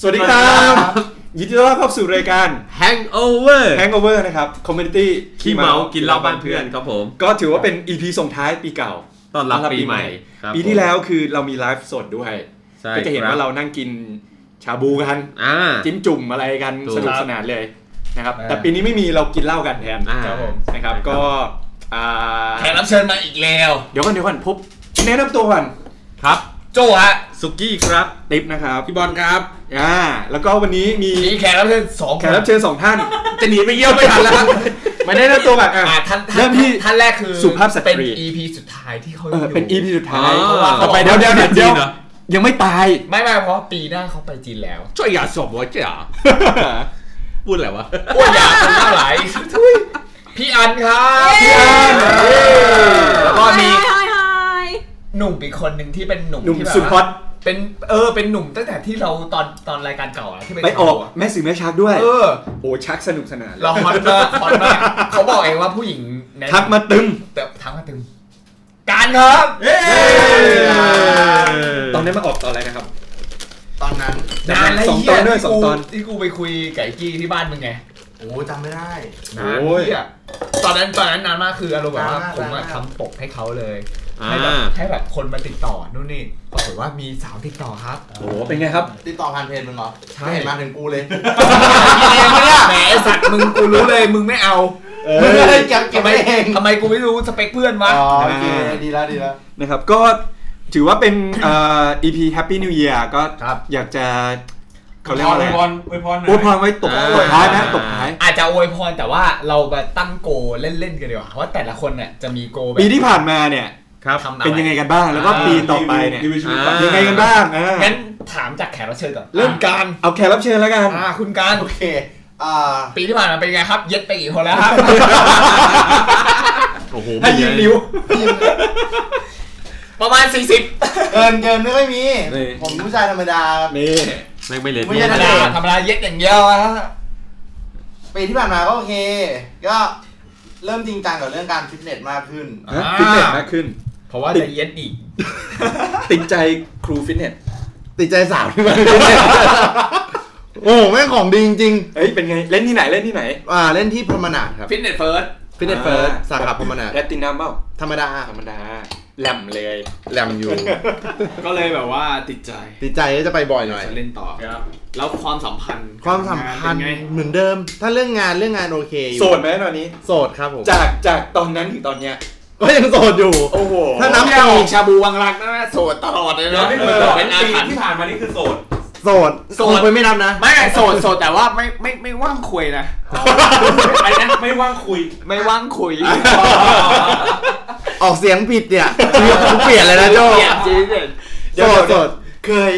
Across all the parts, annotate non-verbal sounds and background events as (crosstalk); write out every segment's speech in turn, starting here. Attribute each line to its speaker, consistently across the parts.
Speaker 1: สวัสดีครับยินดีต้อนรับเข้าสู่รายการ
Speaker 2: Hangover
Speaker 1: Hangover นะครับ Community
Speaker 2: ขี้เมา กินเหล้าบ้านเพื่อนครับผม
Speaker 1: ก็ถือว่าเป็น EP ส่งท้ายปีเก่า
Speaker 2: ตอนรับปีใหม่ครับ
Speaker 1: ปีที่แล้วคือเรามีไลฟ์สดด้วย
Speaker 2: ใช่
Speaker 1: ก็จะเห็นว่าเรานั่งกินชาบูกัน
Speaker 2: อ่า
Speaker 1: จิ้มจุ่มอะไรกัน
Speaker 2: ถูก
Speaker 1: สนุกสนานเลยนะครับ
Speaker 3: อ่า
Speaker 1: แต่ปีนี้ไม่มีเรากินเหล้ากันแทน
Speaker 2: อ่า
Speaker 3: ครับผม
Speaker 1: นะครับ ก็อ่า
Speaker 3: แขกรับเชิญมาอีกแล้ว
Speaker 1: เดี๋ยวก่อนเดี๋ยวก่อนพบแนะนำตัวก่อน
Speaker 2: ครับ
Speaker 3: โจฮะ
Speaker 2: สุกี้ครับ
Speaker 1: ติ๊บนะครับ
Speaker 3: พี่บอลครับ
Speaker 1: อ่าแล้วก็วันนี้มี
Speaker 3: มีแขกรับเชิญสอง
Speaker 1: แขกรับเชิญสองท่าน จะหนีไปเยี่ยมไม่ทันแล้วครับมาแนะนำตัวก่อนอ่ะ
Speaker 3: อ่าท่าน
Speaker 1: เริ่
Speaker 3: ท่าน
Speaker 1: มที่
Speaker 3: ท่านแรกคือ
Speaker 1: สุภาพสตรี
Speaker 3: เป็น EP สุดท้ายที่เขา
Speaker 1: เออเป็น EP สุดท้าย
Speaker 2: า
Speaker 1: ต่อไปเดี๋ยวเดี๋ยวเดี๋ยวเดี๋ยวยังไม่ตาย
Speaker 3: ไม่ไม่เพราะปีหน้าเขาไปจีนแล้ว
Speaker 2: ช่วยยาสอบวะเจ๋าพูดอะไรวะ
Speaker 3: อ้วนอย (laughs) ากคนเท่าไหร่พี่อันครับ
Speaker 1: พี่อันเย้
Speaker 3: แล้วก็มี
Speaker 4: ไฮไฮไฮ
Speaker 3: หนุ่มอีกคนหนึ่งที่เป็นหนุ่ม
Speaker 1: หนุ่ม
Speaker 3: ที่แบบ
Speaker 1: สุดฮอต
Speaker 3: เป็นเออเป็นหนุ่มตั้งแต่ที่เราตอนตอนรายการเก่าอะที่เป็น
Speaker 1: ไปออกแม่สื่อแม่ชักด้วย
Speaker 3: เออ
Speaker 1: โอ้ชักสนุกสนานเลย
Speaker 3: เราฮอตมากฮอตมากเขาบอกเองว่าผู้หญิงแนะนำ
Speaker 1: ทักมาตึม
Speaker 3: แต่ทั้งมาตึงการครับ
Speaker 1: ตอนนี้มาออกตอนอะไรนะครับ
Speaker 5: ตอนนั้น
Speaker 3: นานแล้ว
Speaker 1: สอง
Speaker 3: เหี้
Speaker 1: ตอนด้วย
Speaker 3: ที่
Speaker 1: สอง
Speaker 3: กู
Speaker 1: ตอน
Speaker 3: ที่กูไปคุยไก่กี้ที่บ้านมึงไง
Speaker 5: โอ้จำไม่ได้
Speaker 3: นาน
Speaker 1: โอ้ย
Speaker 3: เหี้ยตอนนั้นตอนนั้นนานมากคืออารมณ์แบบว่า
Speaker 5: อ่า
Speaker 3: ผมอะ
Speaker 5: อ่า
Speaker 3: ทำปกให้เขาเลย
Speaker 2: อ่า
Speaker 3: ให้แบบให้แบบคนมาติดต่อนู่นนี่ปรากฏว่ามีสาวติดต่อครับ
Speaker 1: โอ้โหเป็นไงครับ
Speaker 5: ติดต่อผ่านเพจมึงเหรอ
Speaker 3: ใช่
Speaker 5: ไม่เห็นมาถึงกูเลย
Speaker 3: แหมไอ้สัตว์มึงกูรู้เลยมึงไม่เอา
Speaker 1: เออ
Speaker 5: มึงก็เลยเก็บเก็บ
Speaker 3: ทำไม
Speaker 5: ไว้เอง
Speaker 3: ทำไมกูไม่รู้สเปคเพื่อนวะ
Speaker 5: อ๋อโอเคดีแล้วดีแล้ว
Speaker 1: นะครับ ก็ถือว่าเป็นเอ่อ EP Happy New Year ก็
Speaker 3: ครับ
Speaker 1: อยากจะเขาเรียกว่าอะไร
Speaker 6: พรอวยพรหน่
Speaker 1: โอ้
Speaker 6: อย
Speaker 1: พรไว้ตก
Speaker 2: อ่า
Speaker 1: ตกท้ายนะตกท้าย
Speaker 3: อาจจะอวยพรแต่ว่าเรามาตั้งโกลเล่นๆกันดีกว่าว่าแต่ละคนเนี่ยจะมีโกลแบบ
Speaker 1: ปีที่ผ่านมาเนี่ย
Speaker 2: ครับ
Speaker 3: ทำอะไร
Speaker 1: เป็นยังไงกันบ้าง แล้วก็ปีต่อไปเนี่ย
Speaker 6: รีวิวชีวิตก่อน
Speaker 2: อ่า
Speaker 1: ยังไงกันบ้างอ่า
Speaker 3: งั้นถามจากแขกรับเชิญก่อน
Speaker 1: เริ่มการเอาแขกรับเชิญแล้วกัน
Speaker 3: อ่าคุณการ
Speaker 5: โอเค อ่า
Speaker 3: ปีที่ผ่านมาเป็นไงครับ เย็ดไปกี่คนแล้วครับ
Speaker 2: โอ้โห
Speaker 1: ให้ยืนนิ้ว
Speaker 3: ประมาณ 40
Speaker 5: เกินเกินไม่ค่อยมี
Speaker 1: นี่
Speaker 5: ผมผู้ชายธรรมดาครับ
Speaker 1: นี่
Speaker 2: แม่งไม่เลย
Speaker 5: ไม่ใช่
Speaker 3: ธรรม
Speaker 5: นะ
Speaker 3: ดาธรรมดาเย็ดอย่างเดียวอะ
Speaker 5: ปีที่ผ่านมาก็โอเค ก็เริ่มจริงจังกับเรื่องการฟิตเนสมากขึ้น
Speaker 1: ฮะฟิตเนสมากขึ้น
Speaker 3: เพราะว่าจะเย็ดอีก
Speaker 1: ติดใจครูฟิ (laughs) ตเนส
Speaker 5: ติดใจสาว (laughs) ที่มันโอ้แม่งของดีจริง
Speaker 1: เอ้ย เป็นไง เล่นที่ไหน เล่นที่ไหน
Speaker 5: ๆอ่าเล่นที่พรหมนาดครับ
Speaker 3: ฟิตเนสเฟิร์ส
Speaker 5: ฟิตเนสเฟิร์ส
Speaker 1: อ่า
Speaker 5: สาขาพรหมนาด
Speaker 1: แลตินัมเปล่า
Speaker 5: ธรรมดา
Speaker 1: ธรรมดาแหลมเลย
Speaker 5: แหลมอยู่
Speaker 6: ก็เลยแบบว่าติดใจ
Speaker 5: ติดใจก็จะไปบ่อยหน่อย
Speaker 6: จะเล่นต่อแล้วความสัมพันธ์
Speaker 5: ความสัมพันธ์
Speaker 6: เป็นไง
Speaker 5: เหมือนเดิม ถ้าเรื่องงานเรื่องงานโอเคอยู่
Speaker 1: โสดไหมตอนนี้
Speaker 5: โสดครับผม
Speaker 1: จากจากตอนนั้นถึงตอนเนี้ย
Speaker 5: ก็ยังโสดอยู่
Speaker 1: โอ้โห
Speaker 5: ถ้านับ
Speaker 6: ไม่ได้ออกชาบูวังรักนะโสดตลอดเลยนะ
Speaker 3: เออ
Speaker 6: เป็นอาถรรพ์ที่ผ่านมานี่คือโสด
Speaker 5: โสด
Speaker 6: โสด
Speaker 5: คงไม่นับนะ
Speaker 6: ไม่โสดโสดแต่ว่าไม่ไม่ไม่ว่างคุยนะอะไรนะไม่ว่างคุย
Speaker 3: ไม่ว่างคุย
Speaker 5: ออกเสียงผิดเนี่ยชื่อกูเปลี่ยนเลยนะโจ
Speaker 3: เปลี่ยนจริงเลย
Speaker 1: เดี๋ยว
Speaker 5: โสด
Speaker 1: เดี๋
Speaker 5: โส
Speaker 1: ยว
Speaker 5: ด
Speaker 1: เคย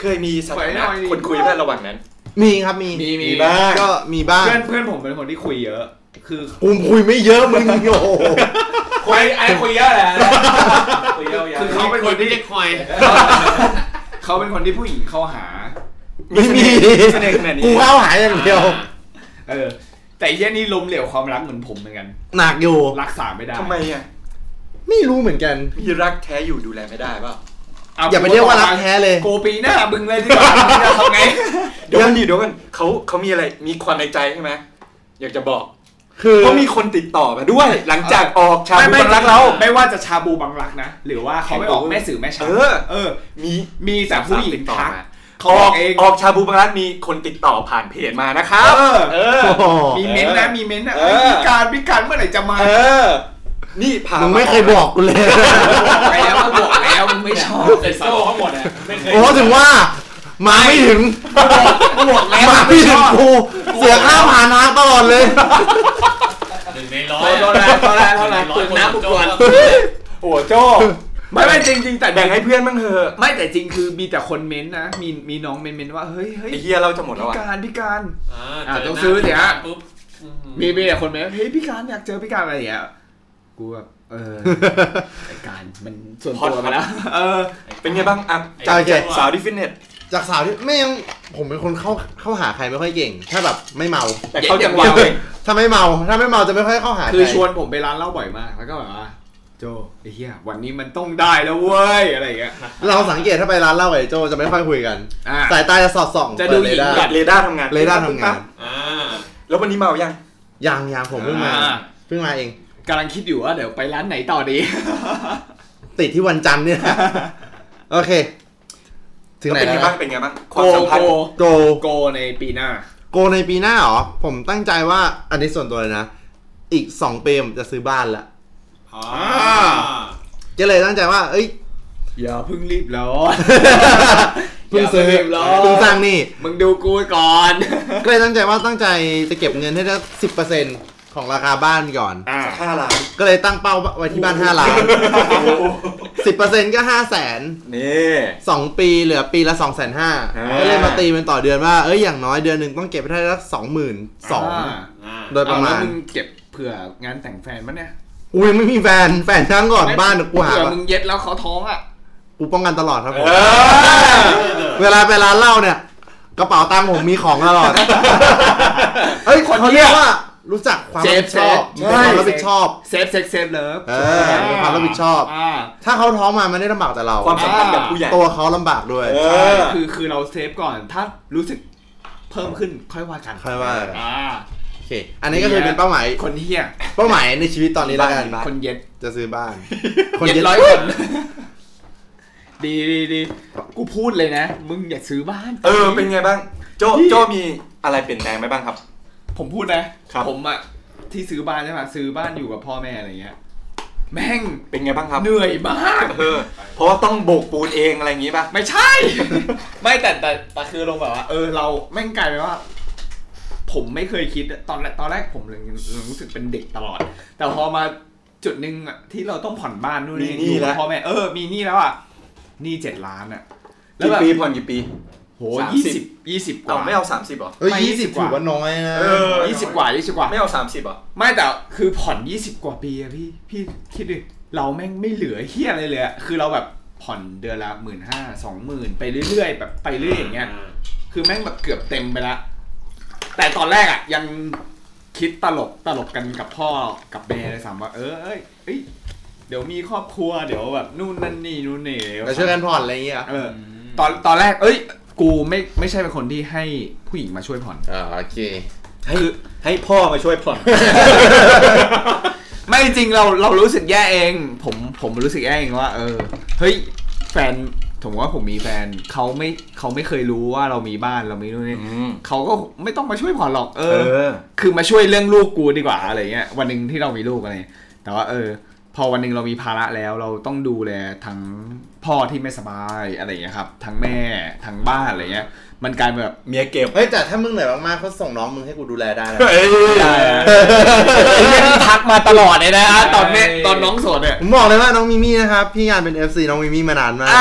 Speaker 1: เคยมีสถานะ
Speaker 6: ไปหน่อยดิ
Speaker 1: คนคุยแม่ระหว่างนั้น
Speaker 5: มีครับมี
Speaker 3: มีมี
Speaker 1: บ้าง
Speaker 5: ก็มีบ้าง
Speaker 6: เพื่อนเพื่อนผมเป็นคนที่คุยเยอะ คือ
Speaker 5: กูคุยไม่เยอะมึงโอ้โห
Speaker 6: คุยไอ้คุยเยอะแหละคุยเยอะๆ
Speaker 2: คือเขาเป็นคนที่จะคอย
Speaker 6: เขาเป็นคนที่ผู้หญิงเข้าหา
Speaker 5: ไม่มี
Speaker 1: เสน่ห์ขนาดนี้
Speaker 5: กูเข้าหายอย่างเดียว
Speaker 6: เออ แต่ไอ้เหี้ยนี่ล้มเหลวความรักเหมือนผมเหมือนกัน
Speaker 5: หนักอยู่
Speaker 6: รักษาไม่ได้
Speaker 1: ทำไมอ่ะ
Speaker 5: ไม่รู้เหมือนกัน
Speaker 1: มีรักแท้อยู่ดูแลไม่ได้เปล่า
Speaker 6: เอา
Speaker 5: อย่าไปเรียกว่ารักแท้เลย
Speaker 6: โกปีหน้าบึงเลยที่บ้านมึงจะทำไง
Speaker 1: เดี๋ยวกันดิเดี๋ยวกันเขาเขามีอะไร มีความในใจใช่ไหม อยากจะบอก
Speaker 5: คือ
Speaker 1: เขามีคนติดต่อมาด้วย หลังจากออกชา
Speaker 6: ไม่
Speaker 1: บู
Speaker 6: ไม่
Speaker 1: บัง
Speaker 6: รั
Speaker 1: รั
Speaker 6: ก
Speaker 1: ก
Speaker 6: เรา
Speaker 1: เรา
Speaker 6: ไม่ว่าจะชาบูบังรักนะ หรือว่าเขาไม่ออกแม่สื่อแม่ชา
Speaker 1: เออ
Speaker 6: เออ
Speaker 1: มี
Speaker 6: มีแต่ผู้หญิงทัก
Speaker 1: อ
Speaker 6: เขาบ
Speaker 1: อ
Speaker 6: อก กเอง
Speaker 1: ออกชาบูบังรักมีคนติดต่อผ่านเพจมานะครับ
Speaker 6: เออ
Speaker 1: เออ
Speaker 5: โอ้โห
Speaker 6: มีเม้นท์นะมีเม้นท์นะ
Speaker 1: เออ
Speaker 6: มีการพิการเมื่อไหร่จะมา
Speaker 1: เออ นี่ผ่าน
Speaker 5: มึงไม่เคยบอกกูเลย
Speaker 3: บอกแล้วมึงบอกแล้วมึงไม่ชอบเลยสัต
Speaker 6: โซ่
Speaker 3: ว์
Speaker 6: เขาหมดอ่ะ
Speaker 5: โอ้ถึงว่ามาไม่ถึง
Speaker 3: มึงบอกแล้ว
Speaker 5: มา
Speaker 3: มึ
Speaker 5: พี่
Speaker 3: ง
Speaker 5: ถึงกูเสียค่าผ่านทางตลอดเลย
Speaker 3: โดนโดนแล้วโดนแล้วโดนแล้วปึกนะปึกก่อน
Speaker 1: โอ้โจ้
Speaker 6: ไม่ไม่จริงจริงๆแต่
Speaker 1: แบ่งให้เพื่อนบ้างเถอะ
Speaker 6: ไม่แต่จริงคือมีแต่คนเม้นท์นะ มีมีน้องเม้นท์เม้นท์ว่าเฮ้ยเฮ้ย
Speaker 1: ไอ้เฮียเราจะหมดแล้ว
Speaker 6: พิ
Speaker 1: อ่ะ
Speaker 6: การพิการ
Speaker 2: อ่า
Speaker 6: อ่าต้องซื้อเดี๋ยวฮะ
Speaker 2: ปุ๊บ
Speaker 6: มีมีแต่คนเม้นท์เฮ้ยพิการอยากเจอพิการอะไรอย่างเงี้ยกูแบบเอ (laughs) อไอ้การมันส่วนตัวไป (laughs) แล้วเออ
Speaker 1: เป็นไงบ้างอ่ะ
Speaker 5: โอเค
Speaker 1: สาวที่ฟิตเนส
Speaker 5: จากสาวที่ไม่ยังผมเป็นคนเข้าเข้าหาใครไม่ค่อยเก่ง ถ้าแบบไม่เมา
Speaker 1: แต่เขาจังหวะ
Speaker 6: เดี๋ยว
Speaker 1: เอง
Speaker 5: ถ้าไม่เมาถ้าไม่เมาจะไม่ค่อยเข้าหาใร
Speaker 6: คือชวนผมไปร้านเหล้าบ่อยมาก แล้วก็แบบว่า โจไอ้เหี้ยวันนี้มันต้องได้แล้วเว้ยอะไรอย่างเงี้ย
Speaker 4: เราสังเกตถ้าไปร้านเหล้ากับไอ้โจจะไม่ค่อยคุยกัน
Speaker 6: อ่า
Speaker 4: สายตาจะสอดส่อง
Speaker 6: จะดู
Speaker 4: เปิ
Speaker 6: หญิ
Speaker 4: เร
Speaker 6: ง
Speaker 4: ดา
Speaker 1: อยาก
Speaker 4: ร์
Speaker 1: เรดาร์ทำงาน
Speaker 4: เรดาร์ทำงาน
Speaker 2: อ่า
Speaker 1: แล้ววันนี้เมายัง
Speaker 4: ยังยังผมเพิ่งมา
Speaker 6: อ่า
Speaker 4: เพิ่งมาเอง
Speaker 6: กำลังคิดอยู่ว่าเดี๋ยวไปร้านไหนต่อดี
Speaker 4: ติดที่วันจันทร์
Speaker 6: (laughs)
Speaker 4: เนี่ย โอเค ถึงไหน
Speaker 1: เป็น
Speaker 4: แล้
Speaker 1: ไง
Speaker 4: ว
Speaker 1: บ้าง
Speaker 4: นะ
Speaker 1: เป็นไงบ้างค
Speaker 6: โก
Speaker 1: วามสัมพัน
Speaker 6: โก
Speaker 1: ธ์
Speaker 4: โก
Speaker 6: โกในปีหน้า
Speaker 4: โกในปีหน้าเหรอ ผมตั้งใจว่าอันนี้ส่วนตัวเลยนะ อีกสองปีผมจะซื้อบ้านละ
Speaker 2: อ่า
Speaker 4: ก็เลยตั้งใจว่า เอ้ย
Speaker 6: อย่าเพิ่งรีบร้อน
Speaker 4: เพิ่งซื้อ
Speaker 6: อย่าเพิ่งรีบร้อน
Speaker 4: เพิ่งสร้างหนี่
Speaker 6: มึงดูกูก่อน
Speaker 4: ก็เลยตั้งใจว่าตั้งใจจะเก็บเงินให้ได้สิบเปอร์เซ็นของราคาบ้านก่อน
Speaker 6: อ่า
Speaker 1: สักห้าล้าน
Speaker 4: ก็เลยตั้งเป้าไว้ที่บ้านห้าล้านสิบเปอร์เซ็นก็ห้าแสน
Speaker 1: นี่
Speaker 4: สองปีเหลือปีละสองแสนห้า
Speaker 1: อ่า
Speaker 4: ก็เลยมาตีเป็นต่อเดือนว่า เอ้ยอย่างน้อยเดือนหนึ่งต้องเก็บให้ได้ละสองหมื่นสอง
Speaker 6: อ่า
Speaker 2: อ่า
Speaker 4: โดยประมาณ
Speaker 6: เอแล้วมึงเก็บเผื่องานแต่งแฟนปะเนี่ย
Speaker 4: อุ้ยไม่มีแฟน แฟนช่างก่อนบ้านเดี๋ยวกูหา
Speaker 6: เผื่อ
Speaker 4: ก่อน
Speaker 6: มึงเย็ดแล้วเขาท้องอ่ะ
Speaker 4: กูป้องกันตลอดครับผม
Speaker 1: เออ
Speaker 4: เวลาไปร้านเหล้าเนี่ย กระเป๋าตังค์ผมมีของตลอด เฮ้ยเขาเรียกว่า รู้จักความรับผิดชอบ
Speaker 6: เซฟ
Speaker 4: มีความรับผิดชอบ
Speaker 6: เซฟเซฟเซฟเลิฟ
Speaker 4: เออมีความรับผิดชอบ
Speaker 6: อ่า
Speaker 4: ถ้าเขาท้องมามันไม่ได้ลำบากแต่เรา
Speaker 1: ความสัมพันธ์กับผู้ใหญ่
Speaker 4: ตัวเขาลำบากด้วย
Speaker 1: เอ
Speaker 6: ใช่คือคือเราเซฟก่อน ถ้ารู้สึกเพิ่มขึ้นค่อยว่ากัน
Speaker 4: ค่อยว่ากัน
Speaker 6: อ่า
Speaker 4: โอเค อันนี้ก็คือเป็นเป้าหมาย
Speaker 6: คนเฮีย
Speaker 4: เป้าหมายในชีวิตตอนนี้แล้วกัน
Speaker 6: คนเย็ด
Speaker 4: จะซื้อบ้าน
Speaker 6: เย็ดร้อยคนดีดีดีกูพูดเลยนะ มึงอย่าซื้อบ้าน
Speaker 1: เออเป็นไงบ้าง โจ
Speaker 6: พี่
Speaker 1: โจมีอะไรเปลี่ยนแปลงไหมบ้างครับ
Speaker 6: ผมพูดนะ
Speaker 1: ครับ
Speaker 6: ผมอะที่ซื้อบ้านใช่ปะซื้อบ้านอยู่กับพ่อแม่อะไรเงี้ย แม่ง
Speaker 1: เป็นไงบ้างครับ
Speaker 6: เหนื่อยมาก
Speaker 1: เออเพราะว่าต้องโบกปูนเองอะไรอย่างงี้ป่ะ
Speaker 6: ไม่ใช่
Speaker 1: (laughs)
Speaker 6: ไม่แต่แต่แต่คือลงแบบว่า เออเราแม่งกลายเป็นว่า ผมไม่เคยคิดอะตอนแรกตอนแรกผมเลยรู้สึกเป็นเด็กตลอด แต่พอมาจุดหนึ่งอะที่เราต้องผ่อนบ้านนู่น
Speaker 1: มีหนี้
Speaker 6: อยู่กับ
Speaker 1: แล้ว
Speaker 6: พ่อแม่เออมีหนี้แล้วอ่ะหนี้เจ็ดล้านอ่ะ
Speaker 1: กี่
Speaker 6: แบบ
Speaker 1: ปีผ่อนกี่ปี
Speaker 6: โห
Speaker 1: สาม
Speaker 6: ยี่
Speaker 1: สิ
Speaker 6: สิ
Speaker 1: บ
Speaker 6: บยี่สิบก
Speaker 1: เอา
Speaker 6: ว่า
Speaker 1: ไม่เอาสามสิบหรอ
Speaker 4: เฮ้ย
Speaker 6: ไม่
Speaker 4: ยี่สิบ
Speaker 6: 20
Speaker 4: ถือว่าน้อยนะ
Speaker 1: เออ
Speaker 6: ยี่สิบกว่ายี่สิบกว่า
Speaker 1: ไม่เอาสามสิบหรอ
Speaker 6: ไม่แต่คือผ่อนยี่สิบกว่าปีอะพี่พี่คิดดิเราแม่งไม่เหลือเฮียอะไรเลยอะคือเราแบบผ่อนเดือนละหมื่นห้าสองหมื่นไปเรื่อยๆแบบไปเรื่อยอย่างเงี้ย คือแม่งแบบเกือบเต็มไปละ แต่ตอนแรกอ่ะ ยังคิดตลกตลกกันกับพ่อกับแม่เลยซ้ำว่า เออเอ้ยเอ้ย เดี๋ยวมีครอบครัวเดี๋ยวแบบนู่นนั่นนี่นู่นนี่
Speaker 4: แต่ช่วยกันผ่อนอะไรอย่างเงี้ย
Speaker 6: เออตอนตอนแรก เอ้ย กูไม่ไม่ใช่เป็นคนที่ให้ผู้หญิงมาช่วยผ่อน
Speaker 4: อ่าโอเค
Speaker 1: ให้ให้พ่อมาช่วยผ่อน
Speaker 6: ไม่จริงเราเรารู้สึกแย่เอง ผมผมรู้สึกแย่เองว่า เออเฮ้ยแฟนผมว่าผมมีแฟนเขาไม่เขาไม่เคยรู้ว่าเรามีบ้านเรามีนู่นนี่เขาก็ไม่ต้องมาช่วยผ่อนหรอกเออ คือมาช่วยเรื่องลูกกูดีกว่าอะไรเงี้ยวันหนึ่งที่เรามีลูกอะไรเงี้ยแต่ว่าเออ พอวันหนึ่งเรามีภาระแล้วเราต้องดูแลทั้งพ่อที่ไม่สบายอะไรเงี้ยครับทั้งแม่ทั้งบ้านอะไรเงี้ย มันกลายเป็นแบบ
Speaker 1: เมียเก็บ
Speaker 4: เฮ้ย แต่ถ้ามึงเหนื่อยมากๆก็ส่งน้องมึงให้กูดูแลได้นะ (laughs)
Speaker 1: เอ้ย
Speaker 6: ทักมาตลอดเลยนะตอนเนี้ยตอนน้องโสดเนี่ย
Speaker 4: ผมบอกเลยว่าน้องมิมี่นะครับ พี่งานเป็น FC น้องมิมี่มานานมาก
Speaker 1: อ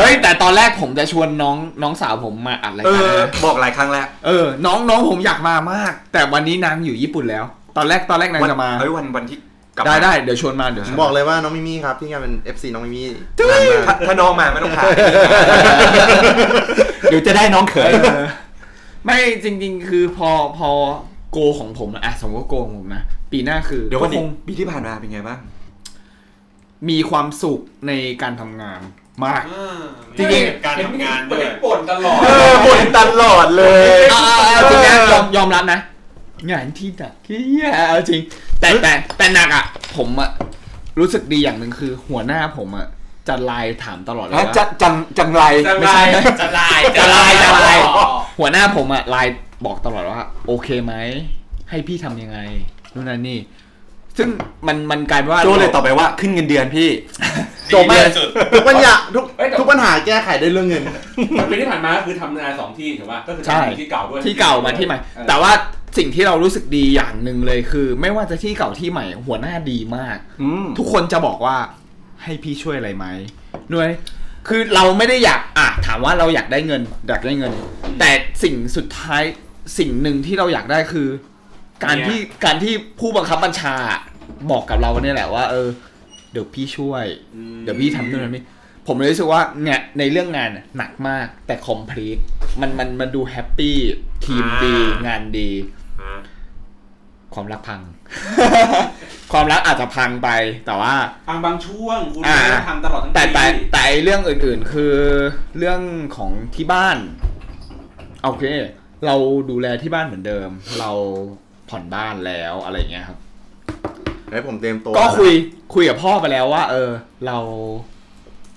Speaker 6: เฮ้ยแต่ตอนแรกผมจะชวนน้องน้องสาวผมมาอัดราย
Speaker 1: เอ
Speaker 6: การ
Speaker 1: อ
Speaker 6: นะ
Speaker 1: บอกหลายครั้งแล้ว
Speaker 6: เออ น้องน้องผมอยากมามาก แต่วันนี้นางอยู่ญี่ปุ่นแล้ว ตอนแรกตอนแรกนางจะมา
Speaker 1: เฮ้ยวันวันที่กลับ
Speaker 6: ได้
Speaker 1: มา
Speaker 6: ได้เดี๋ยวชวนมาเดี๋ยว
Speaker 4: ผ
Speaker 6: ชว
Speaker 4: ม
Speaker 6: น
Speaker 4: บอกเลยว่าน้องมิมี่ครับ พี่งานเป็น FC น้องมิมี่
Speaker 1: ถ้าถ้าน้องมาไม่ต้องถาม
Speaker 6: เดี๋ยวจะได้น้องเขยไม่จริง ๆ คือพอพอโกของผมนะอ่ะสมมติว่าโกของผมนะปีหน้าคือ
Speaker 1: เดี๋ยววัน
Speaker 6: ก็
Speaker 1: นี้
Speaker 6: คง
Speaker 1: ปีที่ผ่านมาเป็นไงบ้าง
Speaker 6: มีความสุขในการทำงานมาก จ
Speaker 2: จ
Speaker 6: ริ
Speaker 2: ริ
Speaker 6: ง
Speaker 2: ง
Speaker 6: ๆ
Speaker 2: การทำงานด้วย
Speaker 3: ปวดตลอด
Speaker 1: เออบ่นตลอดเลย
Speaker 6: เอาเอาเอาจริงนะยอมยอมรับนะ งานที่หนักที่เอาจริง แต่แต่แต่หนักอ่ะ ผมอ่ะ รู้สึกดีอย่างหนึ่งคือหัวหน้าผมอ่ะ จะไลน์ถามตลอดเลยว่า
Speaker 1: จะจังจังไร
Speaker 3: จะลาย จะลาย
Speaker 6: จะไลน์จะไลน์หัวหน้าผมอ่ะไลน์บอกตลอดว่า โอเคไหม ให้พี่ทำยังไงนู่นนั่นนี่ ซึ่งมันมันกลายเป็นว่า
Speaker 1: โจเลยต่อไปว่าขึ้นเงินเดือนพี่
Speaker 4: จบไหม
Speaker 2: ดีที่สุด
Speaker 4: ทุกปัญหาทุก
Speaker 2: เอ้ยแต่
Speaker 4: ทุกปัญหาแก้ไขได้เรื่องเงิน
Speaker 2: ปีที่ผ่านมาก็คือทำงานสองที่ถูกป่ะก็คือทำ
Speaker 6: ใช่
Speaker 2: งานที่เก่าด้วย
Speaker 6: ที่เก่ามาที่ใหม่
Speaker 2: เออ
Speaker 6: แต่ว่าสิ่งที่เรารู้สึกดีอย่างหนึ่งเลยคือ ไม่ว่าจะที่เก่าที่ใหม่ หัวหน้าดีมาก
Speaker 1: อืม
Speaker 6: ทุกคนจะบอกว่าให้พี่ช่วยอะไรไหมด้วยคือเราไม่ได้อยากอ่ะถามว่าเราอยากได้เงิน อยากได้เงิน แต่สิ่งสุดท้ายสิ่งหนึ่งที่เราอยากได้คือ การ
Speaker 2: เนี่ย
Speaker 6: ที่การที่ผู้บังคับบัญชาบอกกับเราเนี่ยแหละว่า เออ เดี๋ยวพี่ช่วย เดี๋ยวพี่ทำนู่นทำนี่ผมเลยรู้สึกว่าเนี่ยในเรื่องงานน่ะหนักมากแต่คอมพลีทมันมันมันดูแฮปปี้ทีมดีงานดี
Speaker 2: อ่า
Speaker 6: (laughs) ความรักพัง ความรักอาจจะพังไปแต่ว่า
Speaker 7: ทางบางช่วงคุณ
Speaker 6: อ่า
Speaker 7: ไม่ได้ทำตลอดทั้ง
Speaker 6: แต่แต่
Speaker 7: ปี
Speaker 6: แต่ไอ้เรื่องอื่นๆ คือเรื่องของที่บ้าน โอเค เราดูแลที่บ้านเหมือนเดิม เราผ่อนบ้านแล้วอะไรอย่างเงี้ยครับ
Speaker 4: ให้ผมเตรียมตัว
Speaker 6: ก็คุยคุยกับพ่อไปแล้วว่า เออ เรา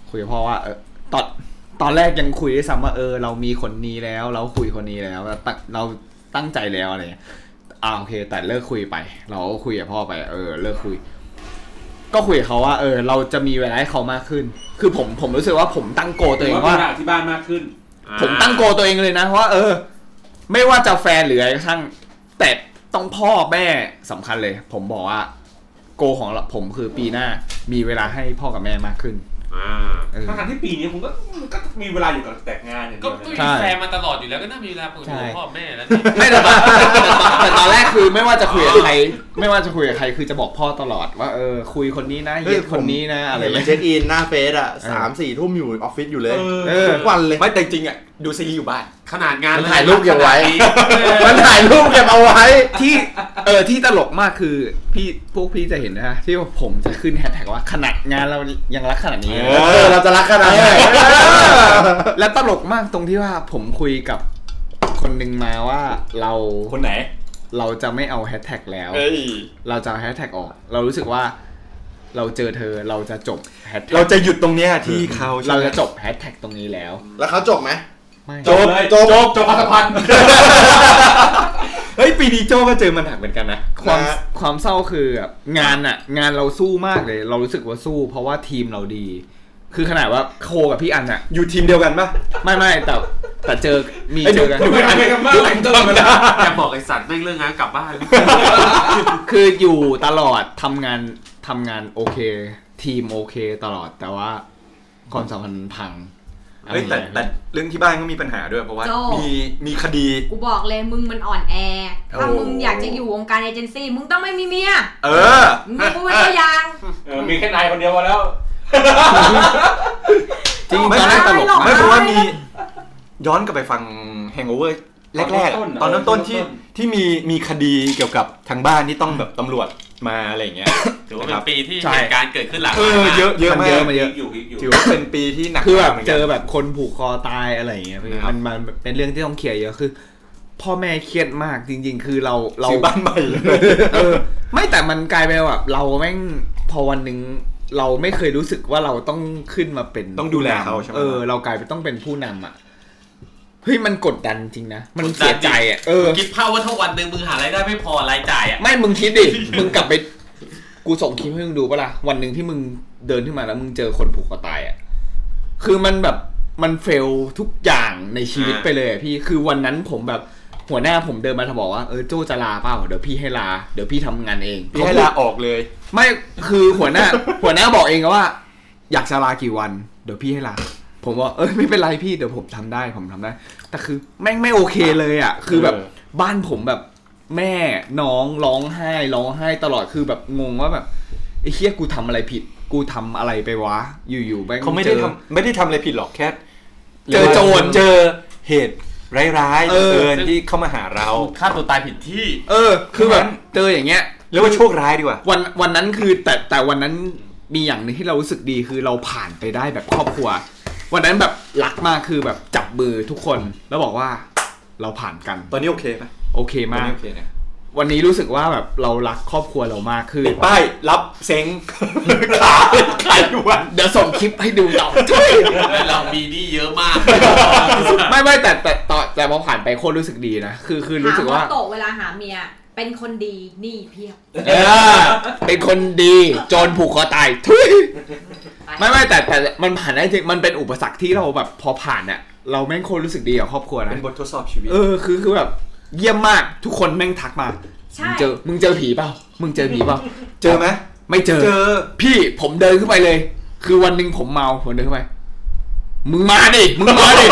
Speaker 6: คุยกับพ่อว่า เออตอนตอนแรกยังคุยด้วยซ้ำว่าเออ เรามีคนนี้แล้ว เราคุยคนนี้แล้วเราตั้งเราตั้งใจแล้วอะไรเงี้ยอ่าโอเค แต่เลิกคุยไป เราก็คุยกับพ่อไป เออ เลิกคุย ก็คุยกับเขาว่า เออ เราจะมีเวลาให้เขามากขึ้น คือผมผมรู้สึกว่าผมตั้งโกลตัว
Speaker 7: ถื
Speaker 6: เอ
Speaker 7: องว่า
Speaker 6: ว่า
Speaker 7: เป็นหน้าที่บ้านมากขึ้น
Speaker 6: ผมตั้งโกลตัวเองเลยนะว่า เออ ไม่ว่าจะแฟนหรืออะไรก็ช่างแต่ต้องพ่อแม่สำคัญเลย ผมบอกว่า โกลของเราผมคือปีหน้า มีเวลาให้พ่อกับแม่มากขึ้นเออ
Speaker 7: ทั้งๆที่ปีนี้ผมก็ก็มีเวลาอยู่กับแต่งงานอย่าง
Speaker 8: ก็
Speaker 7: เดียว
Speaker 8: ก็
Speaker 7: นะ
Speaker 8: มีแฟนมาตลอดอยู่แล้วก็น่ามีเวลาคุย
Speaker 6: ใช่
Speaker 8: กับพ่อแม่แล้ว
Speaker 6: ไม่แต่ตอนแต่ตอนแรกคือไม่ว่าจะคุยกับใคร ไม่ว่าจะคุยกับใครคือจะบอกพ่อตลอดว่าเออ คุยคนนี้นะเหยียดคนนี้นะอะไร
Speaker 4: เห็นมั
Speaker 6: เงี้
Speaker 4: น
Speaker 6: ย
Speaker 4: เช็คอินหน้าเฟซอ่ะสามสี่ทุ่มอยู่ออฟฟิศอยู่เลย
Speaker 6: เออ
Speaker 4: ทุกวันเลย
Speaker 1: ไม่แต่จริงอ่ะ ดูซีรีส์อยู่บ้าน
Speaker 8: ขนาดงาน
Speaker 4: มันถ่ายรูปเก็บไว้
Speaker 8: ขนาดนี้
Speaker 4: มันถ่ายรูปเก็บเอาไว้
Speaker 6: ที่เออที่ตลกมากคือพี่พวกพี่จะเห็นนะที่ว่าผมจะขึ้นแฮชแท็กว่าขนาดงานเรายังรักขนาดนี้
Speaker 4: เออ เราจะรักขนาดไหน
Speaker 6: แล้วตลกมากตรงที่ว่าผมคุยกับคนหนึ่งมาว่าเรา
Speaker 1: คนไหน
Speaker 6: เราจะไม่เอาแฮชแท็กแล้ว
Speaker 1: เอ้ย
Speaker 6: เราจะเอาแฮชแท็กออก เรารู้สึกว่า เราเจอเธอเราจะจบแฮชแท็ก
Speaker 1: เราจะหยุดตรงเนี้ยที่เขาใช่
Speaker 6: เรา
Speaker 1: ไหม
Speaker 6: จะจบแฮชแท็กตรงนี้แล้ว
Speaker 4: แล้วเขาจบไหม
Speaker 6: ไม่
Speaker 1: จบ
Speaker 7: เลย
Speaker 1: จบจบจบความสัมพันธ์ เฮ้ย ปีนี้โจก็เจอมันหนักเหมือนกันนะ
Speaker 6: ความ
Speaker 4: นะ
Speaker 6: ความเศร้าคือแบบงานอะงานเราสู้มากเลย เรารู้สึกว่าสู้ เพราะว่าทีมเราดี คือขนาดว่าโคกับพี่อันอะ
Speaker 1: อยู่ทีมเดียวกันปะ
Speaker 6: ไม่ไม่แต่แต่เจอมี
Speaker 1: ไอ้หนู
Speaker 6: เจอกัน
Speaker 7: ไม่ทำอะไรกันบ้างเลยตลอดเวลา
Speaker 8: อย่าบอกไอ้สัตว์แม่งเรื่องงานกลับบ้าน
Speaker 6: คืออยู่ตลอดทำงานทำงานโอเค ทีมโอเคตลอดแต่ว่าความสัมพันธ์พัง
Speaker 1: เฮ้ยแต่แต่เรื่องที่บ้านก็มีปัญหาด้วยเพราะว่า
Speaker 9: โจ้
Speaker 1: มีมีคดี
Speaker 9: กูบอกเลยมึงมันอ่อนแอ ถ้า
Speaker 1: โอ้
Speaker 9: มึงอยากจะอยู่วงการเอเจนซี่ มึงต้องไม่มีเมีย
Speaker 1: เออ
Speaker 9: มึงมีกูเป็นตัวอย่าง
Speaker 7: เออมีแค่นายคนเดียวพอแล้ว
Speaker 6: จริง
Speaker 1: ไม่
Speaker 6: ตอนแรกตลก
Speaker 9: ไม่
Speaker 1: ไม่
Speaker 9: ห
Speaker 1: เพ
Speaker 9: รอก
Speaker 1: ราะว่ามีย้อนกลับไปฟัง Hangover แรกๆอะต
Speaker 7: ต
Speaker 1: อ
Speaker 7: อน นเริ่
Speaker 1: เริ่ม
Speaker 7: มต้
Speaker 1: ต้น
Speaker 7: น
Speaker 1: ที่ที่มีมีคดีเกี่ยวกับทางบ้านที่ต้องแบบตำรวจมาอะไรอย่างเงี้
Speaker 6: (coughs)
Speaker 1: ย
Speaker 8: ถือว่า
Speaker 1: นะค
Speaker 8: เป็
Speaker 1: น รับ
Speaker 8: ปีที่เหตุการณ์เกิดขึ้นหลัง
Speaker 1: เออเยอะเยอะ
Speaker 6: มั
Speaker 1: มาก
Speaker 6: นเยอะมาเยอะ
Speaker 7: อยู่อีกอยู่
Speaker 1: ถือว่าเป็นปีที่หนัก
Speaker 6: คือแบบ
Speaker 1: หมืน
Speaker 6: เจ
Speaker 1: กัน
Speaker 6: อแบบคนผูกคอตายอะไรอย่างเงี้ยพี่
Speaker 1: ครับ
Speaker 6: มันมันมันเป็นเรื่องที่ต้องเคลียร์เยอะคือ พ่อแม่เครียดมากจริง ๆ คือเราเรา
Speaker 1: ซื้อบ้านใหม่เลย
Speaker 6: เออ
Speaker 1: (laughs)
Speaker 6: ไม่แต่มันกลายเป็นแบบเราแม่งพอวันหนึ่งเราไม่เคยรู้สึกว่าเราต้องขึ้นมาเป็น
Speaker 1: ต้องดูแล
Speaker 6: ผู้นำ
Speaker 1: เขาใช่ไหม
Speaker 6: เออเรากลายเป็นต้องเป็นผู้นำอ่ะเฮ้ยมันกดดันจริงนะมันเสียใจอ่ะเออ
Speaker 8: คิดภาพว่าถ้าวันหนึ่งมึงหารายได้ไม่พอรายจ่ายอ่ะ
Speaker 6: ไม่ มึงคิดดิ มึงกลับไป กูส่งคลิปให้มึงดูปะล่ะ วันหนึ่งที่มึงเดินขึ้นมาแล้วมึงเจอคนผูกคอตายอ่ะ คือมันแบบ มันเฟลทุกอย่างในชีวิตไปเลยอะพี่ คือวันนั้นผมแบบหัวหน้าผมเดินมาถามบอกว่า เออโจจะลาเปล่า เดี๋ยวพี่ให้ลา เดี๋ยวพี่ทำงานเอง
Speaker 1: พี่ให้ลาออกเลย
Speaker 6: ไม่ คือหัวหน้า (laughs) หัวหน้าบอกเองว่า อยากจะลากี่วัน เดี๋ยวพี่ให้ลา ผมว่าเออไม่เป็นไรพี่ เดี๋ยวผมทำได้ ผมทำได้ แต่คือแม่งไม่โอเคเลยอ่ะ คือแบบ
Speaker 1: เออ
Speaker 6: บ้านผมแบบแม่น้องร้องไห้ร้องไห้ตลอดคือแบบงงว่าแบบไอ้เฮียกูทำอะไรผิด กูทำอะไรไปวะ อยู่ๆแม่ง
Speaker 1: เขาไม่ได้
Speaker 6: จอ
Speaker 1: ทำไม่ได้ทำอะไรผิดหรอกแค่
Speaker 6: เจอโจร
Speaker 1: เจอเหตุร้ายๆ
Speaker 6: เออ
Speaker 1: เกินที่เข้ามาหาเรา
Speaker 8: ฆ่าตัวตายผิดที่
Speaker 6: เออ คือแบบ
Speaker 1: งั้น
Speaker 6: เจออย่างเงี้ย
Speaker 1: เรียกว่าโชคร้ายดีกว่า
Speaker 6: วันวันนั้นคือแต่แต่วันนั้นมีอย่างหนึงที่เรารู้สึกดีคือเราผ่านไปได้แบบครอบครัว วันนั้นแบบรักมากคือแบบจับมือทุกคนแล้วบอกว่าเราผ่านกัน
Speaker 1: ตอนนี้โอเคไหม
Speaker 6: โอเค
Speaker 1: ตอน
Speaker 6: มาก
Speaker 1: นี้โอเคนะ
Speaker 6: วันนี้รู้สึกว่าแบบเรารักครอบครัวเรามากขึ้น
Speaker 1: ป้ายรับเซ็ง (laughs) ขาขายด่วน
Speaker 6: เดี๋ยวส่งคลิปให้ดูต่อ
Speaker 8: เรามีหนี้เยอะมาก
Speaker 6: ไม่ไม่แต่แต่แต่แต่พอผ่านไปโคตรรู้สึกดีนะ คือคือรู้สึกว่า
Speaker 9: หโตะเวลาหาเมีย เป็นคนดีนี่เพียบ
Speaker 6: เออ เป็นคนดีจนผูกคอตายทุยไม่ไม่แต่แต่มันผ่านได้จริงมันเป็นอุปสรรคที่เราแบบพอผ่านเนี่ยเราแม่งโคตรรู้สึกดีกับครอบครัวนะ
Speaker 1: เป็นบททดสอบชีวิต
Speaker 6: เออคือคือแบบเยี่ยมมากทุกคนแม่งทักมา
Speaker 9: ใช่
Speaker 6: มึงเจอมึงเจอผีเปล่ามึงเจอผีเปล่า
Speaker 1: เจอไหม
Speaker 6: ไม่เจอ
Speaker 1: เจอ
Speaker 6: พี่ผมเดินขึ้นไปเลย คือวันหนึ่งผมเมาผมเดินขึ้นไป มึงมาดิ มึงมาดิ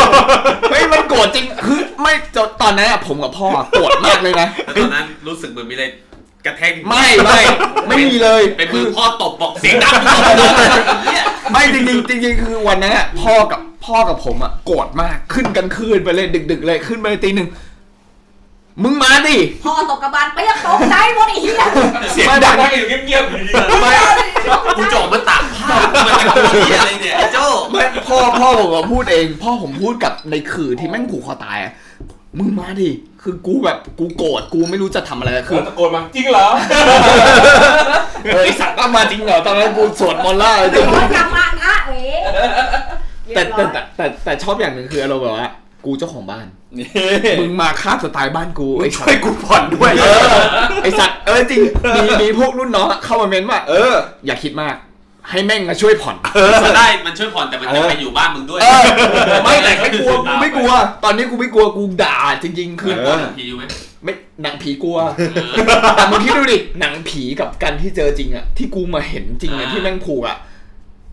Speaker 6: เฮ้ยมันโกรธจริง คือไม่จนตอนนั้นอะผมกับพ่ออะโกรธมากเลยนะ
Speaker 8: แล้วตอนนั้นรู้สึกเหมือนมีอะไรกระแทก
Speaker 6: ไม่ไม่ไม่มีเลย
Speaker 8: เป็น
Speaker 6: คื
Speaker 8: มือ
Speaker 6: อ
Speaker 8: พ่อตบบอกเสียงดัง
Speaker 6: ไม่จริงๆจริงๆคือวันนั้นอะพ่อกับพ่อกับผมอะโกรธมากขึ้นกันคืนไปเลยดึก ๆ เลยขึ้นไปตีหนึ่ง มึงมาดิ
Speaker 9: พ่อตกกระบาลเปรี้ยกตกใจหมดไอ้เหี้ย
Speaker 8: เสียง
Speaker 7: ไม่
Speaker 8: ดัง
Speaker 7: ได้นั่งอยู่เงียบๆอยู่ดีๆ
Speaker 6: ไม่
Speaker 8: กูจอกมาตากผ้ามันจะพูดเหี้ยอะไรเนี่ยไอ้โจ้
Speaker 6: ไม่พ่อพ่อผมก็พูดเอง พ่อผมพูดกับในขื่อที่แม่งผูกคอตายอะมึงมาดิ คือกูแบบกูโกรธกูไม่รู้จะทำอะไร
Speaker 7: คื
Speaker 6: คือ อ
Speaker 7: ตะโกนมาจริงเหรอ
Speaker 6: เฮ้ยสัตว์มาจริงเหรอตอนนั้นกูสวดมนต์แล้วจริง
Speaker 9: โอ้ยกลับมานะเอ๋
Speaker 6: แต่
Speaker 9: เรียบร้
Speaker 6: แต่
Speaker 9: อย
Speaker 6: แต่แต่แต่ชอบอย่างหนึ่งคืออารมณ์แบบว่า กูเจ้าของบ้าน
Speaker 1: นี่
Speaker 6: มึงมาฆ่าสไตล์บ้านกูไอ้สัต
Speaker 1: ช่วย
Speaker 6: ว์
Speaker 1: กูผ่อนด้วย
Speaker 6: เออไอ้สัตว์เออจริงมีมีพวกรุ่นน้องอะเข้ามาเม้นว่า
Speaker 1: เออ
Speaker 6: อย่าคิดมาก ให้แม่งมาช่วยผ่อน
Speaker 8: มันได้ มันช่วยผ่อนแต่มันจะไปอยู่บ้านมึงด้วย
Speaker 6: เออไม่แต่ไม่กลัวกูไม่กลัว ตอนนี้กูไม่กลัวกูด่าจริงๆ คือ
Speaker 1: เอ
Speaker 8: ผ่อน
Speaker 1: อ
Speaker 8: ทีไหม
Speaker 6: ไม่หนังผีกลัว
Speaker 8: เออ
Speaker 6: แต่มึงคิดดูดิ หนังผีกับการที่เจอจริงอะที่กูมาเห็นจริงอะ
Speaker 8: อ่า
Speaker 6: ที่แม่งผูกอะ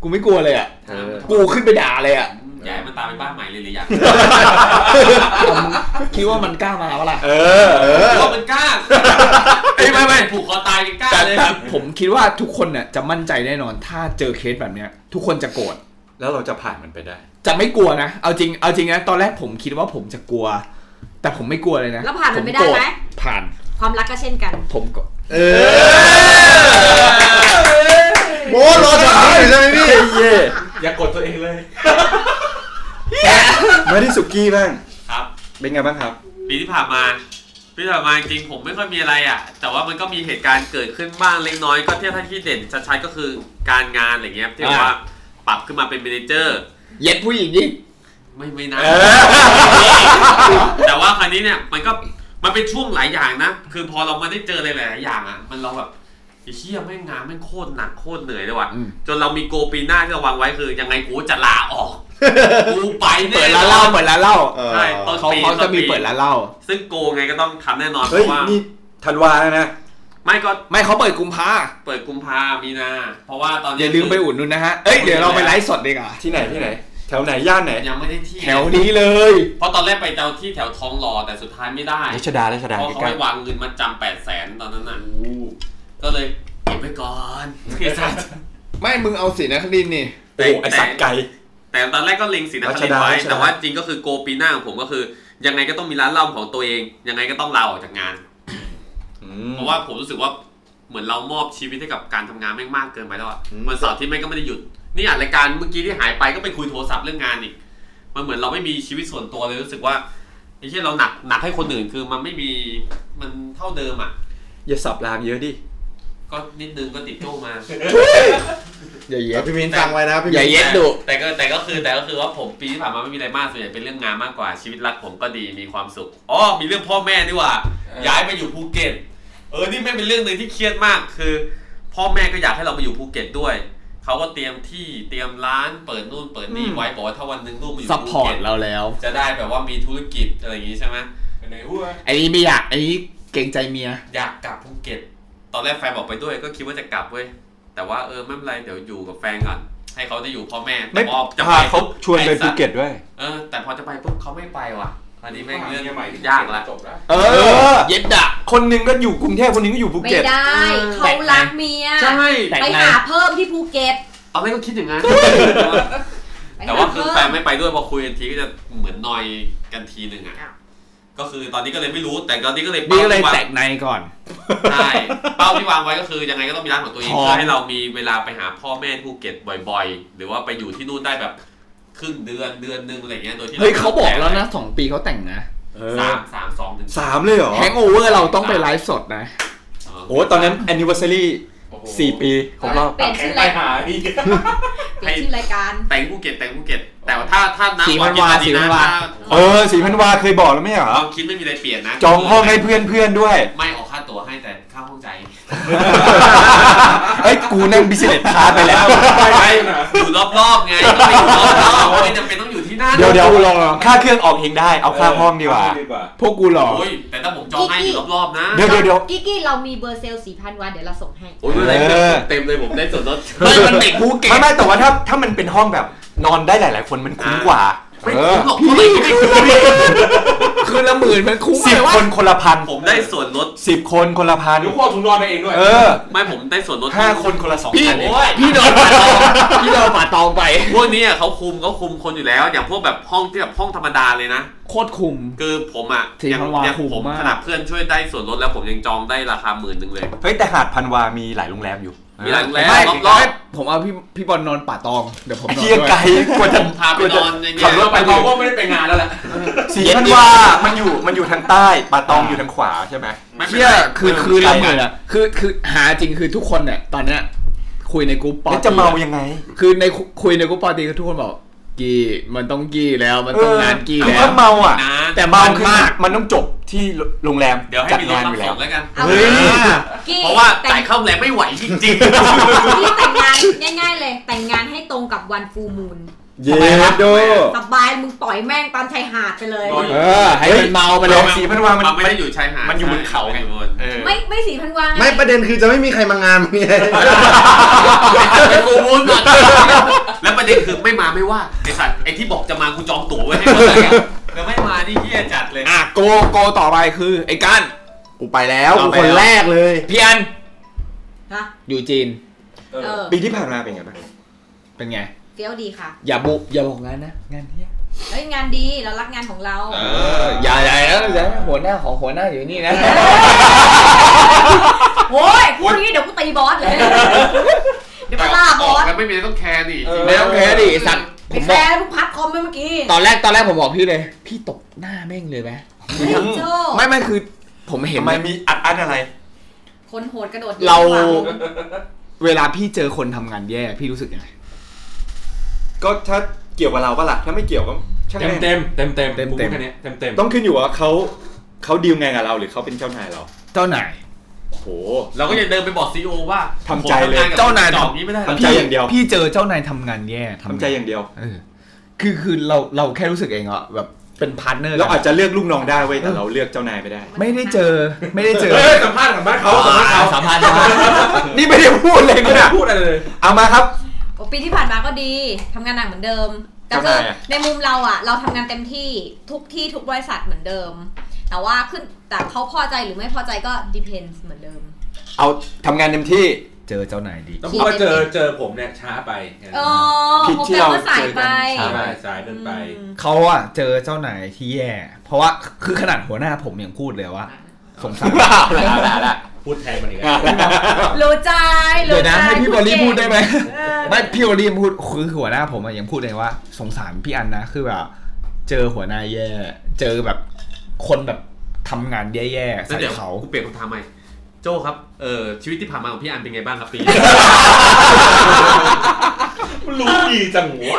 Speaker 6: กูไม่กลัวเลยอะ
Speaker 1: เออ
Speaker 6: กูขึ้นไปด่าเลยอะ
Speaker 8: อยากให้มันตามไปบ้านใหม่เลยหรือยัง
Speaker 6: คิดว่ามันกล้ามาปะล่ะ
Speaker 1: เออ เออ
Speaker 8: ว่ามันกล้า
Speaker 6: เอ้ยไม่ไม่
Speaker 8: ผูกคอตายกันกล้า
Speaker 6: แต่
Speaker 8: เลย
Speaker 6: แต่
Speaker 8: ครับ
Speaker 6: ผมคิดว่าทุกคนเนี่ยจะมั่นใจแน่นอน ถ้าเจอเคสแบบเนี้ย ทุกคนจะโกรธ
Speaker 1: แล้วเราจะผ่านมันไปได้
Speaker 6: จะไม่กลัวนะ เอาจริงเอาจริงนะตอนแรกผมคิดว่าผมจะกลัว แต่ผมไม่กลัวเลยนะ
Speaker 9: แล้วผ่านมัน
Speaker 6: ผ
Speaker 9: ไปได้
Speaker 6: โกรธ
Speaker 9: ไหม
Speaker 6: ผ่าน
Speaker 9: ความรักก็เช่นกัน
Speaker 6: ผมก็
Speaker 4: โอ้รอจอดนี้อยู่ใช่ไหมพี่
Speaker 1: เย่
Speaker 7: อย่ากดตัวเองเลย
Speaker 1: มาที่สุกี้บ้าง
Speaker 8: ครับ
Speaker 1: เป็นไงบ้างครับ
Speaker 8: ปีที่ผ่านมาปีที่ผ่านมาจริงๆผมไม่ค่อยมีอะไรอ่ะ แต่ว่ามันก็มีเหตุการณ์เกิดขึ้นบ้างเล็กน้อยก็เทียบเท่าที่เด่นชัดๆก็คือการงานอะไรเงี้ยที่แบบว่าปรับขึ้นมาเป็นเมเนเจอร์
Speaker 6: เย็ดผู้หญิงยิ่ง
Speaker 8: ไม่ไม่นะ แต่ว่าครั้นี้เนี่ยมันก็มันเป็นช่วงหลายอย่างนะ คือพอเรามาได้เจออะไรหลายๆอย่างอ่ะ มันเราแบบไอ้เชี่ยแม่งงานแม่งโคตรหนักโคตรเหนื่อยเลยว่ะ
Speaker 6: อืม
Speaker 8: จนเรามีโกลปีหน้าที่เราวางไว้คือยังไงกูจะลาออก
Speaker 6: (laughs)
Speaker 8: กูไป
Speaker 6: เปิ
Speaker 8: แน่
Speaker 6: ด
Speaker 8: น
Speaker 6: ร้านเห
Speaker 8: อ
Speaker 6: ล้าน เปิดร้านเหล้า
Speaker 4: เออ
Speaker 8: ใช่ตอน
Speaker 6: เขา
Speaker 8: ปี
Speaker 6: เขา
Speaker 8: ต้
Speaker 6: จะ
Speaker 8: น
Speaker 6: มี
Speaker 8: ปี
Speaker 6: เปิดร้านเหล้า
Speaker 8: ซึ่งโกไงก็ต้องทำแน่นอนเพ
Speaker 1: เฮ้ย
Speaker 8: ราะว่า
Speaker 1: นี่ธันวาแล้วนะ
Speaker 8: ไม่ก็
Speaker 6: ไม่เขาเปิดกุมภา
Speaker 8: เปิดกุมภามีนา เพราะว่าตอนนี้
Speaker 6: อย่าลืมไปอุดหนุนนะฮะเอ้ยเดี๋ยวเราไปไลฟ์สดดีกว่า
Speaker 1: ที่ไหนที่ไหน แถวไหน ย่านไหน
Speaker 8: ยังไม่ได้ที่
Speaker 6: แถวนี้เลย
Speaker 8: เพราะตอนแรกไปเจ้าที่แถวทองหล่อแต่สุดท้ายไม่ได้
Speaker 1: รัชดารัชดา
Speaker 8: เพราะเขา
Speaker 1: ใกล้
Speaker 8: ให้วางเงินมาจำแปดแสนตอนนั้นน่ะก็เลยเก็บไว้ก่อนพี่สัตว์
Speaker 6: ไม่มึงเอาสีนะครินทร์นี่
Speaker 1: ๆโอ้โหไอสัตว์ไก่
Speaker 8: แต่ตอนแรกก็เล็งสินะค
Speaker 1: รั
Speaker 8: รับ
Speaker 1: ชดา
Speaker 8: ไว้
Speaker 1: รัชดา
Speaker 8: แต่ว่าจริงก็คือโกปีหน้าของผมก็คือ ยังไงก็ต้องมีร้านเหล้าของตัวเอง ยังไงก็ต้องลาออกจากงาน
Speaker 1: อืม
Speaker 8: เพราะว่าผมรู้สึกว่าเหมือนเรามอบชีวิตให้กับการทำงานแม่งมากเกินไปแล้วอ่ะ
Speaker 1: อืม
Speaker 8: วันเสาร์ที่แม่งก็ไม่ได้หยุด นี่อัดรายการเมื่อกี้ที่หายไปก็ไปคุยโทรศัพท์เรื่องงานอีก มันเหมือนเราไม่มีชีวิตส่วนตัวเลยรู้สึกว่าไอ้ที่เราหนักหนักให้คนอื่นคือมันไม่มีมันเท่าเดิมอ่ะ
Speaker 1: อย่าสับรางเยอะดิ
Speaker 8: ก็นิดนึงก็ติดโจ้มา
Speaker 6: อย่าเย็
Speaker 4: เดี๋ย
Speaker 6: ด
Speaker 4: วพี่มินฟังไว้นะพี่
Speaker 6: อ
Speaker 4: มิน
Speaker 6: ย่าเย็ดดุ
Speaker 8: แต่ก็แต่ก็คือแต่ก็คือว่าผมปีที่ผ่านมาไม่มีอะไรมากส่วนใหญ่เป็นเรื่องงานมากกว่าชีวิตรักผมก็ดีมีความสุขอ๋อมีเรื่องพ่อแม่นี่หว่าย้ายไปอยู่ภูเก็ตเออนี่แม่งเป็นเรื่องหนึ่งที่เครียดมากคือ พ่อแม่ก็อยากให้เราไปอยู่ภูเก็ตด้วยเขาก็เตรียมที่เตรียมร้านเปิดนู่นเปิดนี่ไว้บอกว่าถ้าวันหนึ่งลูกมาอยู่
Speaker 6: ซัพพอ
Speaker 8: ภู
Speaker 6: ร์
Speaker 8: เก็
Speaker 6: ต
Speaker 8: ต
Speaker 6: เราแล้ว
Speaker 8: จะได้แบบว่ามีธุรกิจอะไรอย่างงี้ใช่ไหม
Speaker 7: ไหนหัว
Speaker 6: ไอ้นี้ไม่อยากไอ้นี้เกรงใจเมีย
Speaker 8: อยากกลับภูเก็ต ตอนแรกแฟนบอกไปด้วยก็คิดว่าจะกลับเว้ยแต่ว่าเออไม่เป็นไรเดี๋ยวอยู่กับแฟนก่อนให้เขาได้อยู่พ่อแม่แต่
Speaker 1: ไม่
Speaker 8: พอจะ
Speaker 1: พา
Speaker 8: ไป
Speaker 1: เขาชวนไป
Speaker 8: อ้
Speaker 1: ภู
Speaker 8: สัตว์
Speaker 1: เก็ตด้วย
Speaker 8: เออแต่พอจะไปปุ๊บเขาไม่ไปว่ะอันนี้แม่งเรื่อง
Speaker 7: ใหม่
Speaker 8: ยากละ
Speaker 7: จบแล้ว
Speaker 6: เอ
Speaker 1: อ
Speaker 6: เย็ดด่ะ
Speaker 1: คนหนึ่งก็อยู่กรุงเทพคนหนึงก็อยู่ภู
Speaker 9: ไม่
Speaker 1: เก็ต
Speaker 9: ได้เขารักเมีย
Speaker 8: ใช่
Speaker 6: แต่ง
Speaker 9: ไป
Speaker 6: งาน
Speaker 9: หาเพิ่มที่ภูเก็ต
Speaker 8: ตอนแรกก็คิดอย่างนั้น
Speaker 9: ไป
Speaker 8: แต่
Speaker 9: ห
Speaker 8: ว่าคือ
Speaker 9: เพิ่ม
Speaker 8: แฟนไม่ไปด้วยพอคุยกันทีก็จะเหมือนนอยกันทีหนึ่งอ่ะ
Speaker 9: อ้าว
Speaker 8: ก็คือตอนนี้ก็เลยไม่รู้แต่ตอนนี้ก็เลย
Speaker 6: นี่
Speaker 8: เป้า
Speaker 6: ก็เลย
Speaker 8: ที่วา
Speaker 6: แต
Speaker 8: ง
Speaker 6: กในก่อน
Speaker 8: ใช่เป้าที่วางไว้ก็คือยังไงก็ต้องมีร้านของตัวเอง
Speaker 6: พอ
Speaker 8: เพื่อให้เรามีเวลาไปหาพ่อแม่ที่ภูเก็ตบ่อย ๆ หรือว่าไปอยู่ที่นู่นได้แบบครึ่งเดือนเดือนหนึงอะไรอย่างเงี้ยโดยที่
Speaker 6: เฮ้ยเขาบอกแล้วนะสองปีเขาแต่งนะ
Speaker 1: เออ
Speaker 8: สามสามสองถึง
Speaker 1: สามเลยเหรอ
Speaker 6: แฮงโอเวอร์เราต้องไปไลฟ์สดนะ
Speaker 8: เ
Speaker 1: โอ้ตอนนั้น anniversary
Speaker 7: โอ้โห
Speaker 1: สี่ปีครบรอบ
Speaker 9: เปลี่ยน
Speaker 7: แข็
Speaker 9: ชื่
Speaker 7: ง
Speaker 9: อ
Speaker 7: ไป
Speaker 9: ราย
Speaker 7: หาอีก
Speaker 9: เปลี่ยนชื่อรายการ
Speaker 8: แต่งภูเก็ตแต่งภูเก็ตแต่ว่าถ้าถ้านับ
Speaker 6: สีพันวา
Speaker 8: ตอ
Speaker 6: สีพันวา
Speaker 8: ถ้
Speaker 1: เออสีพันวาเคยบอกแล้วไม่ใช่เหรอ
Speaker 8: ความคิดไม่มีอะไรเปลี่ยนนะ
Speaker 1: จองห้องให้เพื่อนเพื่อนๆด้วย
Speaker 8: ไม่ออกค่าตั๋วให้แต่ค่าห้องใจ
Speaker 1: เอ้ย กูนั่งบิสเนสคาร์ไปแล้ว
Speaker 7: ไปไปนะ
Speaker 8: อยู่รอบๆไงก็ไปอยู่รอบๆไม่จำเป็นต้องอยู่ที่นั่น
Speaker 1: เดี๋ยวเดี๋ยวลองค่าเครื่องออกเองได้ เอาค่าห้องดีกว่า
Speaker 6: พวกกูหลอก
Speaker 8: โอ้ยแต่ถ้าผมจองให้อยู่รอบๆนะ
Speaker 1: เดี๋ยวเดี๋ยวเดี๋ยว
Speaker 9: กิ๊กกี้เรามีเบอร์เซลสี่พันวันเดี๋ยวเราส่งให้
Speaker 8: โอ้ยไม่เป็นไร
Speaker 1: เออ
Speaker 8: เต็มเลยผมได้ส่วนลด
Speaker 6: ไม่มันเด็กภูเก็ต
Speaker 1: ไม่ไม่แต่ว่าถ้าถ้ามันเป็นห้องแบบนอนได้หลาย ๆ คนมันคุ้มกว่า
Speaker 8: ไม่
Speaker 1: เออ
Speaker 8: คุ้มหรอกเพราะไม่คุ้ม
Speaker 6: คืนละหมื่นมันคุ้ม
Speaker 1: สิบ
Speaker 6: เลยวะ
Speaker 1: คนคนละพัน
Speaker 8: ผมได้ส่วนลด
Speaker 1: สิบคนคนละพัน
Speaker 7: เดี๋ยวพ่อถุงนอนไปเองด้วย
Speaker 1: เออ
Speaker 8: ไม่ผมได้ส่วนลด
Speaker 1: ห้าคนคนละสอง
Speaker 6: พี่
Speaker 1: พันเอง
Speaker 8: โอ้ย
Speaker 6: พี่นอนพันสอง ที่เราป่าตองไป
Speaker 8: พวกนี้อะเขาคุมเขาคุมคนอยู่แล้ว อย่างพวกแบบห้องที่แบบห้องธรรมดาเลยนะ
Speaker 6: โคตรคุม
Speaker 8: คือผมอ่ะ
Speaker 6: ที่
Speaker 8: ยั
Speaker 6: พันวา
Speaker 8: ยั
Speaker 6: คุ้ม
Speaker 8: ผม
Speaker 6: มาก
Speaker 8: ขนาดเพื่อนช่วยได้ส่วนลดแล้วผมยังจองได้ราคาหมื่นหนึ่งเลย
Speaker 1: เฮ้ยแต่หาดพันวามีหลายโรงแรมอยู่
Speaker 8: มีหลายโรงแรม
Speaker 6: ไม่
Speaker 8: รอบ
Speaker 6: ผมเอาพี่พี่บอลนอนป่าตอง เดี๋ยวผมนอน
Speaker 1: เที่ย
Speaker 6: ด้วย
Speaker 1: ไกลกว่าจะ
Speaker 8: ๆพาไปนอนอย่างเงี้
Speaker 1: ขับ
Speaker 8: ย
Speaker 1: รถ
Speaker 7: ไป
Speaker 1: ไป
Speaker 7: เขาก็ไม่ได้ไปงานแล้วแหละ
Speaker 1: สีพันวามันอยู่มันอยู่ทางใต้ป่าตองอยู่ทางขวาใช่ไหม
Speaker 8: ไม่เป็น
Speaker 6: เชี่ย
Speaker 8: ไร
Speaker 6: คือ
Speaker 1: ไม่
Speaker 6: คือ
Speaker 1: ไม่
Speaker 6: เรา
Speaker 1: ใช่
Speaker 6: เนี่ยคือคือหาจริงคือทุกคนเนี่ยตอนเนี้ยคุยในกรุ๊ปปอ
Speaker 1: แล้ว
Speaker 6: ตี
Speaker 1: จะเมายังไง
Speaker 6: คือในคุคุยในกรุ๊ปปอตีคือทุกคนบอกกี้มันต้องกี้แล้วมันต้องงานกี้
Speaker 1: เออ
Speaker 6: แล้
Speaker 1: คือ
Speaker 6: ว
Speaker 1: ถ้าเมาอ่ะ
Speaker 8: นะ
Speaker 6: แต่
Speaker 1: เมา
Speaker 6: เมาม
Speaker 1: คือ
Speaker 6: าก
Speaker 1: มันต้องจบที่โรงแรม
Speaker 8: เดี๋ยวให้
Speaker 1: จัด
Speaker 8: มีรถ
Speaker 1: งาน
Speaker 8: รับ
Speaker 1: อยู่แล้
Speaker 8: ข
Speaker 1: ว
Speaker 8: องแล้วกัน
Speaker 9: เอา
Speaker 6: เฮ้ย
Speaker 9: กี้
Speaker 8: เพราะว่า
Speaker 9: แต่
Speaker 8: จ่าย
Speaker 9: ง
Speaker 8: เข้าโรงแรมไม่ไหวจริง
Speaker 9: กี้แต่งงานง่ายๆเลย แต่งงานให้ตรงกับวันฟูมูล
Speaker 4: เย็ดโด
Speaker 9: สบายมึงปล่อยแม่งตามชายหาดไปเลย
Speaker 7: ปล่อย
Speaker 6: เออ ให้มันเมาไป
Speaker 1: มัน
Speaker 6: เลย
Speaker 1: สีพันวา
Speaker 8: ๆ
Speaker 1: มัน
Speaker 8: มันไม่
Speaker 1: มัน
Speaker 8: ได้อยู่ชายหาด
Speaker 1: มันอยู่บนเขาไง
Speaker 8: ใช่อยู่บน
Speaker 1: เออ
Speaker 9: ไม่ไม่สีพันวา
Speaker 4: ไม่ประเด็นคือจะไม่มีใครมางานมึงไง
Speaker 8: ไปกูมูนก่อน แล้วประเด็นคือไม่มาไม่ว่าไอสัตว์ไอที่บอกจะมากูจองตั๋วไว้ให้เขาแต่แล้วไม่มานี่เหี้ยจัดเลย
Speaker 6: อ่ะโกโกต่อไปคือไอ้ก้าน
Speaker 4: กูไปแล้ว
Speaker 6: เอา
Speaker 4: กู
Speaker 6: ไป
Speaker 4: คนแรกเลย
Speaker 6: พี่อัน
Speaker 9: ฮะ
Speaker 6: อยู่จีน
Speaker 7: เออ
Speaker 9: เออ
Speaker 1: ปีที่ผ่านมาเป็นไงบ้าง
Speaker 6: เป็นไง
Speaker 9: เฟี้ยวดีค่ะ
Speaker 6: อย่าบุอย่าบอกงานนะ งานเนี้ย
Speaker 9: เฮ้ยงานดีเรารักงานของเรา
Speaker 6: เอออย่าอย่าอย่าอย่าหัวหน้าของหัวหน้าอยู่นี่นะ
Speaker 9: โอ้ยพูดอย่างนี้เดี๋ยวกูตีบอส
Speaker 6: (laughs)
Speaker 9: เลย เดี๋ยวกูล่าบอส
Speaker 8: แล้วไม่มีอะไรต้องแคร์ดิจริงๆ
Speaker 6: ไม่ต้องแคร์ดิสัตว์
Speaker 9: ไปแคร์มึงพับคอมไปเมื่อกี้
Speaker 6: ตอนแรกตอนแรกผมบอกพี่เลย พี่ตบหน้าแม่งเลยไหม
Speaker 9: เฮ้ยโจ้
Speaker 6: ไม่ไม่คือผมเห็น
Speaker 1: ทำไมมีอัดอั้นอะไร
Speaker 9: คนโหดกระโดด
Speaker 6: เรา
Speaker 9: หนีกว่
Speaker 6: เวลาพี่เจอคนทำงานแย่พี่รู้สึกยังไง
Speaker 1: ก็ถ้าเกี่ยวกับเราปะล่ะถ้าไม่เกี่ยวก็ช่าง
Speaker 7: เต็ม
Speaker 1: แม่ง
Speaker 7: เต็มเต็มเต็ม
Speaker 6: เต็มเต็ม
Speaker 7: กูพูดแค่นี้เต็มเต็ม
Speaker 1: ต้องขึ้นอยู่ว่าเขาเขาดีลไงกับเราหรือเขาเป็นเจ้านายเรา
Speaker 6: เจ้านาย
Speaker 1: โอ้โห
Speaker 8: เราก็จะเดินไปบอกซีอีโอว่า
Speaker 1: ทำใจเลย
Speaker 8: ผมกับ
Speaker 6: เจ้านาย
Speaker 8: จอบนี้ไม่ได้หรอ
Speaker 1: ทำใจอย่างเดียว
Speaker 6: พี่เจอเจ้านายทำงานแย่
Speaker 1: ทำใจอย่างเดียว
Speaker 6: เออคือคือเราเราแค่รู้สึกเองอะแบบเป็นพาร์ทเนอร์
Speaker 1: เราอา
Speaker 6: กัน
Speaker 1: จจะเลือกลูกน้องได้เว้ยแต่เราเลือกเจ้านายไม่ได้
Speaker 6: ไม่ได้เจอไม่ได้เจอ
Speaker 7: เฮ้ยสัมภาษณ์สัมภาษณ์เขาสัมภาษณ์
Speaker 6: สัมภา
Speaker 7: เขา
Speaker 6: ษณ์นะ
Speaker 1: นี่ไม่ได้พูดเลย
Speaker 7: ไม่
Speaker 1: นะ
Speaker 7: ได้
Speaker 1: เนี่ย
Speaker 7: พูดอะไรเลย
Speaker 1: เอามาครับ
Speaker 9: โอ้ปีที่ผ่านมาก็ดีทำงานหนักเหมือนเดิมแต่คือ
Speaker 1: ทำไงอะ
Speaker 9: ในมุมเราอะเราทำงานเต็มที่ทุกที่ทุกบริษัทเหมือนเดิม แต่ว่าขึ้นแต่เขาพอใจหรือไม่พอใจก็ depends เหมือนเดิม
Speaker 1: เอาทำงานเต็มที่
Speaker 6: เจอเจ้านายดี
Speaker 7: ต้องพูดว่าเจอเจอผมเนี่ยช้าไปแค่นั้น
Speaker 9: เออ
Speaker 1: ผิด
Speaker 9: ผม
Speaker 1: ที่
Speaker 9: แปล
Speaker 1: เรา
Speaker 9: ว่าสาย
Speaker 1: เจอกั
Speaker 9: ไป
Speaker 1: น
Speaker 7: ช้าไปสายเกินไป
Speaker 9: อืม
Speaker 6: เขาอะเจอเจ้านายที่แย่ เพราะว่าคือขนาดหัวหน้าผมยังพูดเลยว่าสงสาร
Speaker 1: เอาละเอาละ
Speaker 7: พูดแทนมันอีกแล้ว
Speaker 9: รู้ใจ
Speaker 6: เดี๋ยวนะ
Speaker 9: รู้ใจ
Speaker 6: ให้พี่บอลลี่พูดได้ไหม
Speaker 9: เออ
Speaker 6: ไม่พี่บอลลี่พูดคือหัวหน้าผมอะยังพูดเลยว่า สงสารพี่อันนะคือแบบเจอหัวหน้าแย่ เจอแบบคนแบบทำงานแย่ๆ
Speaker 8: แล้ว
Speaker 6: ใส่
Speaker 8: เดี๋ยว
Speaker 6: เขา
Speaker 8: กูเปลี่ยนคำถามใหม่โจครับเออชีวิตที่ผ่านมาของพี่อันเป็นไงบ้างครับปี
Speaker 7: รู้ดีจังหัวะ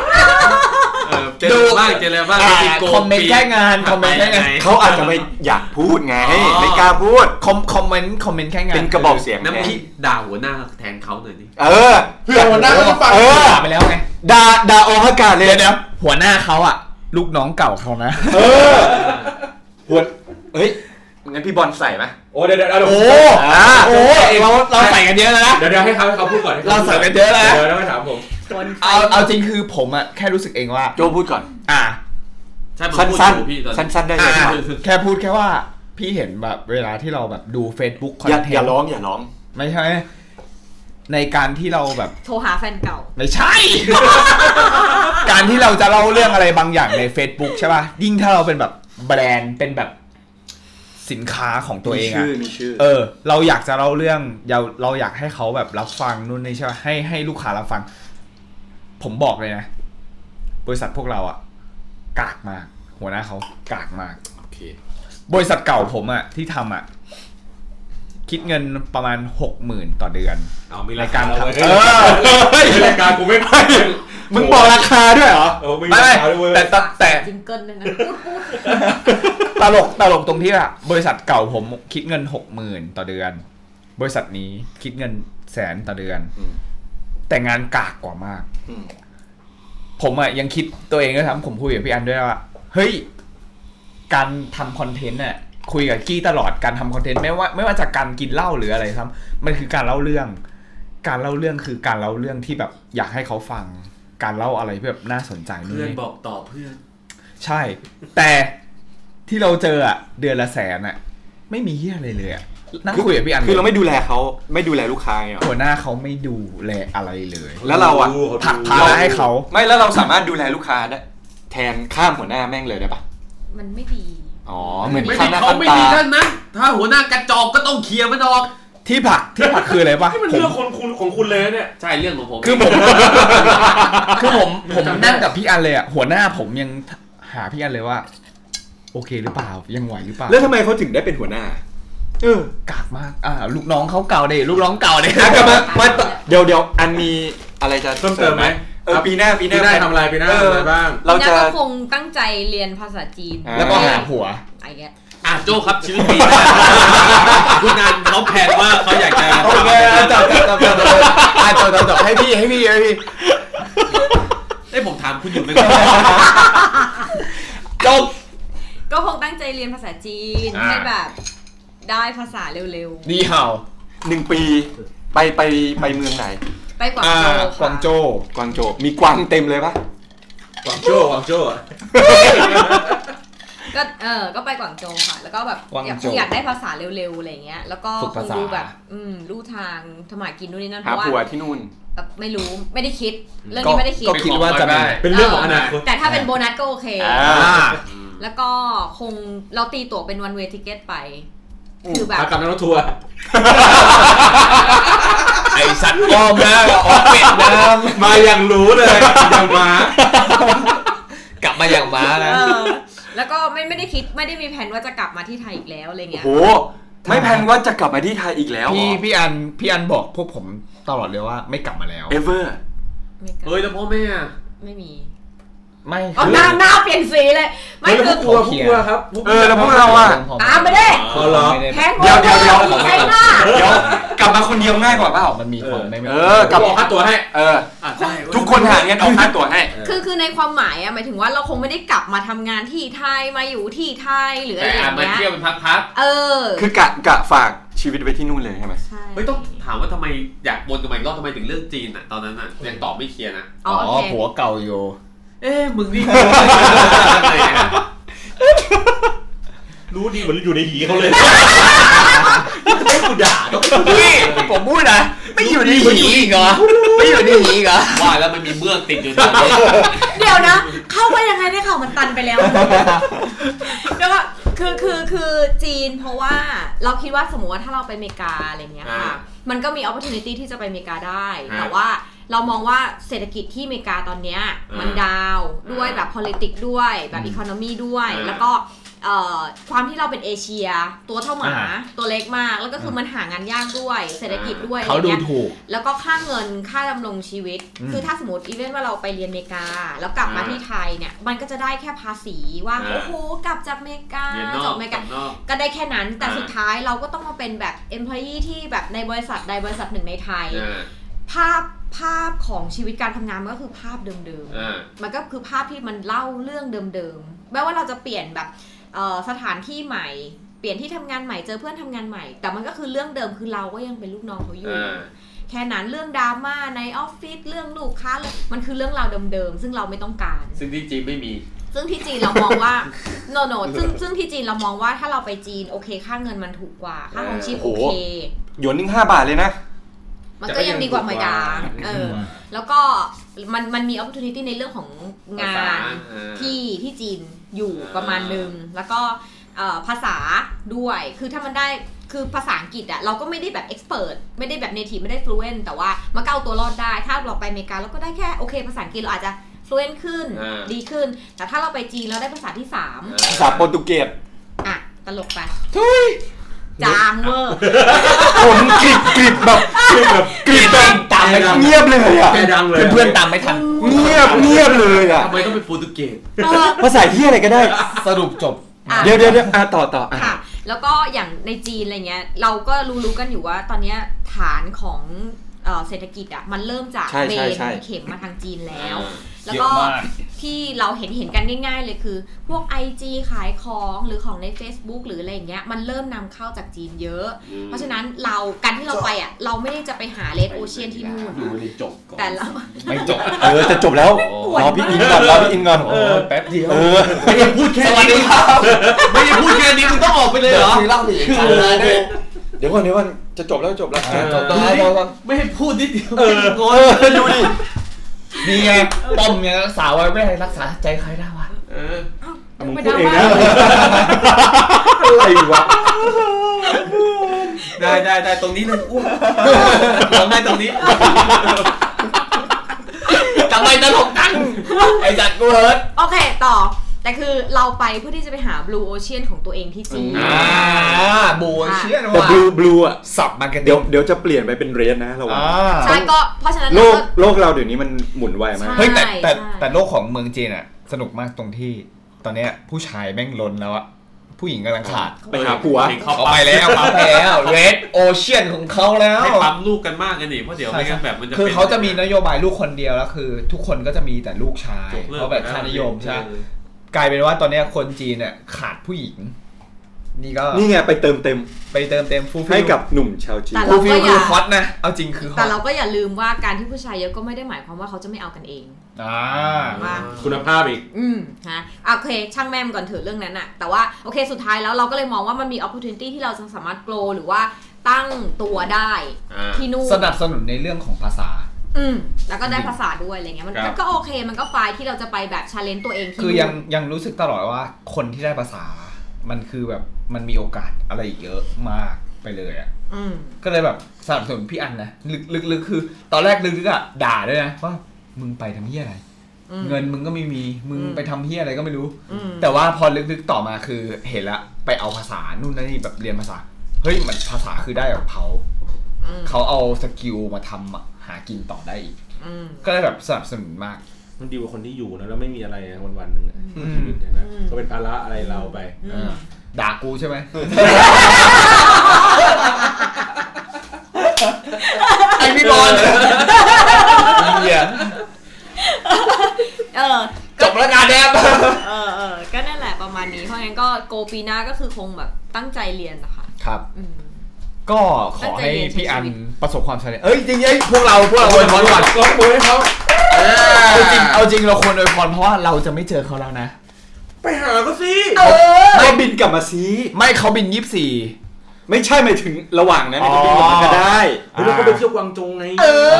Speaker 8: เออเจออะไรบ้างเจออะไรบ้างปีโก
Speaker 6: คอมเมนต์แค่งานคอมเมนต์แค่งาน
Speaker 8: ป
Speaker 1: เขาอาจจะไม่อยากพูดไง
Speaker 8: อ๋อ
Speaker 1: ไม่กล้าพูด
Speaker 6: คอมคอมเมนต์คอมเมนต์แค่งาน
Speaker 1: เป็นกระบอกเสียง
Speaker 8: น้ำ
Speaker 1: แท
Speaker 8: พี่
Speaker 1: น
Speaker 8: ด่าหัวหน้าแทนเขาหน่อยดิ
Speaker 1: เออ
Speaker 4: เพื่อนหัวหน้าก็ต้องฟัง
Speaker 1: เออ
Speaker 6: ด่าไปแล้วไง
Speaker 1: ด่าด่าออกอากาศเลย
Speaker 6: เดี๋ยวเดี๋ยวหัวหน้าเขาอะลูกน้องเก่าเขานะ
Speaker 1: เออหัวเฮ้ยงั้นพี่บอลใส่ไหม
Speaker 7: โอ้เดี๋ยวเดี๋ยวเดี๋ยว
Speaker 6: โอ้
Speaker 1: อ่า
Speaker 6: โอ้เราเราใส่กันเยอะแล้วนะ
Speaker 7: เดี๋ยวเดี๋ยวให้เขาให้เขาพูดก่อนให้ข
Speaker 6: เราใส่กันเยอะแล้วนะ
Speaker 7: เดี๋ยวเดี๋ยวไม่ถามผม
Speaker 9: คนไฟ
Speaker 6: เอาเอาจริงคือผมอะแค่รู้สึกเองว่า
Speaker 1: โจพูดก่อน
Speaker 6: อ่ะ
Speaker 8: ใช่ผม
Speaker 1: สั้น
Speaker 8: พูด
Speaker 1: สั้น
Speaker 8: อยู่พี่ตอน
Speaker 1: สั้น
Speaker 8: นี้
Speaker 1: สั้นๆได้เลย
Speaker 6: อ่า
Speaker 1: ครับ
Speaker 6: แค่พูดแค่ว่าพี่เห็นแบบเวลาที่เราแบบดู Facebook คอน
Speaker 1: อย่า
Speaker 6: เท
Speaker 1: อย่าน
Speaker 6: ต์
Speaker 1: ร้องอย่าร้อง
Speaker 6: ไม่ใช่ ในการที่เราแบบ
Speaker 9: โทรหาแฟนเก่า
Speaker 6: ไม่ใช่ (laughs) การที่เราจะเล่าเรื่องอะไรบางอย่างใน Facebook ใช่ป่ะยิ่งถ้าเราเป็นแบบแบรนด์เป็นแบบสินค้าของตัวเอง
Speaker 1: มีชื่
Speaker 6: อะ
Speaker 1: อมีชื่อ
Speaker 6: เออ เราอยากจะเล่าเรื่องเราเราอยากให้เขาแบบรับฟังนู่นนี่ใช่ป่ะให้ให้ลูกค้ารับฟัง ผมบอกเลยนะ บริษัทพวกเราอะกากมาก หัวหน้าเขากากมาก
Speaker 1: โอเค
Speaker 6: บริษัทเก่าผมอะที่ทำอะคิดเงินประมาณหกหมื่นต่อเดือน
Speaker 7: เอามี
Speaker 6: รายการ
Speaker 7: เว้ย
Speaker 6: ทำเอ
Speaker 7: มีรายการกูไม่ไป
Speaker 1: มึงบอกราคาด้วยเหรอ
Speaker 7: เออมี
Speaker 6: ไม่ไม่
Speaker 7: รายการด้วยเว้ย
Speaker 6: แต่แต่แต่
Speaker 9: จิงเกิลนึงนะพูด
Speaker 6: (laughs) ตลกตลกตรงที่อะบริษัทเก่าผมคิดเงินหกหมื่นต่อเดือน บริษัทนี้คิดเงินแสนต่อเดือน
Speaker 1: อืม
Speaker 6: แต่งานกากกว่ามาก
Speaker 1: อืม
Speaker 6: ผมอะยังคิดตัวเองด้วยซ้ำผมคุยกับพี่อันด้วยว่าเฮ้ย การทำคอนเทนต์อะคุยกับกี้ตลอดการทำคอนเทนต์ไม่ว่า ไม่ว่าจากการกินเหล้าหรืออะไรครับ มันคือการเล่าเรื่อง การเล่าเรื่องคือการเล่าเรื่องที่แบบอยากให้เขาฟัง การเล่าอะไรที่แบบน่าสนใจนู่น
Speaker 8: เพื่อน
Speaker 6: นี่
Speaker 8: บอกต่อเพื่อน
Speaker 6: ใช่ แต่ที่เราเจออะเดือนละแสนอะไม่มีเฮียอะไรเลยอะ
Speaker 9: ๆ
Speaker 6: นั่งคุยกับพี่อัน
Speaker 1: คือเราไม่ดูแลเขาไม่ดูแลลูกค้าไงหรอ
Speaker 6: หัวหน้าเขาไม่ดูแลอะไรเลย
Speaker 1: แล้วเราอ่ะ
Speaker 6: ผลักพาให้เขา
Speaker 1: ไม่แล้วเราสามารถดูแลลูกค้าได้แทนข้ามหัวหน้าแม่งเลยได้ปะ
Speaker 9: มันไม่ดี
Speaker 1: อ๋อเหมือน
Speaker 8: ไม่
Speaker 1: ข้า
Speaker 8: ดี
Speaker 1: มหน้า
Speaker 8: เขา
Speaker 1: ข้าม
Speaker 8: ไม่
Speaker 1: ตา
Speaker 8: ดีนั่นนะ ถ้าหัวหน้ากระจอกก็ต้องเคลียร์มันออก
Speaker 6: ที่ผลักที่ผลักคืออะไรปะ
Speaker 7: นี่มัน
Speaker 6: ผม
Speaker 7: เรื่องของคุณของคุณเลยนะเนี่ย
Speaker 8: ใช่เรื่องของผม
Speaker 6: คือผมคือผมผมนั่งกับพี่อันเลยอ่ะหัวหน้าผมยังหาพี่อันเลยว่า โอเคหรือเปล่ายังไหวหรือเปล่า
Speaker 1: แล้วทำไมเขาถึงได้เป็นหัวหน้า เออก
Speaker 6: ากมากอ่าลูกน้องเขาเก่าเด็ลูกน้องเก่าเด็
Speaker 1: อ่ะกลับมามาต่อเดี๋ยวเดี๋ยวอันมีอะไรจะ
Speaker 7: เพิ่มเติมไหม
Speaker 1: เออปีหน้าปีหน้า
Speaker 7: ปีหน้าทำอะไรปีหน้า
Speaker 1: เ
Speaker 7: ทำอะไรบ้าง
Speaker 1: เราจะ
Speaker 9: น่ก็คงตั้งใจเรียนภาษาจีน
Speaker 1: อ่า
Speaker 6: แล้วก็หาผัว
Speaker 9: ไอ้แกส
Speaker 8: อ่ะโจ้ครับชีวิตดีนะคุณนันเขาแพลนว่าเขาอยากจะ
Speaker 6: โอเคจับจับจับจับจับจับจับให้พี่ให้พี่ให้พี่
Speaker 8: ได้ยผมถามคุณอยู่ไหมครับ
Speaker 6: จบ
Speaker 9: ก็คงตั้งใจเรียนภาษาจีน
Speaker 8: อ่า
Speaker 9: ให้แบบได้ภาษาเร็ว
Speaker 6: ดีเห่า
Speaker 1: หนึ่งปีไปไปไปเมืองไหน
Speaker 9: ๆ ไปกวาง
Speaker 6: อ่า
Speaker 9: โจวค่ะ
Speaker 6: กวางโจว
Speaker 1: กวางโจวมีกวางเต็มเลยปะ
Speaker 7: หวังโจ้หวังโจ้อะ
Speaker 9: ก็เออก็ไปกวางโจวค่ะ แล้วก็แบบอยากคงอยากได้ภาษาเร็วๆอะไรเงี้ย แล้วก็
Speaker 3: ฝึก
Speaker 9: ค
Speaker 3: ภาง ษา
Speaker 9: ดูแบบอืมรู้ทางทำหมากินนู่นนี่นั่นเพ
Speaker 1: หา
Speaker 9: ราะว่า
Speaker 1: ผัวที่นู่น
Speaker 9: แบบไม่รู้ไม่ได้คิด เรื่อง
Speaker 6: ก็
Speaker 9: นี้ไม่ได้คิด
Speaker 6: ก็คิดว่าจะมี
Speaker 7: เป็นเรื่องของอนาคต
Speaker 9: แต่ถ้าเป็นโบนัสก็โอเค
Speaker 1: อ่า
Speaker 9: แล้วก็คงเราตีตั๋วเป็น one way ticket ไป คือแบบ
Speaker 7: พากลับนั่งรถทัวร์
Speaker 6: ไอสัตว์อ้อมหน้าออกเป็ดนะ
Speaker 7: มาอย่างรู้เลยอย่างมา
Speaker 6: กลับมาอย่างม้านะ
Speaker 9: เออ แล้วก็ไม่ไม่ได้คิดไม่ได้มีแผนว่าจะกลับมาที่ไทยอีกแล้วอะไร
Speaker 1: โอ้
Speaker 9: เงี้ย
Speaker 1: โห ไม่แพลนว่าจะกลับมาที่ไทยอีกแล้ว
Speaker 6: พี่พี่อันพี่อันบอกพวกผมตลอดเลยว่าไม่กลับมาแล้ว
Speaker 1: เอเวอร์
Speaker 9: ไม่กลับ
Speaker 8: เฮ้ยแล้วพ่อแม่อะ
Speaker 9: ไม่มี
Speaker 6: ไม่
Speaker 9: อ๋อหน้าหน้าเปลี่ยนสีเลย ไม่
Speaker 7: แล้ว
Speaker 9: คื
Speaker 7: พว
Speaker 9: อก
Speaker 7: กลัวพวกกลัวครับพวกก
Speaker 1: เอ
Speaker 7: ลัว
Speaker 1: อแล้วพวกเราอ่ะ
Speaker 9: ตามไปเด้
Speaker 7: อ๋อเหรอ
Speaker 9: แพง
Speaker 1: เดี๋ยวเดี๋ยวเดี๋ยว
Speaker 9: อีกไอ้หน้า
Speaker 1: เดี๋ยวกลับมาคนเดียวง่ายกว่าเปล่า
Speaker 6: มันมีความไม่ไม่
Speaker 1: เออ
Speaker 7: กลับบอกค่าตัวให้
Speaker 1: เออ
Speaker 8: อ่ะได้เว้ย
Speaker 1: ทุกคนหาเงินออกค่าตั๋วให้
Speaker 9: คือคือในความหมายอะหมายถึงว่าเราคงไม่ได้กลับมาทำงานที่ไทยมาอยู่ที่ไทยหรืออะ
Speaker 8: แต่
Speaker 9: ไรอ
Speaker 8: อ่ะ
Speaker 9: ย่า
Speaker 8: มา
Speaker 9: งเงี้
Speaker 8: เที่ยวยเป็นพัก
Speaker 9: เออ
Speaker 1: คือกะกะฝากชีวิตไว้ที่นู่นเลยใช่ไหม
Speaker 9: ใช่
Speaker 8: ๆไม่ต้องถามว่าทำไมอยากวนกันมาอีกรอบทำไมถึงเลือกจีนอ่ะ ตอนนั้นอ่ะยังตอบไม่เคลียร์นะ
Speaker 9: อ๋
Speaker 6: อ๋
Speaker 9: อ
Speaker 6: อ
Speaker 9: โอเค
Speaker 6: ผัวเก่าอยู่
Speaker 8: เอ๊ะมึงนี่
Speaker 7: รู้ดีเหมือนอยู่ในหีเขาเลย ให้กูด่าเนอะ
Speaker 6: พี่ผมพูดนะไม่อยู่ในหีอีกเหรอไม่อยู่ในหีอีกเหรอ
Speaker 8: (laughs) ว่าแล้วมันมีเมือกติดอยู่ตรงนี้
Speaker 9: เดี๋ยวนะ เข้าไปยังไงได้ข่าวมันตันไปแล้วแล้วก็คือคือคือจีน เพราะว่าเราคิดว่าสมมติว่าถ้าเราไปอเมริกาอะไรเงี้ยค่ะมันก็มี opportunity ที่จะไปอเมริกาได้ แต่ว่าเรามองว่าเศรษฐกิจที่อเมริกาตอนเนี้ยมันดาวน์ด้วยแบบ politics ด้วยแบบ economy ด้วย แล้วก็เอ่อความที่เราเป็นเอเชีย ตัวเท่าหมา
Speaker 6: อ่า
Speaker 9: ตัวเล็กมาก แล้วก็คือมันหางานยากด้วยเศรษฐกิจด้วย
Speaker 6: เขา
Speaker 9: อะไร
Speaker 6: ดู
Speaker 9: งี้ย
Speaker 6: ถูก
Speaker 9: แล้วก็ค่าเงินค่าดำรงชีวิต
Speaker 6: อืม
Speaker 9: คือถ้าสมมติอีเวนต์ว่าเราไปเรียนอเมริกา แล้วกลับมาที่ไทยเนี่ย มันก็จะได้แค่ภาษีว่าโอ้โหกลับจากอเมริกา
Speaker 8: เรียนนอ
Speaker 9: จ
Speaker 8: ก
Speaker 9: บอเมริ
Speaker 8: จ
Speaker 9: กา
Speaker 8: บนอก
Speaker 9: ก็ได้แค่นั้น แต่
Speaker 8: อ่า
Speaker 9: สุดท้ายเราก็ต้องมาเป็นแบบ employee ที่แบบในบริษัทใดบริษัทหนึ่งในไทย
Speaker 8: อ่า
Speaker 9: ภาพภาพของชีวิตการทำงานมันก็คือภาพเดิม
Speaker 8: อ่า
Speaker 9: ๆ มันก็คือภาพที่มันเล่าเรื่องเดิมๆแม้ว่าเราจะเปลี่ยนแบบเอ่อสถานที่ใหม่ เปลี่ยนที่ทำงานใหม่เจอเพื่อนทำงานใหม่ แต่มันก็คือเรื่องเดิมคือเราก็ยังเป็นลูกน้องเขาอยู่
Speaker 8: อ่า
Speaker 9: แค่นั้นเรื่องดราม่าในออฟฟิศเรื่องลูกค้าเลยมันคือเรื่องราวเดิมๆ ซึ่งเราไม่ต้องการ
Speaker 8: ซึ่งที่จีนไม่มี
Speaker 9: ซึ่งที่จีนเรามองว่า (laughs) โนโนซึ่งซึ่งที่จีนเรามองว่าถ้าเราไปจีนโอเค ค่าเงินมันถูกกว่า ค่าของชีพโอ
Speaker 1: โอ้โห
Speaker 9: เค
Speaker 1: หยวนหนึ่งห้าบาทเลยนะ
Speaker 9: มันก็ยังดีกว่าอเมริกาเออ
Speaker 6: อืม
Speaker 9: แล้วก็มันมันมี opportunity ในเรื่องของงา
Speaker 8: ภาษาน อ่า
Speaker 9: ที่ที่จีนอยู่ประมาณนึง แล้วก็เอ่อภาษาด้วย คือถ้ามันได้คือภาษาอังกฤษอะเราก็ไม่ได้แบบ expert ไม่ได้แบบ native ไม่ได้ fluent แต่ว่ามันก็เอาตัวรอดได้ ถ้าเราไปอเมริกาเราก็ได้แค่โอเค ภาษาอังกฤษเราอาจจะ fluent ขึ้น
Speaker 8: อ่า
Speaker 9: ดีขึ้น แต่ถ้าเราไปจีนเราได้ภาษาที่สาม
Speaker 1: ภาษาโปรตุเกส
Speaker 9: อ่ะตลกไปจางเวอร์
Speaker 1: ผมกริบกริบแบบกริบแบบ
Speaker 6: ตามไม่ทัน
Speaker 1: เงียบเลยอ่ะ
Speaker 7: แกดังเลย
Speaker 6: เพื่อนๆตามไม่ทัน
Speaker 1: เงียบเงียบเลยอ่ะ
Speaker 8: ทำไมต้องเป็นโปรตุเกส
Speaker 9: เออ
Speaker 1: ภาษาที่อะไรก็ได้
Speaker 6: สรุปจบ
Speaker 9: อ่ะ
Speaker 1: เดี๋ยวเดี๋ยวเดี๋ยวอ่ะต่อต่ออ่ะ
Speaker 9: ค่ะ แล้วก็อย่างในจีนอะไรเงี้ย เราก็รู้รู้ๆกันอยู่ว่าตอนเนี้ยฐานของเอ่อเศรษฐกิจอ่ะมันเริ่มจาก
Speaker 1: ใช่
Speaker 9: เบ
Speaker 1: ใช่
Speaker 9: น
Speaker 1: ใช่
Speaker 9: เข็มมาทางจีนแล้ว
Speaker 8: อ่า
Speaker 9: แล้วก็
Speaker 6: เยอะมาก
Speaker 9: ที่เราเห็นเห็นกันง่าย ๆ เลยคือ พวก IG ขายของหรือของใน Facebook หรืออะไรอย่างเงี้ยมันเริ่มนำเข้าจากจีนเยอะ เพราะฉะนั้นเราการที่เราไปอ่ะเราไม่ได้จะไปหาเลดโอเชียนที่นู่น
Speaker 7: ดูเลยจบก่อน
Speaker 9: แต่เรา
Speaker 6: ไม่จบ
Speaker 1: เออจะจบแล้ว
Speaker 9: ปวด
Speaker 1: ร
Speaker 9: มาก
Speaker 1: อพี่อินก่อนรอพี่อินก่อน
Speaker 6: โอ้ยแป๊บเดียว
Speaker 1: เออ
Speaker 6: ไม่ได้พูดแค่
Speaker 8: สวัส
Speaker 6: นี้
Speaker 8: ดีครับ ไม่ได้พูดแค่นี้มึงต้องออกไปเลยเหรอ
Speaker 5: เล่าถึงอีกครั้งนะ
Speaker 1: ดี๋ยวก่อนเดี๋ยวก่อนจะจบแล้วจะจบแล้ว
Speaker 6: เออจบแล้วจบแล้ว
Speaker 10: ไม่ให้พูดนิดเดียว
Speaker 1: เออดูดิ
Speaker 6: นี่ไงป้อมไงรักษาไว้ไม่ให้รักษาใจใครได้วะ
Speaker 9: มึงพูดเองนะ
Speaker 1: อะไรวะ
Speaker 10: ได้ได้ได้ตรงนี้เลยอ้วกร้องได้ตรงนี้
Speaker 6: ทำไมตลกจัง ไอ้จัดกูเฮิร์ต
Speaker 9: โอเคต่อ แต่คือเราไปเพื่อที่จะไปหา blue ocean ของตัวเองที่จีน
Speaker 1: อืม
Speaker 6: อ่าบูเชียน
Speaker 1: แต่
Speaker 6: ว่ะ
Speaker 1: บลูบลูอ่ะ
Speaker 6: สับมาร์เก็ต
Speaker 1: เดี๋ยวเดี๋ยวจะเปลี่ยนไปเป็นเรดนะระวัง
Speaker 6: อ่า
Speaker 9: ใช่ก็เพราะฉะนั้น
Speaker 1: โลก
Speaker 9: เราก็
Speaker 1: โลกเราเดี๋ยวนี้มันหมุนไวมาก
Speaker 9: ใช่
Speaker 6: เฮ้ยแต่แต่
Speaker 9: ใช่
Speaker 6: แต่โลกของเมืองจีนอ่ะ สนุกมากตรงที่ ตอนเนี้ยผู้ชายแม่งล้นแล้วอะผู้หญิงกำลังขาด
Speaker 1: ไปหาผัว
Speaker 11: เห็นเขา
Speaker 6: เขาไปแล้วเขาไปแล้ว Red Ocean ของเขาแล้ว
Speaker 11: ให้ปั๊มลูกกันมากกันนี่เพราะเดี๋ยวไม่งั้นแบบมันจะ
Speaker 6: คือ
Speaker 11: ป็น
Speaker 6: เขาจะมีนโยบายลูกคนเดียวแล้วคือ ทุกคนก็จะมีแต่ลูกชาย
Speaker 11: ยกเลิก
Speaker 6: เพราะแบบค่านิยมใช่กลายเป็นว่าตอนเนี้ยคนจีนเนี่ยขาดผู้หญิง นี่ก็
Speaker 1: นี่ไงไปเติมเต็ม
Speaker 6: ไปเติมเต็มฟูลฟิล
Speaker 1: ให้กับหนุ่มชาวจีน
Speaker 9: แต่
Speaker 6: ฟู
Speaker 9: เรา
Speaker 6: ลฟิ
Speaker 9: ก็
Speaker 6: ล
Speaker 9: อ
Speaker 6: คื
Speaker 9: ย่า
Speaker 6: อฮอตนะเอาจริงคือฮ
Speaker 9: แต่
Speaker 6: อต
Speaker 9: เราก็อย่าลืมว่าการที่ผู้ชายเยอะก็ไม่ได้หมายความว่าเขาจะไม่เอากันเอง
Speaker 6: อ่า
Speaker 9: ว่า
Speaker 8: คุณภาพอีก
Speaker 9: อืมฮะอ่ะโอเค ช่างแม่มก่อนเถอะเรื่องนั้นอะแต่ว่าโอเคสุดท้ายแล้วเราก็เลยมองว่ามันมี opportunity ที่เราจะสามารถ grow หรือว่าตั้งตัวได้
Speaker 11: อ่า
Speaker 9: ที่นู่น
Speaker 6: สนับสนุนในเรื่องของภาษา
Speaker 9: อืม แล้วก็ได้ภาษาด้วยอะไรเงี้ยมัน
Speaker 11: ครับ
Speaker 9: มันก็โอเค มันก็ไฟล์ที่เราจะไปแบบชาเลนจ์ตัวเองที่
Speaker 6: คือยัง
Speaker 9: นู่น
Speaker 6: ยังรู้สึกตลอดว่าคนที่ได้ภาษา มันคือแบบมันมีโอกาสอะไรเยอะมากไปเลยอ่ะ
Speaker 9: อืม
Speaker 6: ก็เลยแบบสนับสนุนพี่อันนะลึกลึกลึกคือ ตอนแรกลึกๆอ่ะด่าด้วยนะว่ามึงไปทำเฮียอะไร
Speaker 9: อืม
Speaker 6: เงินมึงก็ไม่มีมึง
Speaker 9: อืม
Speaker 6: ไปทำเฮียอะไรก็ไม่รู้
Speaker 9: อืม
Speaker 6: แต่ว่าพอลึกๆต่อมาคือเห็นละไปเอาภาษานู่นนั่นนี่แบบเรียนภาษา เฮ้ยมันภาษาคือได้แบบเขา
Speaker 9: อืม
Speaker 6: เขาเอาสกิลมาทำหากินต่อได้อีก
Speaker 9: อืม
Speaker 6: ก็เลยแบบสนับสนุนมาก
Speaker 8: มันดีกว่าคนที่อยู่นะแล้วไม่มีอะไรวันวันๆหนึ่งอะ
Speaker 6: อืม
Speaker 8: ชีวิตเนี่ยนะ
Speaker 9: อืม
Speaker 8: ก็เป็นภาระอะไรเราไป
Speaker 6: อ่าด่ากูใช่
Speaker 9: (laughs)
Speaker 6: ไหม
Speaker 12: ไอพี่บอล
Speaker 6: เหี้ย
Speaker 9: เออ
Speaker 6: จบแล้วงานแดบ
Speaker 9: เออเออก็นั่นแหละประมาณนี้ เพราะงั้นก็โกปีหน้าก็คือคงแบบตั้งใจเรียนนะคะ
Speaker 6: ครับ
Speaker 9: อืม
Speaker 6: ก็ขอให้พี่อันประสบความสำเร็จ เอ้ยจริงๆเอ้ยพวกเราพวกเราอวยพรก่อน
Speaker 12: ร้องโวยให้เขา
Speaker 6: เอาจริงเอาจริงเราควรอวยพรเพราะว่าเราจะไม่เจอเขาแล้วนะ
Speaker 8: ไปหาก็สิ
Speaker 1: ก็บินกลับมาซี
Speaker 6: ไม่เขาบินยี่สิบสี่
Speaker 1: ไม่ใช่หมายถึงระหว่างนั้น
Speaker 6: อ๋อ
Speaker 1: จะบินกลับมาก็ได้
Speaker 8: เฮ้ยเราก็ไปเที่ยวกวางจงไง
Speaker 1: ก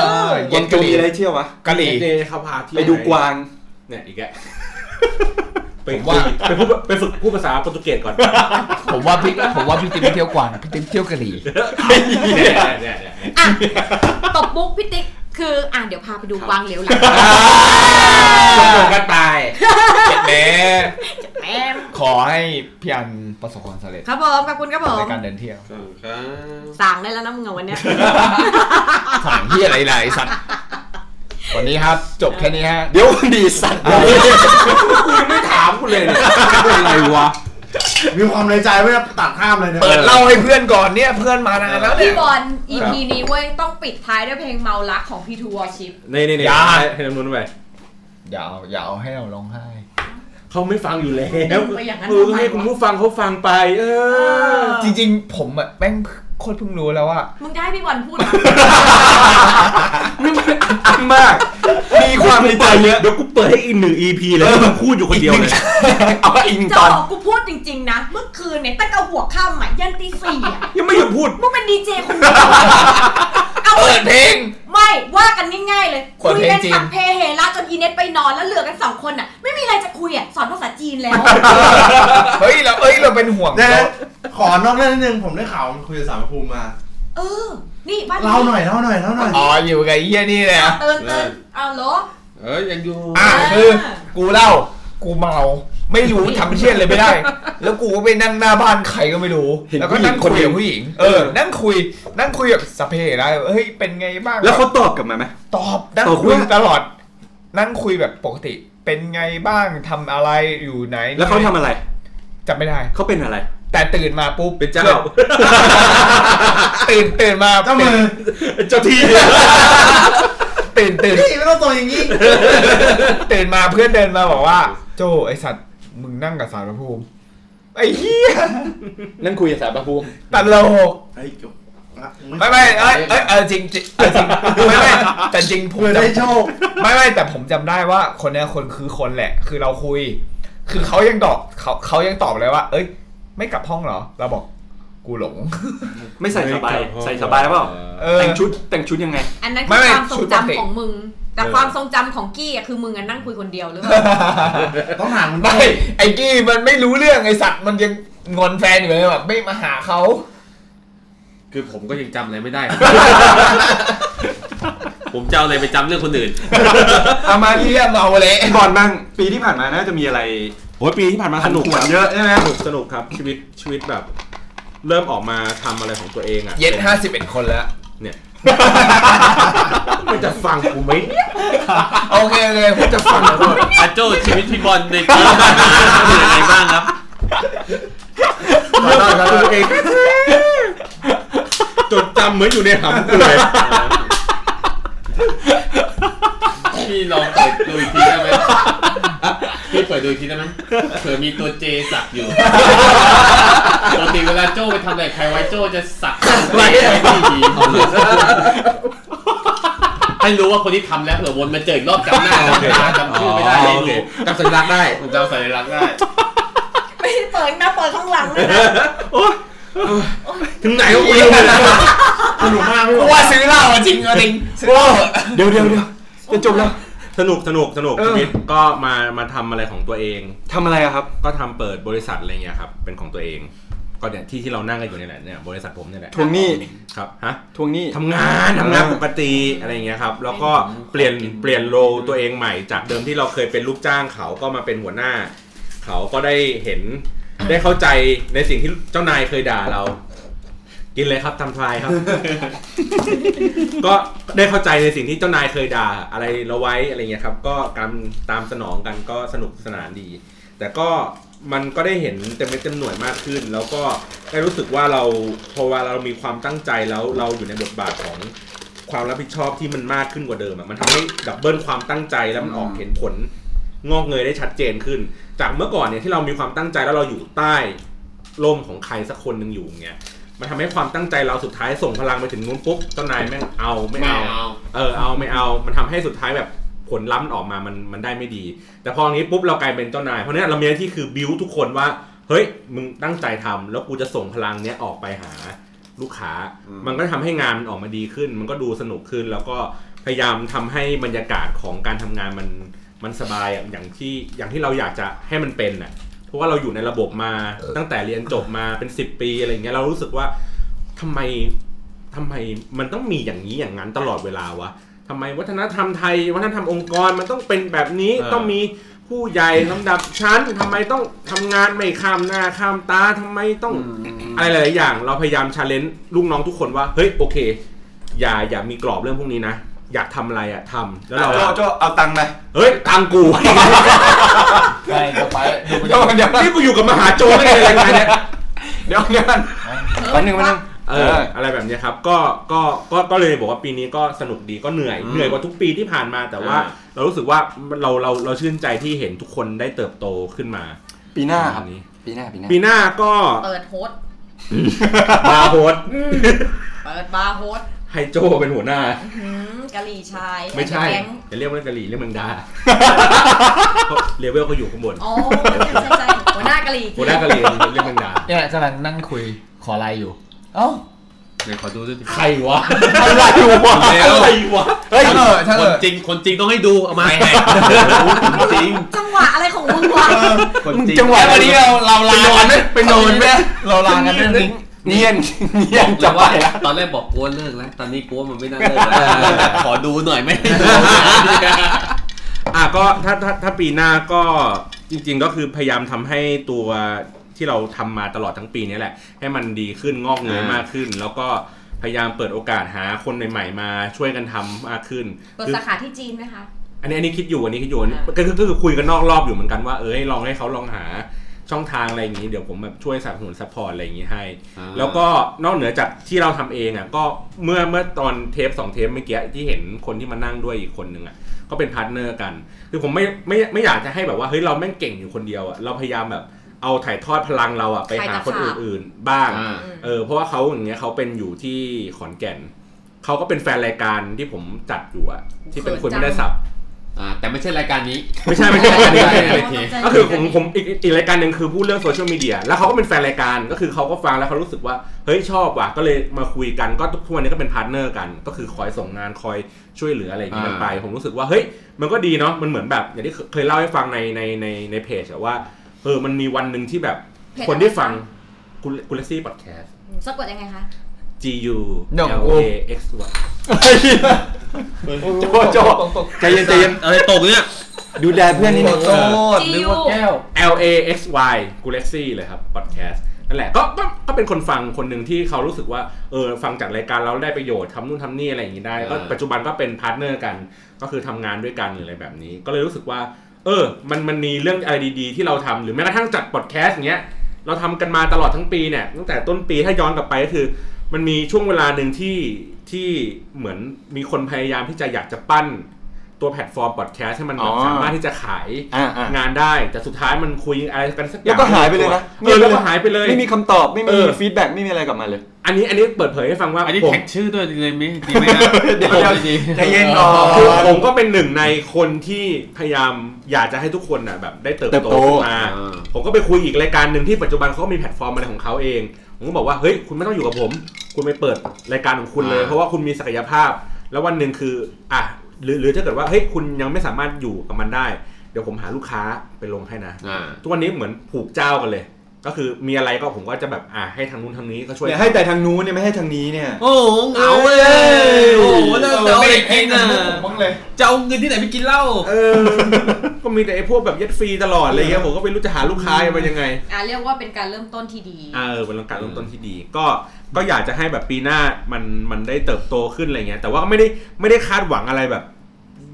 Speaker 1: วางโจวมีอะไรเที่ยววะ
Speaker 6: กะหรี่
Speaker 8: เดย์เขาพาเที่ยว
Speaker 1: ไปดูกวาง
Speaker 8: เนี่ยอีกแกไป
Speaker 6: ผมว่า
Speaker 8: ว่าไปพูดไปฝึกพูดภาษาโปรตุเกสก่อน
Speaker 6: ผมว่าพี่ผมว่าพี่ติ๊กไปเที่ยวกวางพี่ติ๊กเที่ยวกะหรี่
Speaker 8: เนี่ยเนี่ยเนี่ย
Speaker 9: อ่ะ ตบมุกพี่ติ๊กคืออ่ะเดี๋ยวพาไปดูกวางเหลียวหลัง
Speaker 12: ส่งกันไป
Speaker 6: เด้
Speaker 9: แม่ม
Speaker 6: ขอให้พี่อันประสบความสำเร็จ
Speaker 9: ครับผมขอบคุณครับผม
Speaker 6: ในการเดินเที่ยว
Speaker 9: สั่งได้แล้วนะมึงอะวันเนี้ย
Speaker 6: ถามที่อะไรๆไอ้สัตว์ วันนี้ครับจบแค่นี้ฮะ
Speaker 1: เดี๋ยวดีสัตว์
Speaker 8: ไม่ถามกูเลยเนี่ย
Speaker 12: อะไรวะ
Speaker 4: มีความในใจไว้นะตัดข้ามเลยเนี่ย
Speaker 6: เปิดเล่าให้เพื่อนก่อนเนี่ยเพื่อนมานานแล้วเนี่
Speaker 9: พี่
Speaker 6: ย
Speaker 9: บอล EP นี้เว้ย ต้องปิดท้ายด้วยเพลงเมารักของพี่ทูวอชิป
Speaker 8: นี่นี่นี่
Speaker 6: อย่า
Speaker 8: ให้น้ำนุ่นไป
Speaker 6: อย่าเอาอย่าเอาให้เราร้องไห้
Speaker 8: เขาไม่ฟังอยู่แล้ว
Speaker 9: ไปอย่างนั้น
Speaker 8: เออ
Speaker 9: ทำไมวะ
Speaker 8: ให้คุณผู้ฟังเขาฟังไป เออ
Speaker 6: จริงๆ ผมอะแม่งโคตรเพิ่งรู้แล้วว่า
Speaker 9: มึงได้พี่บอลพู
Speaker 6: (laughs)
Speaker 9: ดนะ
Speaker 1: อันมาก มีความในใจเยอะ
Speaker 8: เดี๋ยวกูเปิดให้อีกหนึ่ง EP เลยที่มึงพูดอยู่คนเดียวเลย
Speaker 1: เอาไปอีกหนึ่ง
Speaker 9: จะ
Speaker 1: ตอน
Speaker 9: บอกกูพูดจริงๆนะ เมื่อคืนเนี่ยตั้งแต่หัวค่ำอ่ะยันตีสี่อ่ะ
Speaker 8: ยังไม่หยุดพูด
Speaker 9: มึงเป็นดีเจคนเดียวเอา
Speaker 6: เปิดเพลง
Speaker 9: ไม่ว่ากันง่ายๆเลย
Speaker 6: คน
Speaker 9: คุย
Speaker 6: เพลง
Speaker 9: กัน
Speaker 6: จริง
Speaker 9: สัมเพเฮระจนอีเน็ตไปนอนแล้วเหลือกันสองคนอ่ะ ไม่มีอะไรจะคุยอ่ะ สอนภาษาจีนแล้ว
Speaker 6: เฮ้ยเราเอ้ยเราเป็นห่วง
Speaker 4: นะ
Speaker 6: เรา
Speaker 4: ขอนอกเรื่องนิดนึง ผมได้ข่าวคุยกับสามภูมิมา
Speaker 9: เออ นี่บ้าน
Speaker 4: เล่าหน่อยเล่าหน่อยเล่าหน่อย
Speaker 6: อ๋ออยู่กับไอ้เฮียนี่แหละ
Speaker 9: เตือนเตือนเอาเหรอ
Speaker 10: เอ้ยยังอยู่
Speaker 6: อ่ะคือกูเล่า กูเมา ไม่รู้ทำเชี่ยอะไรไม่ได้ แล้วกูก็ไปนั่งหน้าบ้านใครก็ไม่รู้
Speaker 1: เห็น
Speaker 6: แล้ว
Speaker 1: ผู้
Speaker 6: ก็
Speaker 1: หญิง
Speaker 6: นั่ง
Speaker 1: คน
Speaker 6: คุย
Speaker 1: เดียว
Speaker 6: กับผู้หญิง เออ นั่งคุย นั่งคุยกับสพเพได้เฮ้ยเป็นไงบ้าง
Speaker 1: แล้วเขาตอบกลับมาไหม
Speaker 6: ตอบนั่ง
Speaker 1: ตอบ
Speaker 6: คุย
Speaker 1: ว่า
Speaker 6: ตลอด นั่งคุยแบบปกติ เป็นไงบ้างทำอะไรอยู่ไหน
Speaker 1: แล้วเขาทำอะไร
Speaker 6: จำไม่ได้
Speaker 1: เขาเป็นอะไร
Speaker 6: แต่ตื่นมาปุ๊บ
Speaker 8: เป็นเจ้า
Speaker 6: ตื่นตื่นมา
Speaker 4: เจ้ามือ
Speaker 8: เจ้า
Speaker 6: (laughs)
Speaker 8: ที่
Speaker 6: ตื่นตื่น
Speaker 4: พี่ไม่ต้องตัวอย่างนี้
Speaker 6: (laughs) ตื่นมาเพื่อนเดินมาบอกว่า โจไอสัตว์มึงนั่งกับสารพระภูมิไอ้เหี้ย
Speaker 1: นั่นคุยกับสารพระภูมิ
Speaker 6: ตลก
Speaker 4: ไอ้จบ
Speaker 6: ไม่ไม่เอ้ยเอ้ยเออจริงจริงเออจริงไม่ไม่แต่จริงภู
Speaker 4: เพื่อ
Speaker 6: มิ
Speaker 4: ได้โชค
Speaker 6: ไม่ไม่แต่ผมจำได้ว่าคนเนี้ยคนคือคนแหละ คือเราคุย คือเขายังตอบเขาเขายังตอบเลยว่า เอ้ย ไม่กลับห้องเหรอ เราบอก กูหลง
Speaker 1: ไม่ใส่สบายใส่สบายเปล่า
Speaker 6: เออ
Speaker 1: แต่งชุดแต่งชุดยังไง
Speaker 9: อันนั้น
Speaker 6: ไม่
Speaker 9: คือ
Speaker 6: ไม่
Speaker 9: ความทรง
Speaker 6: ชุดปกติ
Speaker 9: จำของมึง แต่ความทรงจำของกี้อะคือมึงอะนั่งคุยคนเดียวหรือเปล่า
Speaker 13: ต้องถามคุณ
Speaker 6: ไม่ไอ้กี้มันไม่รู้เรื่องไอ้สัตว์มันยังงอนแฟนอยู่เลยแบบไม่มาหาเขา
Speaker 8: คือผมก็ยังจำอะไรไม่ได้
Speaker 14: ผมจะเอาอะไรไปจำเรื่องคนอื่น
Speaker 6: เอามาที่เรื่องเมาเลย
Speaker 1: บอลบ้างปีที่ผ่านมาน่าจะมีอะไร
Speaker 7: โอ้ยปีที่ผ่านมา
Speaker 1: ผั
Speaker 7: สนุก
Speaker 1: ผว
Speaker 7: คน รับ
Speaker 1: เยอะใช่ไหม
Speaker 7: สนุกสนุกครับ ชีวิตชีวิตแบบ เริ่มออกมาทำอะไรของตัวเองอ่ะ
Speaker 6: เย็นห้าสิบเอ็ดคนแล้ว
Speaker 7: มันจะฟังกูไหมเนี่ย
Speaker 6: โอเคโอเคผมจะฟังนะ
Speaker 14: อาโจชีวิตพี่บอลในปีที่ผ่านมาเป็นยังไงบ้างครับ
Speaker 7: ขอโทษครับ (laughs) ตัวเอง (laughs) จดจำเหมือนอยู่ในหำกูเลย
Speaker 8: พี่ลองเปิดดูอีกทีได้ไหมพี่เปิดดูอีกทีได้ไหมเผื่อมีตัวเจสักอยู่ปกติเวลาโจ้ไปทำอะไรใครไว้โจ้จะสักไว้ให้พี่ดีให้รู้ว่าคนที่ทำแล้วเผื่อวนมาเจออีกรอบจำหน้าจำตาจำชื่อไม่ได้ให้รู้
Speaker 7: จำสัญลักษณ์ได้
Speaker 8: ผมจำสัญลักษณ์ได้
Speaker 9: ไม่ได้เปิดนะเปิดข้างหลังเลยนะ
Speaker 7: ถึงไหนก็กูเลยสนุกมากพี่
Speaker 6: กูว่าซื้อเหล้าอะจริงอะจริงซื้อเหล้าอะ
Speaker 1: เดี๋ยวเดี๋ยวเดี๋ยวจะจบแล้ว
Speaker 7: สนุกสนุกสนุก
Speaker 1: เออ
Speaker 7: ชีวิตก็มามาทำอะไรของตัวเอง
Speaker 1: ทำอะไรอะครับ
Speaker 7: ก็ทำเปิดบริษัทอะไรเงี้ยครับ เป็นของตัวเอง ก็เนี่ยที่ที่เรานั่งกันอยู่เนี่ยแหละเนี่ยบริษัทผมเนี่ยแหละ
Speaker 1: ทวงหนี้
Speaker 7: ครับฮะ
Speaker 1: ทวงหนี้
Speaker 7: ทำงานทำงาน
Speaker 1: เออ
Speaker 7: ปกติอะไรอย่างเงี้ยครับ แล้วก็เปลี่ยนเปลี่ยนโรลตัวเองใหม่จากเดิมที่เราเคยเป็นลูกจ้างเขาก็มาเป็นหัวหน้า เขาก็ได้เห็นได้เข้าใจในสิ่งที่เจ้านายเคยด่าเรา กินเลยครับทำทรายครับ ก็ได้เข้าใจในสิ่งที่เจ้านายเคยด่าอะไรเราไว้อะไรเงี้ยครับ ก็การตามสนองกันก็สนุกสนานดี แต่ก็มันก็ได้เห็นเต็มเม็ดเต็มหน่วยมากขึ้น แล้วก็ได้รู้สึกว่าเราพอเวลาเรามีความตั้งใจแล้วเราอยู่ในบทบาทของความรับผิดชอบที่มันมากขึ้นกว่าเดิมอะมันทำให้ดับเบิลความตั้งใจแล้วมันออกเห็นผลงอกเงยได้ชัดเจนขึ้น จากเมื่อก่อนเนี่ยที่เรามีความตั้งใจแล้วเราอยู่ใต้ร่มของใครสักคนหนึ่งอยู่อย่างเงี้ยมันทำให้ความตั้งใจเราสุดท้ายส่งพลังไปถึงนู้นปุ๊บเจ้านายแม่งเอาไม่เอา เออเอาไม่เอามันทำให้สุดท้ายแบบผลลัพธ์ออกมามันมันได้ไม่ดี แต่พออย่างนี้ปุ๊บเรากลายเป็นเจ้านาย เพราะฉะนั้นเรามีหน้าที่คือบิวทุกคนว่า เฮ้ย มึงตั้งใจทำแล้วกูจะส่งพลังเนี้ยออกไปหาลูกค้า มันก็ทำให้งานมันออกมาดีขึ้น มันก็ดูสนุกขึ้น แล้วก็พยายามทำให้บรรยากาศของการทำงานมันมันสบายอะอย่างที่อย่างที่เราอยากจะให้มันเป็นน่ะเพราะว่าเราอยู่ในระบบมาตั้งแต่เรียนจบมาเป็น 10 ปีอะไรอย่างเงี้ยเรารู้สึกว่าทำไม ทำไมมันต้องมีอย่างนี้อย่างนั้นตลอดเวลาวะทำไมวัฒนธรรมไทย วัฒนธรรมองค์กรมันต้องเป็นแบบนี้
Speaker 8: เออ
Speaker 7: ต้องมีผู้ใหญ่ลำดับชั้นทำไมต้องทำงานไม่ข้ามหน้าข้ามตาทำไมต้องอะไรหลายๆอย่าง เราพยายามชาเลนจ์ลูกน้องทุกคนว่าเฮ้ยโอเค อย่าอย่ามีกรอบเรื่องพวกนี้นะ อยากทำอะไรอะทำแล้วเรา
Speaker 1: โจโจเอาตังค์ไป
Speaker 7: เฮ้ยตัง (laughs) กู
Speaker 6: ใช่เดี๋ยวไปเดี๋ยวเดี๋ยว
Speaker 7: นี่กูอยู่กับมหาโจรได้ไงรายการเนี้ย
Speaker 1: เดี๋ยวเดี๋ยวกันแป๊บนึงแป๊บนึง
Speaker 7: เอออะไรแบบเนี้ยครับก็ก็ก็ก็เลยบอกว่าปีนี้ก็สนุกดีก็เหนื่อยเหนื่อยกว่าทุกปีที่ผ่านมาแต่ว่า เรารู้สึกว่าเราเราเราชื่นใจที่เห็นทุกคนได้เติบโตขึ้นมา
Speaker 1: ปีหน้าครับ
Speaker 7: นี้
Speaker 1: ปีหน้าปีหน้า
Speaker 7: ปีหน้า (laughs) ก็
Speaker 9: เปิดโฮสต์
Speaker 7: บาร์โฮ (laughs) ส
Speaker 9: เปิดบาร์โฮสต์
Speaker 7: ไฮโจเป็นหัวหน้า
Speaker 9: หืมกะหรี่ชาย
Speaker 7: ไม่ใช่
Speaker 9: แก๊ง
Speaker 7: จะเรียกว่ากะหรี่เรียก (laughs) เมืองด (laughs) าเพราะเลเวลเขาอยู่ข้างบน
Speaker 9: อ๋อใช่ใช่ๆหัวหน้ากะหรี่
Speaker 7: หัวหน้ากะหรี่เรียกเมืองดา
Speaker 6: เนี่ยกำลังนั่งคุยขอไลน์อยู่ เอ้า
Speaker 8: เดี๋ยวขอดูด้วย
Speaker 7: ใครวะ
Speaker 6: อะไรอยู่วะ
Speaker 7: อะไรวะ
Speaker 6: เฮ้ยเออใช่
Speaker 8: ค
Speaker 6: เอน อ
Speaker 8: จริงคนจริงต้องให้ดูเอามาจริง
Speaker 9: จังหวะอะไรของมึงวะ
Speaker 8: คนจริง
Speaker 6: จังหวะวันนี้เราเราลากันไหมไปนอนไหมเราลากันเรื่องนี้
Speaker 1: เนียน เนียน
Speaker 8: จั
Speaker 1: จะ
Speaker 8: ง
Speaker 1: ไป
Speaker 8: ว่า
Speaker 1: ละ
Speaker 8: ตอนแรกบอกกลัวเลิกแล้ว ตอนนี้กลัวมันไม่น่าเลิกแล้วขอดูหน่อยไหม
Speaker 7: อ่ะก็ถ้าถ้าถ้าปีหน้าก็จริง ๆ ก็คือพยายามทำให้ตัวที่เราทำมาตลอดทั้งปีนี้แหละ ให้มันดีขึ้นงอกเงย
Speaker 8: อ่าม
Speaker 7: มากขึ้น แล้วก็พยายามเปิดโอกาสหาคนใหม่ๆมาช่วยกันทำมากขึ้น
Speaker 9: เปิด
Speaker 7: คือ
Speaker 9: สาขาที่จีนไหมคะ
Speaker 7: อันนี้อันนี้คิดอยู่อันนี้คิดอยู่อันนี้
Speaker 9: อ่า
Speaker 7: ก็คือก็คือคุยกันนอกรอบอยู่เหมือนกันว่าเออให้ลองให้เขาลองหาช่องทางอะไรอย่างนี้เดี๋ยวผมแบบช่วยสนับสนุนซัพพอร์ตอะไรอย่างนี้ให้ แล้วก็นอกเหนือจากที่เราทำเองอ่ะก็เมื่อเมื่อตอนเทปสองเทปเมื่อกี้ที่เห็นคนที่มานั่งด้วยอีกคนนึงอ่ะก็เป็นพาร์ทเนอร์กัน คือผมไม่ไม่ไม่อยากจะให้แบบว่าเฮ้ยเราแม่งเก่งอยู่คนเดียวอ่ะเราพยายามแบบเอาถ่ายทอดพลังเราอ่ะไปหาคนอื่นๆ บ้าง
Speaker 8: อ่า
Speaker 7: เออเพราะว่าเขาอย่างเงี้ยเขาเป็นอยู่ที่ขอนแก่น เขาก็เป็นแฟนรายการที่ผมจัดอยู่อะที่เป็น
Speaker 9: เขิน
Speaker 7: คนไม่ได้สับ
Speaker 2: อ่าแต่ไม่ใช่รายการนี้
Speaker 7: ไม่ใช่ไม่ใช่อันนี้
Speaker 2: โอเค
Speaker 7: ก็คือผมผมอีกอีกรายการหนึ่งคือพูดเรื่องโซเชียลมีเดียแล้วเขาก็เป็นแฟนรายการก็คือเขาก็ฟังแล้วเขารู้สึกว่าเฮ้ยชอบว่ะก็เลยมาคุยกันก็ทุกวันนี้ก็เป็นพาร์ทเนอร์กัน ก็คือคอยส่งงานคอยช่วยเหลืออะไรอย่างนี้กันไป ผมรู้สึกว่าเฮ้ยมันก็ดีเนาะมันเหมือนแบบอย่างที่เคยเล่าให้ฟังในในในในเพจอะว่าเออมันมีวันหนึ่งที่แบบ
Speaker 9: เพจ
Speaker 7: คนที่ฟังกุลกุลซี่พอดแคสต์
Speaker 9: สะกดยังไงคะ
Speaker 7: G U
Speaker 6: หน่อง
Speaker 7: L
Speaker 6: กู
Speaker 7: A X Y
Speaker 3: โจโจ
Speaker 7: ใจเย็นใจเย็น
Speaker 8: อะไรตกเนี่ย
Speaker 6: ดูแลเพื่อนนิดนึง
Speaker 3: โจ
Speaker 9: จี
Speaker 3: หรือ
Speaker 9: ยู
Speaker 3: ว่าแก้ว
Speaker 7: L A X Y กูเล็กซี่เลยครับพอดแคสต์นั่นแหละก็ก็ก็เป็นคนฟังคนหนึ่งที่เขารู้สึกว่าเออฟังจากรายการเราได้ประโยชน์ทำนู่นทำนี่อะไรอย่างนี้ได้ ก็
Speaker 2: อ่า
Speaker 7: ปัจจุบันก็เป็นพาร์ทเนอร์กัน ก็คือทำงานด้วยกันหรืออะไรแบบนี้ ก็เลยรู้สึกว่า เออ มันมันมีเรื่องอะไรดีๆ ที่เราทำหรือแม้กระทั่งจัดพอดแคสต์อย่างเงี้ย เราทำกันมาตลอดทั้งปีเนี่ยตั้งแต่ต้นปีถ้าย้อนกลับไปก็คือ มันมีช่วงเวลาหนึ่งที่ที่เหมือนมีคนพยายามที่จะอยากจะปั้นตัวแพลตฟอร์มพอดแคสต์ให้มันแบบ
Speaker 1: อ๋อ
Speaker 7: สามารถที่จะขาย
Speaker 1: อ่าอ่า
Speaker 7: งานได้แต่สุดท้ายมันคุยอะไรกันสักอ
Speaker 1: แล้
Speaker 7: ย่าว ง
Speaker 1: ก็หายไปเลยนะ
Speaker 7: เออแล้วก็หายไปเลย
Speaker 1: ไม่มีคำตอบไม่
Speaker 7: เอ
Speaker 1: มี
Speaker 7: อ
Speaker 1: ฟีดแบ็กไม่มีอะไรกลับมาเลย
Speaker 7: อันนี้อันนี้เปิดเผยให้ฟังว่า
Speaker 8: อันนี้
Speaker 7: ผม
Speaker 8: แท็กชื่อด้วยเลยไหมดีไหมฮะ
Speaker 1: เดี๋ยว
Speaker 2: ผมดี
Speaker 3: ใจเย็นก่อ
Speaker 7: คือน ผมก็เป็นหนึ่งในคนที่พยายามอยากจะให้ทุกคนน่ะแบบได้เติบ
Speaker 1: เติบ
Speaker 7: โต
Speaker 1: โต
Speaker 7: ขึ้นมา ผมก็ไปคุยอีกรายการหนึ่งที่ปัจจุบันเขาก็มีแพลตฟอร์มอะไรของเขาเอง ผมก็บอกว่าเฮ้ยคุณไม่ต้องอยู่กับผม คุณไปเปิดรายการของคุณเลย
Speaker 2: อ่า
Speaker 7: เพราะว่าคุณมีศักยภาพ แล้ววันหนึ่งคืออ่ะหรือหรือถ้าเกิดว่าเฮ้ยคุณยังไม่สามารถอยู่กับมันได้ เดี๋ยวผมหาลูกค้าไปลงให้นะ
Speaker 2: อ่า
Speaker 7: ทุกวันนี้เหมือนผูกเจ้ากันเลย ก็คือมีอะไรก็ผมก็จะแบบอ่าให้ทางนู้นทางนี้ก็ช่วย
Speaker 1: เนี่ยให้แต่ทางนู้นเนี่ยไม่ให้ทางนี้เนี่ย
Speaker 8: โอ้โหเหงาเลย โอ้โหเลิกแล้วไปกินอ่ะ
Speaker 3: บ้างเลย
Speaker 8: จะเอาเงินที่ไหนไปกินเหล้า
Speaker 7: เออ (laughs) ก็มีแต่ไอ้พวกแบบยัดฟรีตลอดอะไรเงี้ยผมก็ไม่รู้จะหาลูกค้าไปยังไง
Speaker 9: อ่ะเรียกว่าเป็นการเริ่มต้นที่ดี
Speaker 7: อ่าเออเป็นการเริ่มต้นที่ดี ก็ก็อยากจะให้แบบปีหน้ามันมันได้เติบโตขึ้นอะไรเงี้ยแต่ว่าก็ไม่ได้ไม่ได้คาดหวังอะไรแบบ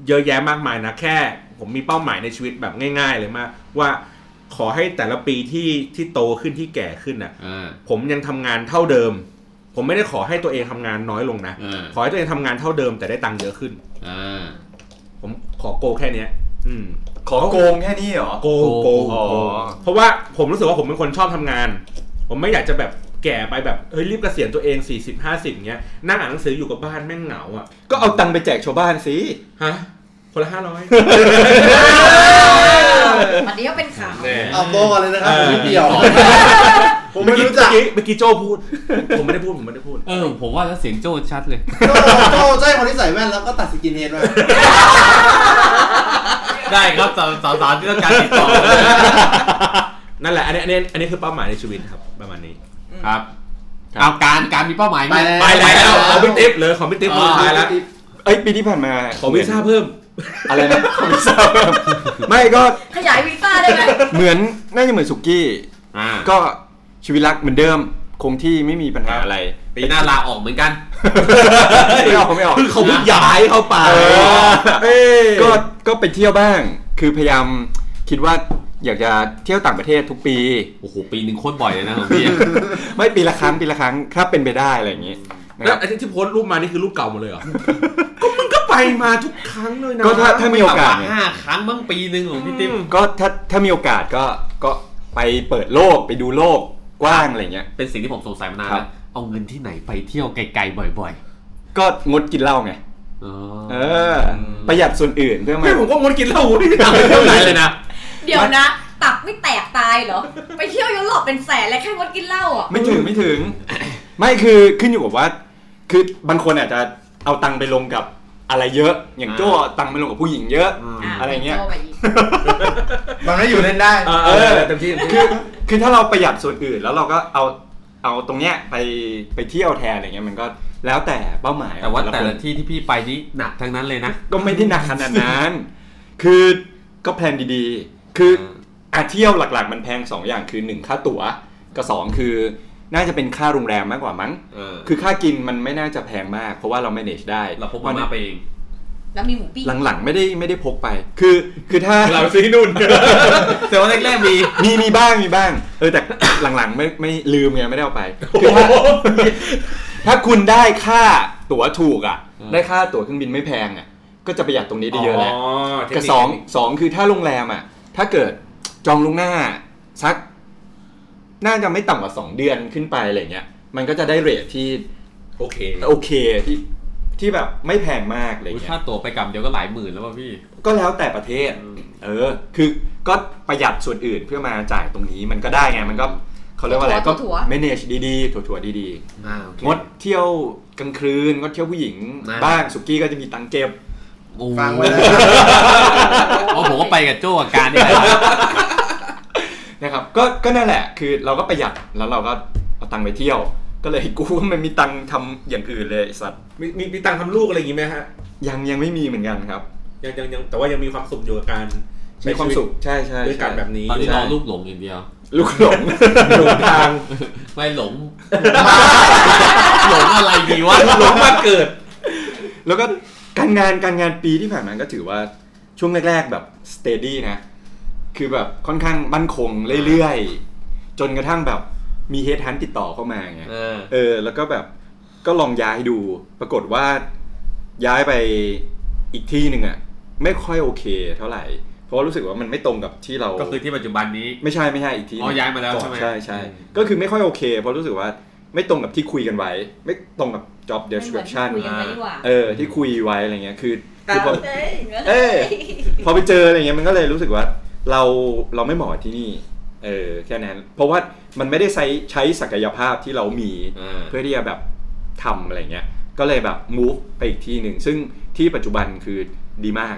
Speaker 7: เยอะแยะมากมายนะแค่ ผมมีเป้าหมายในชีวิตแบบง่าย ๆ เลยมากว่าขอให้แต่ละปีที่ที่โตขึ้นที่แก่ขึ้นน่ะ
Speaker 2: อ่า
Speaker 7: ผมยังทำงานเท่าเดิม ผมไม่ได้ขอให้ตัวเองทำงานน้อยลงนะ
Speaker 2: อ่า
Speaker 7: ขอให้ตัวเองทำงานเท่าเดิมแต่ได้ตังค์เยอะขึ้น
Speaker 2: อ่า
Speaker 7: ผมขอโกแค่เนี้ย อืม
Speaker 1: ขอโกงแค่นี้เหรอ
Speaker 7: โกงโกง
Speaker 1: อ๋อ
Speaker 7: โกงเพราะว่าผมรู้สึกว่าผมเป็นคนชอบทำงาน ผมไม่อยากจะแบบแก่ไปแบบเฮ้ยรีบเกษียณตัวเอง 40 50เงี้ยนั่งอ่านหนังสืออยู่กับบ้านแม่งเหงาอ่ะ
Speaker 1: ก็เอาตังค์ไปแจกชาวบ้านสิ
Speaker 7: ฮะคนละห้าร้อย
Speaker 9: วันนี้ก็เป็นข่าว
Speaker 4: เอาโตก่อนเลยนะครับ
Speaker 7: เอ
Speaker 4: ผ
Speaker 7: อ
Speaker 4: มไม่เกี่ยว ผมไม่
Speaker 7: เมื่อกี้
Speaker 4: รู้จัก
Speaker 7: เมื่อกี้เมื่อกี้โจพูด ผมไม่ได้พูดผมไม่ได้พูด
Speaker 2: เออ ผมว่าแล้วเสียงโจ้ชัดเลย
Speaker 4: โตโตใช่คนที่ใส่แว่นแล้วก็ตัดสกินเฮดไว้
Speaker 8: ได้ครับสาวสาวๆที่ต้องการติดต่อ
Speaker 7: นั่นแหละอันนี้อันนี้อันนี้คือเป้าหมายในชีวิตครับประมาณนี้
Speaker 2: ครับเอาการการมีเป้าหมายไหม
Speaker 4: ไปแล้ว
Speaker 7: ไปแล้วขอพี่ติ๊บเลยขอพี่ติ๊บ
Speaker 2: อ๋
Speaker 7: ค
Speaker 2: อ
Speaker 7: นสุดท้ายแล้ว
Speaker 1: เอ้ย ปีที่ผ่านมา
Speaker 7: ขอวีซ่าเพิ่ม
Speaker 1: อะไรนะขอวีซ่าเพิ่มไม่ก็
Speaker 9: ขยายวีซ่าได้ไหม
Speaker 1: เหมือนน่าจะเหมือนสุกี้
Speaker 2: อ่า
Speaker 1: ก็ชีวิตรักเหมือนเดิม คงที่ไม่มีปัญหาอะไร
Speaker 2: ปีหน้าลาออกเหมือนกัน
Speaker 1: ไม่ออก (laughs) ไม่ออก
Speaker 7: คือเขาเพิ่งย้ายเข้าไป
Speaker 1: เออ
Speaker 7: เอ้ย
Speaker 1: ก็ก็ไปเที่ยวบ้าง คือพยายามคิดว่าอยากจะเที่ยวต่างประเทศทุกปี
Speaker 2: โอ้โห ปีหนึ่งโคตรบ่อยเลย
Speaker 7: (laughs)
Speaker 2: นะของพี่
Speaker 1: ไม่ปีละครั้งปีละครั้งถ้าเป็นไปได้อะไรอย่างนี้นะคว
Speaker 7: แล้
Speaker 1: รับ
Speaker 7: ไอ้ที่โพสต์รูปมานี่คือรูปเก่าหมดเลยเหรอ ก็มึงก็ไปมาทุกครั้งเลยนะ
Speaker 1: ก็ถ้าถ้ามีโอกาส
Speaker 8: ไม่
Speaker 1: เนี่ย
Speaker 8: ต่ำว่ห้าครั้งบ้างปีหนึ่งของพี่ติ๊บ
Speaker 1: ก็ถ้าถ้ามีโอกาสก็ก็ไปเปิดโลกไปดูโลกกว้างอะไรอย่างเงี้ย
Speaker 2: เป็นสิ่งที่ผมสงสัยมานาน
Speaker 1: ครั
Speaker 2: แล้ว
Speaker 1: บ
Speaker 2: เอาเงินที่ไหนไปเที่ยวไกลๆบ่อย
Speaker 1: ก็งดกินเหล้าไง
Speaker 2: ๆอ๋อ
Speaker 1: เออ ประหยัดส่วนอื่นเพื่อมา
Speaker 7: ไม่ผมก็งดกินเหล้าไม่ได้ตังค์ไปเที่ยวไหนเลยนะ
Speaker 9: เดี๋ยวนะ ตับไม่แตกตายเหรอ ไปเที่ยวยุโรปเป็นแสนและแค่งดกินเหล้าอ่ะ
Speaker 1: ไม่ถึงไม่ถึง (coughs) ไม่คือขึ้นอยู่กับว่า คือบางคนอาจจะเอาตังค์ไปลงกับอะไรเยอะ อย่างโจ้เอาตังค์ไปลงกับผู้หญิงเยอะ อะไรเงี้ย
Speaker 9: โทปอีก
Speaker 5: มันไม่อยู่เล่นได้
Speaker 7: เออเออเต็มที่เต็มที่
Speaker 1: คือคือถ้าเราประหยัดส่วนอื่นแล้วเราก็เอาเอาตรงเนี้ยไปไปเที่ยวแทนอะไรเงี้ยมันก็แล้วแต่เป้าหมาย
Speaker 2: แต่ว่า
Speaker 1: ของ
Speaker 2: แต่
Speaker 1: ค
Speaker 2: ละ
Speaker 1: น
Speaker 2: ที่ที่พี่ไปนี่หนักทั้งนั้นเลยนะ
Speaker 1: ก็ไม่ได้หนักขนาดนั้น (coughs) คือก็แพลนดีๆ คืออาเที่ยวหลักๆ มันแพงสองอย่างคือหนึ่งค่าตั๋วกับสองคือน่าจะเป็นค่าโรงแรมมากกว่ามั้ง
Speaker 2: เออ
Speaker 1: คือค่ากินมันไม่น่าจะแพงมาก เพราะว่าเรา manage ได้
Speaker 2: เราพกมันมาไปเอง
Speaker 9: แล้วมีหมูปิ้ง
Speaker 1: หลังๆไม่ได้ไม่ได้พกไป คือคือถ้า
Speaker 7: เราไปซื้อที่นู่น
Speaker 2: แต่ว่าแรกๆมี
Speaker 1: (laughs) มีมีบ้างมีบ้าง เออแต่ (coughs) หลังๆไม่ไม่ลืมไงไม่ได้เอาไปคือถ้าถ้าคุณได้ค่าตั๋วถูกอ่ะ ได้ค่าตั๋วเครื่องบินไม่แพงอ่ะก็จะประหยัดตรงนี้ได้เยอะแล้วกับสองสองคือถ้าโรงแรมอ่ะ ถ้าเกิดจองล่วงหน้าสัก น่าจะไม่ต่ำกว่าสองเดือนขึ้นไปอะไรเงี้ย มันก็จะได้เรทที่
Speaker 7: โอเค
Speaker 1: โอเคที่ ที่แบบไม่แพงมากอะไร
Speaker 8: อุ๊ย
Speaker 1: เงี้
Speaker 8: ค่าย ตั๋วไปกลับเดียวก็หลายหมื่นแล้วป่ะพี่
Speaker 1: ก็แล้วแต่ประเทศ เออ คือก็ประหยัดส่วนอื่นเพื่อมาจ่ายตรงนี้มันก็ได้ไงมันก็เขาเรียกว่าอะไร
Speaker 9: ถั่วๆ
Speaker 1: ก็
Speaker 9: ถั่วๆ
Speaker 1: manage ดีๆถั่วๆดี
Speaker 8: อ่าโอเค
Speaker 1: ๆงดเที่ยวกลางคืนงดเที่ยวผู้หญิง
Speaker 8: อ่า
Speaker 1: บ้างสุกี้ก็จะมีตังค์เก็บ
Speaker 4: ฟังไว้นะครับ
Speaker 8: อ๋อผมก็ไปกับโจ้กับการนี่แหละ
Speaker 1: นะครับก็ก็นั่นแหละคือเราก็ประหยัดแล้วเราก็เอาตังค์ไปเที่ยว ก็เลย (laughs) กูว่ามันมีตังค์ทำอย่างอื่นเลยไอ้สัตว์
Speaker 7: มีมีมีตังค์ทำลูกอะไรอย่างงี้ไหมฮะ
Speaker 1: ยังยังไม่มีเหมือนกันครับ
Speaker 7: ยังยังยังแต่ว่ายังมีความสุขอยู่กับการใช้
Speaker 1: มีความ
Speaker 7: ชีต
Speaker 1: สุขใช่ใช่
Speaker 7: ด้วยกัน
Speaker 1: ใช่
Speaker 7: แบบนี้
Speaker 8: ตอนนี้ร
Speaker 7: ใช่
Speaker 8: อลูกหลงอย่างเดียว
Speaker 1: ลูกหล (laughs) ง
Speaker 7: หลงทาง
Speaker 8: ไม่หลง หลงอะไรดีวะ
Speaker 7: หลงมาเกิด
Speaker 1: แล้วก็การงานการงานปีที่ผ่านมาก็ถือว่าช่วงแรก ๆ แบบสเตดี้นะ คือแบบค่อนข้างมั่นคงเรื่อยๆ จนกระทั่งแบบมีเฮดฮันติดต่อเข้ามาไง
Speaker 8: เออ
Speaker 1: เออ แล้วก็แบบก็ลองย้ายดู ปรากฏว่าย้ายไปอีกที่หนึ่งอะไม่ค่อยโอเคเท่าไหร่ เพราะรู้สึกว่ามันไม่ตรงกับที่เรา
Speaker 8: ก็คือที่ปัจจุบันนี้
Speaker 1: ไม่ใช่ไม่ใช่อีกที
Speaker 8: อ๋อย้ายมาแล้ว
Speaker 1: ก่อน
Speaker 8: ใช่ไหม
Speaker 1: ใช่ใช่
Speaker 8: อืม
Speaker 1: ก็คือไม่ค่อยโอเคเพราะรู้สึกว่าไม่ตรงกับที่คุยกันไว้ ไม่ตรงกับ job
Speaker 9: ไม่เหมือนที่
Speaker 1: description
Speaker 9: คุยกันไว้ดีกว่า
Speaker 1: เออที่คุยไว้อะไรเงี้ยคือคือพอ
Speaker 9: เอ้ย
Speaker 1: เอ้ย พอไปเจออะไรเงี้ยมันก็เลยรู้สึกว่า เราเราไม่เหมาะกับที่นี่ เออแค่นั้น เพราะว่ามันไม่ได้ใช้ใช้ศักยภาพที่เรามี
Speaker 8: อ่า
Speaker 1: เพื่อที่จะแบบทำอะไรเงี้ย ก็เลยแบบ move ไปอีกที่หนึ่ง ซึ่งที่ปัจจุบันคือดีมาก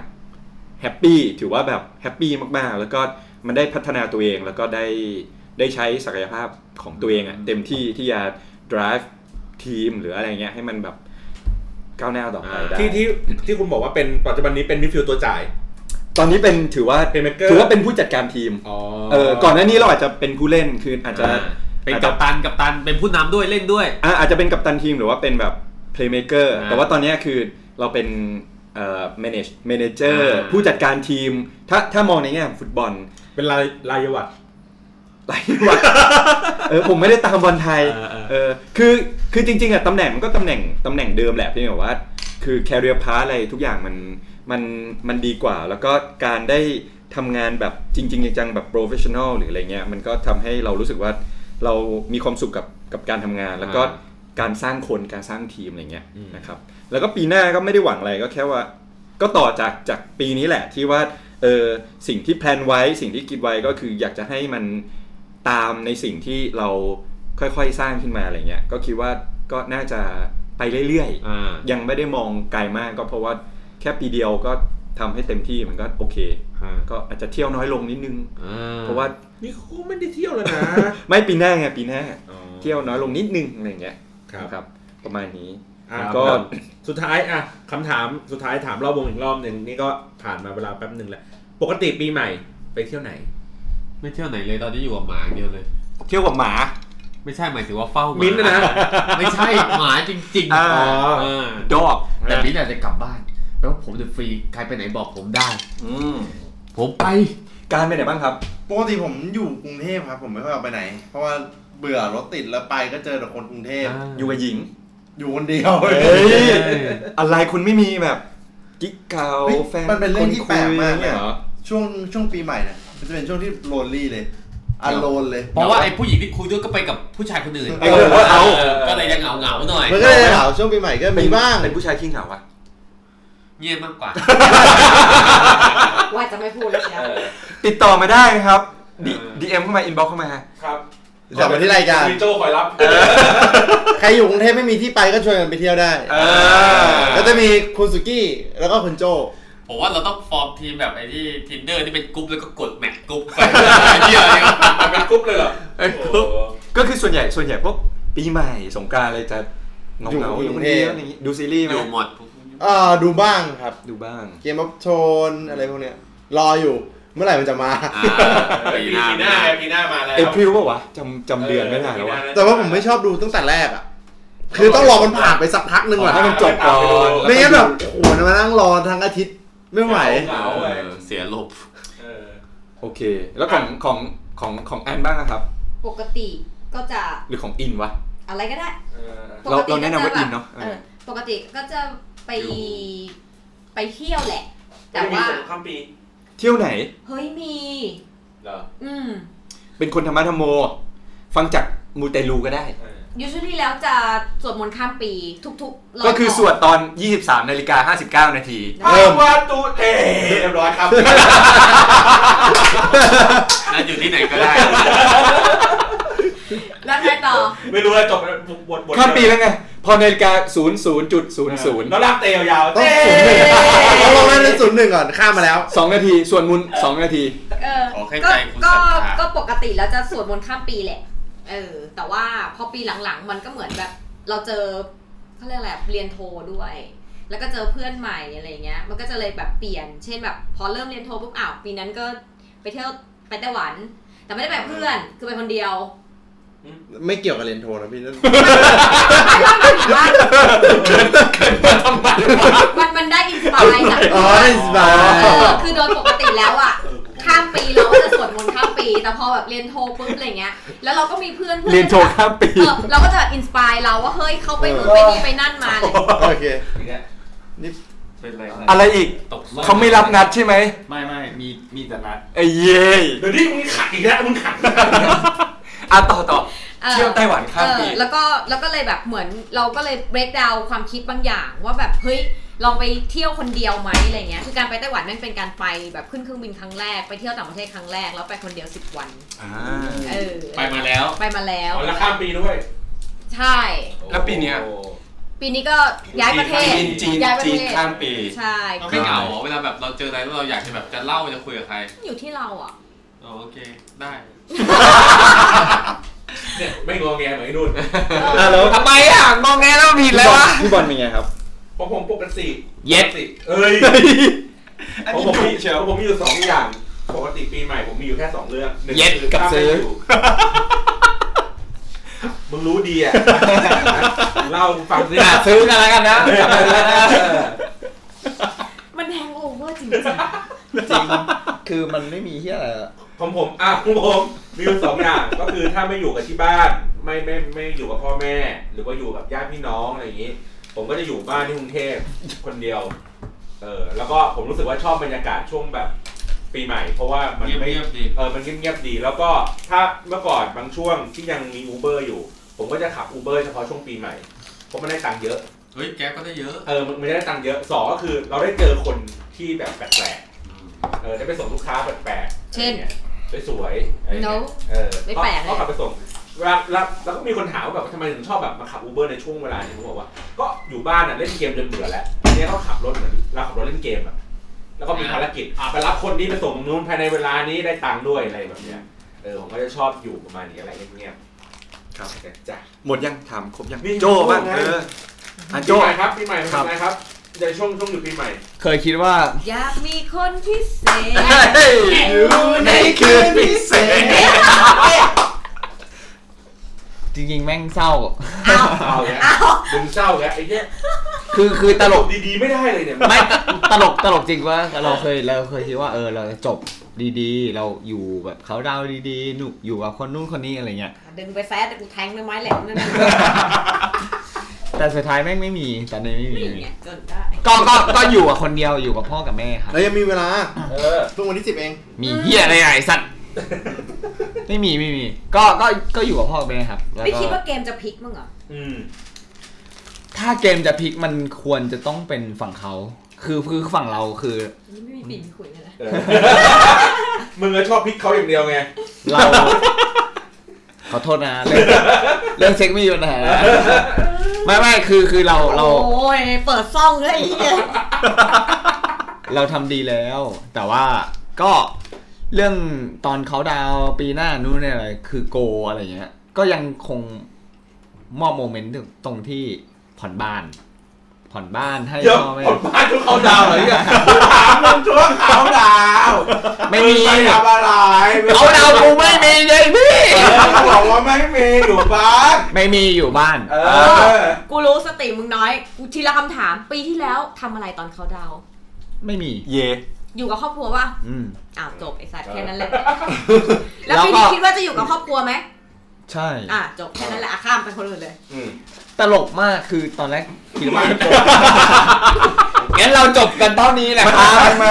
Speaker 1: แฮปปี้ถือว่าแบบแฮปปี้มากๆ แล้วก็มันได้พัฒนาตัวเองแล้วก็ได้ได้ใช้ศักยภาพของตัวเองอะเต็มที่ที่จะ drive ทีมหรืออะไรเงี้ยให้มันแบบก้าวหน้าต่อไปได้
Speaker 7: ที่ที่ที่คุณบอกว่าเป็นปัจจุบันนี้เป็นมิดฟิลด์ตัวจ่าย
Speaker 1: ตอนนี้เป็นถือว่า
Speaker 7: Playmaker
Speaker 1: ถือว่าเป็นผู้จัดการทีมเออก่อนหน้านี้เราอาจจะเป็นผู้เล่นคืออาจจะ
Speaker 8: อ่าเป็น
Speaker 1: อาจจะ
Speaker 8: กัปตันกัปตันเป็นผู้นำด้วยเล่นด้วย
Speaker 1: อ่ะอาจจะเป็นกัปตันทีมหรือว่าเป็นแบบ playmaker
Speaker 8: อ่า
Speaker 1: แต่ว่าตอนเนี้ยคือเราเป็นเอ่อ manage manager
Speaker 8: อ่า
Speaker 1: ผู้จัดการทีม ถ้าถ้ามองในแง่ของฟุตบอล
Speaker 7: เป็นรายรายวัต
Speaker 1: หลายวัดเออผมไม่ได้ตามบอลไทย
Speaker 7: อ่าอ่า
Speaker 1: เออคือคือจริง ๆอ่ะตำแหน่งมันก็ตำแหน่งตำแหน่งเดิมแหละพี่บอกว่า คือ career path อะไรทุกอย่างมันมันมันดีกว่า แล้วก็การได้ทำงานแบบจริง ๆ จังๆแบบ professional หรืออะไรเงี้ยมันก็ทำให้เรารู้สึกว่าเรามีความสุขกับกับการทำงานแล้วก็
Speaker 8: อ่า
Speaker 1: การสร้างคนการสร้างทีมอะไรเงี้ยนะครับแล้วก็ปีหน้าก็ไม่ได้หวังอะไรก็แค่ว่า ก็ต่อจากจากปีนี้แหละที่ว่าเออสิ่งที่แพลนไว้สิ่งที่คิดไว้ก็คืออยากจะให้มันตามในสิ่งที่เราค่อยๆสร้างขึ้นมาอะไรเงี้ยก็คิดว่าก็น่าจะไปเรื่อย
Speaker 8: อ่า
Speaker 1: ๆ ยังไม่ได้มองไกลมากก็เพราะว่าแค่ปีเดียวก็ทำให้เต็มที่มันก็โอเค
Speaker 8: อ่า
Speaker 1: ก็อาจจะเที่ยวน้อยลงนิดนึง
Speaker 8: อ่
Speaker 1: เพราะว่า
Speaker 7: นี่เขาก็ไม่ได้เที่ยวแล้วนะ
Speaker 1: ไม่ปีหน้าไงปีหน้า
Speaker 7: อ๋อ
Speaker 1: เที่ยวน้อยลงนิดนึงอะไรเงี้ย
Speaker 7: ครับ
Speaker 1: ครับประมาณนี้
Speaker 7: อ่ะ
Speaker 1: ก็
Speaker 7: ก็สุดท้ายอ่ะคำถามสุดท้ายถามรอบวงอีกรอบหนึ่งนี่ก็ผ่านมาเวลาแป๊บหนึ่งแล้ว ปกติปีใหม่ไปเที่ยวไหน
Speaker 8: ไม่เที่ยวไหนเลยตอนนี้อยู่กับหมาอย่างเดียวเลย
Speaker 1: เที่ยวกับหมา
Speaker 8: ไม่ใช่หมายถึงว่าเฝ้าหมา
Speaker 7: มิ้นท์นะนะ
Speaker 8: ไม่ใช่หมาจริงๆ
Speaker 1: อ่า
Speaker 8: เออ
Speaker 1: ดอก
Speaker 8: แต่มิ้นท์อาจจะกลับบ้านแปลว่าผมจะฟรีใครไปไหนบอกผมได้
Speaker 1: อืม
Speaker 8: ผมไป
Speaker 1: การไปไหนบ้างครับ
Speaker 5: ปกติผมอยู่กรุงเทพครับ ผมไม่ค่อยออกไปไหน เพราะว่าเบื่อรถติดแล้วไปก็เจอแต่คนกรุงเทพ
Speaker 8: อ่า
Speaker 1: อยู่กับหญิง
Speaker 5: อยู่คนเดียว
Speaker 1: เฮ้ย อะไรคุณไม่มีแบบ กิ๊กเกา
Speaker 5: เฮ้ย
Speaker 1: แฟน
Speaker 5: มันเป็นเรื่องที่แปลกมา
Speaker 1: คน
Speaker 5: ก
Speaker 1: คุ
Speaker 5: เลย
Speaker 1: เหรอ
Speaker 5: ช่วงช่วงปีใหม่เนี่ยมันจะเป็นช่วงที่โลนลี่เลยอโลนเลย
Speaker 8: เพราะว่าไอ้ผู้หญิงที่คุยด้วยก็ไปกับผู้ชายคนอื่น
Speaker 1: เออเอา
Speaker 8: ก็เลยยังเหงาเหงาๆหน่อย
Speaker 5: มันก็เลยเหงาช่วงปีใหม่ก็มีบ้าง
Speaker 1: เป็นผู้ชายขี้เหงาอะ
Speaker 8: เงียบมากกว่า
Speaker 9: ว่าจะไม่พูดแล้วนะ
Speaker 1: ติดต่อมาได้นะครับดีเอ็มเข้ามา อินบ็อกเข้ามา
Speaker 7: ครับ
Speaker 5: กลับมาที่รายการ
Speaker 7: มีโจ้คอยรับ
Speaker 5: ใครอยู่กรุงเทพไม่มีที่ไปก็ชวนกันไปเที่ยวได้
Speaker 1: เออ
Speaker 5: ก็จะมีคุณสุกี้แล้วก็คุณโจ
Speaker 8: ผมว่าเราต้องฟอร์มทีมแบบไอ้ที่ tinder ที่เป็นกรุ๊ปแล้วก็กดแมทกรุ๊ปไปไอ้เหี้ยเนี่ย
Speaker 7: เป็นกรุ๊ปเลยเหรอ
Speaker 1: เป็นกรุ๊ป ก็คือส่วนใหญ่ส่วนใหญ่พวกปีใหม่สงกรารอะไรจะเหงา
Speaker 5: อ
Speaker 1: เหงาอ
Speaker 5: ยู่
Speaker 1: ยู่
Speaker 5: ก
Speaker 1: ค
Speaker 5: รุ
Speaker 1: น
Speaker 5: งเท
Speaker 1: เดี
Speaker 5: พ
Speaker 1: ยวอะไรอย่างงี้ดูซีรีส์ไหม
Speaker 8: อยู่หมด
Speaker 5: อ่าดูบ้างครับ
Speaker 1: ดูบ้าง
Speaker 5: เกมออฟโชนอะไรพวกเนี้ย รออยู่เมื่อไหร่มันจะมา
Speaker 8: อ่า
Speaker 7: ปี
Speaker 8: ปี
Speaker 7: ห
Speaker 8: หน้า
Speaker 7: น้า
Speaker 8: ปีหน้า
Speaker 7: ปีหน้ามาแล้ว
Speaker 1: เอพิลป่าววะจำจำเดือนไม่ได้แล้ววะ
Speaker 5: แต่ว่าผมไม่ชอบดูตั้งแต่แรกอ่ะ คือต้องรอมันผ่านไปสักพักหนึ่งก่อน
Speaker 1: ให้มันจบก่อน
Speaker 5: ไม่งั้นแบบโอ้โหมานั่งรอทั้งอาทิตย์ไม่ไหว
Speaker 7: เหงา
Speaker 8: เอ
Speaker 7: เว้ย
Speaker 8: อเสียลบ
Speaker 7: เออ
Speaker 1: โอเค แล้วของของของของแอนบ้างนะครับ
Speaker 9: ปกติก็จะ
Speaker 1: หรือของอินวะ
Speaker 9: อะไรก็ได้
Speaker 7: เออ
Speaker 1: เรา
Speaker 9: ปกติ
Speaker 1: เราแนะนำว่า
Speaker 9: ก็จ
Speaker 1: อินเนอะ
Speaker 9: แบบออ
Speaker 1: เออ
Speaker 9: ปกติก็จะไป
Speaker 7: อยู่
Speaker 9: ไปเที่ยวแหละ แต่ว่า
Speaker 7: ไม่มีสงข้ามปี
Speaker 1: เที่ยวไหน
Speaker 9: เฮ้ยมี
Speaker 7: เหรอ
Speaker 9: อืม
Speaker 1: เป็นคนธรรมะธรรโม ฟังจากมูเตลูก็ได้
Speaker 7: เออ
Speaker 9: usually แล้วจะสวดมนต์ข้ามปีทุกๆร้ย
Speaker 1: ก็คือ
Speaker 9: ขง
Speaker 1: สวดตอน 23นาฬิกา59 นาที
Speaker 9: เริ่ม
Speaker 1: ว่าตูเตเรียบร้อยครับ
Speaker 8: นะอยู่ที่ไหนก็ได้
Speaker 9: แล้วไงต่อ
Speaker 7: ไม่รู้ว่าจบหมดหมด
Speaker 1: ข้ามปีแล้วไง พอนาฬิกา 00.00
Speaker 7: แล้วลากเตยาวๆ
Speaker 4: ต้องศูนย์หนึ่งต้องลงได้ศูนย์หนึ่งก่อนข้ามมาแล้ว
Speaker 1: 2นาที ส่วนมุน2นาที
Speaker 9: เออ
Speaker 8: ขอให้
Speaker 9: ก็
Speaker 8: ใจคุณ
Speaker 9: ก็
Speaker 8: ศรัทธา
Speaker 9: ก็ปกติแล้วจะสวดมนต์ข้ามปีแหละ เออ แต่ว่าพอปีหลังๆ มันก็เหมือนแบบ เราเจอเขาเรียกอะไรเรียนโทด้วย แล้วก็เจอเพื่อนใหม่อะไรเงี้ย มันก็จะเลยแบบเปลี่ยน เช่นแบบ พอเริ่มเรียนโทปุ๊บอ้าวปีนั้นก็ไปเที่ยวไปไต้หวัน แต่ไม่ได้ไปกับเพื่อน คือไปคนเดียว
Speaker 4: ไม่เกี่ยวกับเรียนโทนะพี่นั่น
Speaker 9: มันมันได้อินสปายจาก
Speaker 4: อ๋อได้ inspire
Speaker 9: เออคือโดยปกติแล้วอ่ะ ข้ามปีเราก็จะสวดมนต์ข้ามปี แต่พอแบบเรียนโทปุ๊บอะไรเงี้ย แล้วเราก็มีเพื่อนพื่อ
Speaker 1: เรียนโทข้ามปี
Speaker 9: เออเราก็จะแบบอินสปายเราว่าเฮ้ยเขาไปนู่นไปนี่ไปนั่นมาอะไรเงี้ย
Speaker 4: โอเค
Speaker 6: เป็นไร
Speaker 1: อะไรอีก
Speaker 8: ตกรอบ
Speaker 1: เขาไม่รับนัดใช่ไหม
Speaker 6: ไม่ไม่มีมีแต่นัด
Speaker 1: ไอ้เย้ย
Speaker 7: เดี๋ยวนี้มึงขัดอีกแล้วมึงขัด
Speaker 1: อ่ะต่อต่อ
Speaker 9: ออ
Speaker 1: เที่ยวไต้หวันข้ามปี
Speaker 9: เออแล้วก็แล้วก็เลยแบบเหมือนเราก็เลยเบรกดาวความคิดบางอย่าง ว่าแบบเฮ้ยลองไปเที่ยวคนเดียวไหมอะไรเงี้ย คือการไปไต้หวันนั่นเป็นการไปแบบขึ้นเครื่องบินครั้งแรกไปเที่ยวต่างประเทศครั้งแรกแล้วไปคนเดียวสิบวัน
Speaker 1: อ่า
Speaker 9: เออ
Speaker 8: ไปมาแล้ว
Speaker 9: ไปมาแล้ว
Speaker 7: แล้วข้ามปีด้วย
Speaker 9: ใช่
Speaker 1: แล้วปีเนี้ย
Speaker 9: ปีนี้ก็ย้ายประเทศ
Speaker 1: จีนจีน
Speaker 9: ย้ายประ
Speaker 1: จี
Speaker 9: เท
Speaker 1: น
Speaker 9: ศ
Speaker 1: ข้ามปี
Speaker 9: ใช่
Speaker 8: เราไม่เหงาเหรอเวลาแบบเราเจออะไรแล้วเราอยากจะแบบจะเล่าจะคุยกับใคร
Speaker 9: อยู่ที่เราอ่ะ
Speaker 8: อ๋อโอเค ได้
Speaker 7: เนี่ยไม่งอแงเหมือนไอ้นุ่น
Speaker 6: แล้วทำไมอ่ะมองแงแล้วผิดแล้ววะ
Speaker 1: พี่บอลเป็นไงครับ
Speaker 7: เพราะผมปกติ
Speaker 6: เย็ด
Speaker 7: ปกติเอ้ย
Speaker 1: อัน
Speaker 7: เพราะ
Speaker 1: นี้
Speaker 7: ผม
Speaker 1: ดุ
Speaker 7: มี
Speaker 1: เชียว
Speaker 7: เพราะผมมีอยู่สองอย่าง ปกติปีใหม่ผมมีอยู่แค่สองเรื่องหนึ่ง
Speaker 1: เย็ด
Speaker 7: คือ
Speaker 1: กับ
Speaker 7: ข้าม
Speaker 1: ซื้อ (laughs)
Speaker 7: ไปยู่มึงรู้ดี
Speaker 1: (laughs)
Speaker 7: อ่ะ เล่าฟังสิ
Speaker 6: อ่ะซื้อกันแล้วกันนะ
Speaker 9: มันแฮงโอเวอร์จริง
Speaker 4: จริง คือมันไม่มีที่อะไรอะ
Speaker 7: ของผมอ่ะของผมมีอยู่สองอย่าง ก็คือถ้าไม่อยู่กับที่บ้าน ไม่ไม่ไม่อยู่กับพ่อแม่ หรือว่าอยู่กับญาติพี่น้องอะไรอย่างนี้ ผมก็จะอยู่บ้านที่กรุงเทพคนเดียว เออ แล้วก็ผมรู้สึกว่าชอบบรรยากาศช่วงแบบ ปีใหม่ เพราะว่ามัน
Speaker 8: เงียบ
Speaker 7: ไม่
Speaker 8: เงียบดี
Speaker 7: เออ มันเงียบๆดี แล้วก็ถ้าเมื่อก่อนบางช่วงที่ยังมีอูเบอร์อยู่ ผมก็จะขับอูเบอร์เฉพาะช่วงปีใหม่ เพราะมันได้ตังค์เยอะ
Speaker 8: เฮ้ยแก๊ปก็ได้เยอะ
Speaker 7: เออ มันไม่ได้ตังค์เยอะสองก็คือ เราได้เจอคนที่แบบแปลกๆ เออ ได้ไปส่งลูกค้าแปลกๆอะไรงี้ยสวยๆอะไรเงี้ย
Speaker 9: No
Speaker 7: เออ
Speaker 9: ไม่แปลกเลย
Speaker 7: ก็ขับไปส่งเวลาแล้วแล้วก็มีคนถามว่าแบบทำไมถึงชอบแบบมาขับอูเบอร์ในช่วงเวลานี้ผมบอกว่า ก็อยู่บ้านอ่ะเล่นเกมจนเบื่อแล้วทีเนี่ยก็ขับรถเหมือนเราขับรถเล่นเกมอ่ะ แล้วก็มีภารกิจอ่ะไปรับคนนี้ไปส่งนู้นภายในเวลานี้ได้ตังค์ด้วยอะไรแบบเนี้ย เออผมก็จะชอบอยู่ประมาณนี้อะไรเงียบๆครับจ้ะ
Speaker 1: หมดยังถามครบยัง
Speaker 7: นี่
Speaker 1: โจ้บ้าง
Speaker 7: ไง
Speaker 1: เอออ่ะ
Speaker 7: ปี
Speaker 1: โจ้
Speaker 7: ใหม่ครับปีใหม่ทำอะไรครับในช่วงช่วงหยุดปีใหม่
Speaker 6: เคยคิดว่า
Speaker 9: ๆอยากมีคนพิเศษ
Speaker 1: (laughs) อยู่ในคืนพิเศษ
Speaker 6: จริงๆ แม่งเศร้า (laughs)
Speaker 7: เอาเนี่ยดึงเศร้าแล้วไอ้เนี้ย
Speaker 6: คือคือตลก
Speaker 7: ดีๆไม่ได้เลยเนี่ย
Speaker 6: ไม่ตลกตลกจริงว่าเราเคยเราเคยคิดว่าเออเราจะจบดีๆ เราอยู่แบบเขาดาวน์ดีๆหนุกอยู่กับคนนู้นคนนี้อะไรเงี้ย
Speaker 9: ดึงไปแซ่แต่กูแทงด้วยไม้แหลมนั่นน่ะ
Speaker 6: แต่สุดท้ายแม่งไม่มีตอนนี้ไม่มี
Speaker 9: นี่ไงจนได้
Speaker 6: ก็ก็ก็อยู่กับคนเดียวอยู่กับพ่อกับแม่ครับ
Speaker 4: แล้วยังมีเวลา
Speaker 7: เออ
Speaker 4: เพิ่งวันที่สิบเอง
Speaker 6: มีเฮียอะไรอ่ะไอ้สัตว์ไม่มีไม่มี ก็ก็ก็อยู่กับพ่อกับแม่ครับแล้ว
Speaker 9: ไม่
Speaker 6: ก็
Speaker 9: คิดว่าเกมจะพลิกมั้งเหรอ
Speaker 7: อืม
Speaker 6: ถ้าเกมจะพลิกมันควรจะต้องเป็นฝั่งเขา คือคือฝั่งเราคือ
Speaker 9: นี่ไม่มีปีมีคุยกันนะ
Speaker 7: เอ (laughs) อมึงก็ชอบพริกเขาอย่างเดียวไง
Speaker 6: เรา ขอโทษนะเรื่องเรื่องเซ็กไม่มีปัญหานะไม่ไม่คือคือเราเรา
Speaker 9: โอ้ยเปิดซ่องเลยไอ้เหี้ย (laughs)
Speaker 6: เราทำดีแล้ว แต่ว่าก็เรื่องตอนเขาดาวน์ปีหน้านู้นเนี่ยอะไรคือโกอะไรเงี้ย ก็ยังคงมอบโมเมนต์ตรงที่ผ่อนบ้าน ผ่อนบ้านให้
Speaker 7: เดี๋ยว
Speaker 6: พ่อแม่
Speaker 7: ผมพาทุกเขาดาวน์เหรอเนี่ยถามมึงทุกเขาดาวน์
Speaker 6: ไม่มี
Speaker 7: งไปทำอะไร
Speaker 6: เขาดาวน์กูไม่มีเลยพี่
Speaker 7: เออเขาบอกว่าไม่มีอยู่บ้าน
Speaker 6: ไม่มีอยู่บ้าน
Speaker 7: เออ
Speaker 9: กูรู้สติมึงน้อยกูทีละคำถาม ปีที่แล้วทำอะไรตอนเขาดาวน์
Speaker 6: ไม่มี
Speaker 1: เย่
Speaker 9: อยู่กับครอบครัวปะ
Speaker 6: อืม
Speaker 9: อ้าวจบไอ้สัตว์แค่นั้น
Speaker 1: (laughs)
Speaker 9: แหละ
Speaker 6: แล้
Speaker 9: แล้ว
Speaker 6: วก็
Speaker 9: พี่นี่คิดว่าจะอยู่กับครอบครัวไหม
Speaker 6: ใช่
Speaker 9: อ่ะจบแค่นั้นแหละอ่ะข้ามไปคนอื่นเลย
Speaker 7: อืม
Speaker 6: ตลกมากคือตอนแรกคิดว่า งั้นเราจบกันเท่านี้แหละค
Speaker 1: อ่ะ
Speaker 6: รับ
Speaker 1: มา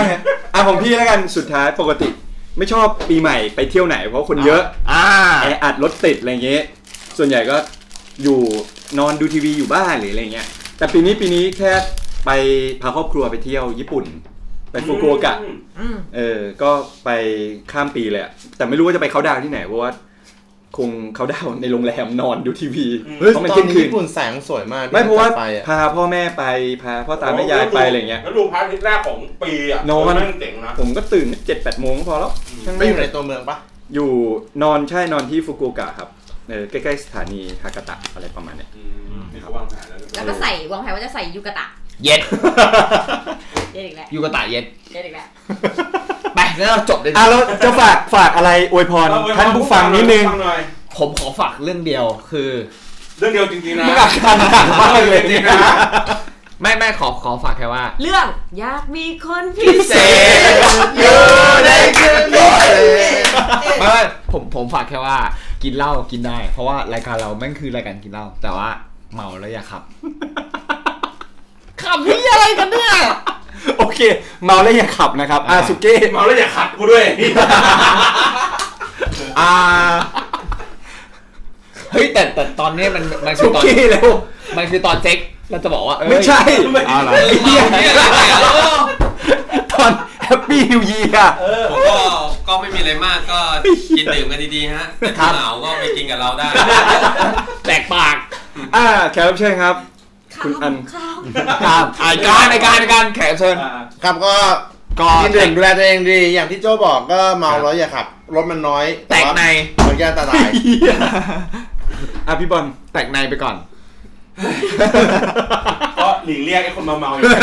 Speaker 1: อ่ะของพี่แล้วกันสุดท้ายปกติ ไม่ชอบปีใหม่ไปเที่ยวไหนเพราะคนเยอะ
Speaker 6: อ่า
Speaker 1: แออัดรถติดอะไรเงี้ยส่วนใหญ่ก็ อยู่นอนดูทีวีอยู่บ้านหรืออะไรเงี้ยแต่ปีนี้ปีนี้แค่ไปพาครอบครัวไปเที่ยวญี่ปุ่น ไปฟุกุโอกะ
Speaker 9: อืม
Speaker 1: เออ ก็ไปข้ามปีเลยอะแต่ไม่รู้ว่าจะไปเขาน์ดาวน์ที่ไหน เพราะว่า คงเขาน์ดาวน์ในโรงแรมนอนดูทีวี
Speaker 4: เฮ้ย
Speaker 1: เพราะมัน
Speaker 4: ตอน
Speaker 1: เที่ยงคื
Speaker 4: นี้
Speaker 1: น
Speaker 4: ญี่ปุ่นแสงสวยมาก
Speaker 1: ไม่เพราะว่า
Speaker 4: ไฟอะ
Speaker 1: พาพ่อแม่ไปพาพ่อตาแม่ยายไปอะไรเงี้ย
Speaker 7: แล้วดูพาร์ทที่แรกของปีอ่ะ
Speaker 1: โน้ต
Speaker 7: เออแม่งเจ๋งนะ
Speaker 1: ผมก็ตื่นเจ็ดแปดโมงก็พอแล้วช่าง
Speaker 4: ไม่
Speaker 1: แม่
Speaker 4: อง ยู่ในตัวเมืองปะ
Speaker 1: อยู่นอนใช่นอนที่ฟุกุโอกะครับเออใกล้ๆสถานีฮากาตะอะไรประมาณเนี้ย
Speaker 7: อืมนี่เขาวางแผนแล้วนะ
Speaker 9: แล้วก็ใส่วางแผนว่าจะใส่ยูกะตะ
Speaker 6: เย็ด
Speaker 9: เย็นอีกแล้ว
Speaker 6: ยูกะตะเย็ด
Speaker 9: เย็นอีกแล้ว
Speaker 6: ไปแล้วเราจบเลย
Speaker 1: อ่ะแล้วจะฝากฝากอะไรอวยพรท่านผู้ฟังนิดนึง
Speaker 6: ผมขอฝากเรื่องเดียวคือ
Speaker 7: เรื่องเดียวจริงๆนะ
Speaker 1: มึงอ่ะคันหนักมากเลย
Speaker 7: จริงๆนะ
Speaker 6: ไม่ไม่ขอขอฝากแค่ว่า
Speaker 9: เรื่องอยากมีคนพิเศ
Speaker 6: เส
Speaker 9: ษ
Speaker 6: อยู่ในคืนนี้ไม่ไม่ผมผมฝากแค่ว่ากินเหล้ากินได้ เพราะว่ารายการเราแม่งคือรายการกินเหล้าแต่ว่าเมาแล้วอย่าขับขับพี่อะไรกันเนี่ย
Speaker 1: โอเค เมาแล้วอย่าขับนะครับอ่ะสุเก้
Speaker 7: เมาแล้วอย่าขัดกูด้วย
Speaker 6: อ่าเฮ้ยแต่แต่ตอนนี้มันมันคื
Speaker 1: สุ
Speaker 6: อตอน
Speaker 1: เก้แล้ว
Speaker 6: มันคือตอนเจ๊กเราจะบอกว่าเอ้ย
Speaker 1: ไม่ใช่
Speaker 6: เอาเหรอ
Speaker 1: ไอ้เหี้ยตอนแฮปปี้นิว e ยีอ่ะ
Speaker 8: ผมก็ก็ไม่มีอะไรมากก็กินดื่มกันดีๆฮะแต่ถ้าเหงาก็ไปกินกับเราได้
Speaker 6: แตกปาก
Speaker 1: อ่าแขกรับเชิญครับ คุณอัน
Speaker 6: ครับไอการไอการไอการแขกรับเชิญ
Speaker 4: ครับก็
Speaker 6: ก่อน
Speaker 4: กินดื่มดูแลตัวเองดี อย่างที่โจ้บอกก็เมาแล้วอย่าขับรถมันน้อย
Speaker 6: แตก
Speaker 4: ว่า
Speaker 6: ใน
Speaker 4: มันก็อันตราย
Speaker 1: อ่ะพี่บอล
Speaker 6: แตกในไปก่อน
Speaker 7: ก็หลีกเลี่ยงไอ้คนมาเมาๆอย่างนี้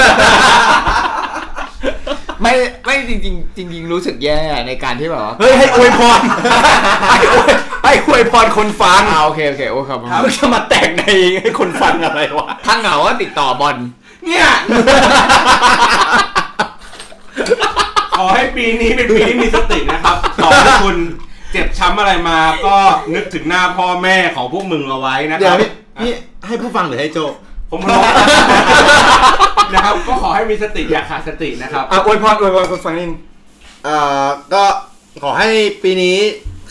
Speaker 1: (laughs)
Speaker 6: ไม่ไม่จริงจริงๆจริง ๆ รู้สึกแย่ในการที่แบบว่า
Speaker 1: เฮ้ย ให้อวยพรให้อวยให้อวยพรคนฟัง
Speaker 6: อ่าโอเคโอเคโอ้ครับผม
Speaker 1: มึงจะมาแตกในให้คนฟังอะไรวะ
Speaker 6: ถ้าเหงาก็ติดต่อบอล
Speaker 7: เนี่ย ขอให้ปีนี้เป็นปีที่มีสตินะครับ ขอให้คุณเจ็บช้ำอะไรมาก็นึกถึงหน้าพ่อแม่ของพวกมึงเอาไว้นะค
Speaker 4: เดี๋ย
Speaker 7: รั
Speaker 4: ว
Speaker 7: บ
Speaker 4: พี่พี่ให้ผู้ฟังหรือให้โจ
Speaker 7: ผมขอนะครับ ก็ขอให้มีสติอย่าขาดสตินะครับ
Speaker 1: อ่ะอวยพรอวยพรคนฟังนิดนึง
Speaker 4: เอ่อก็ขอให้ปีนี้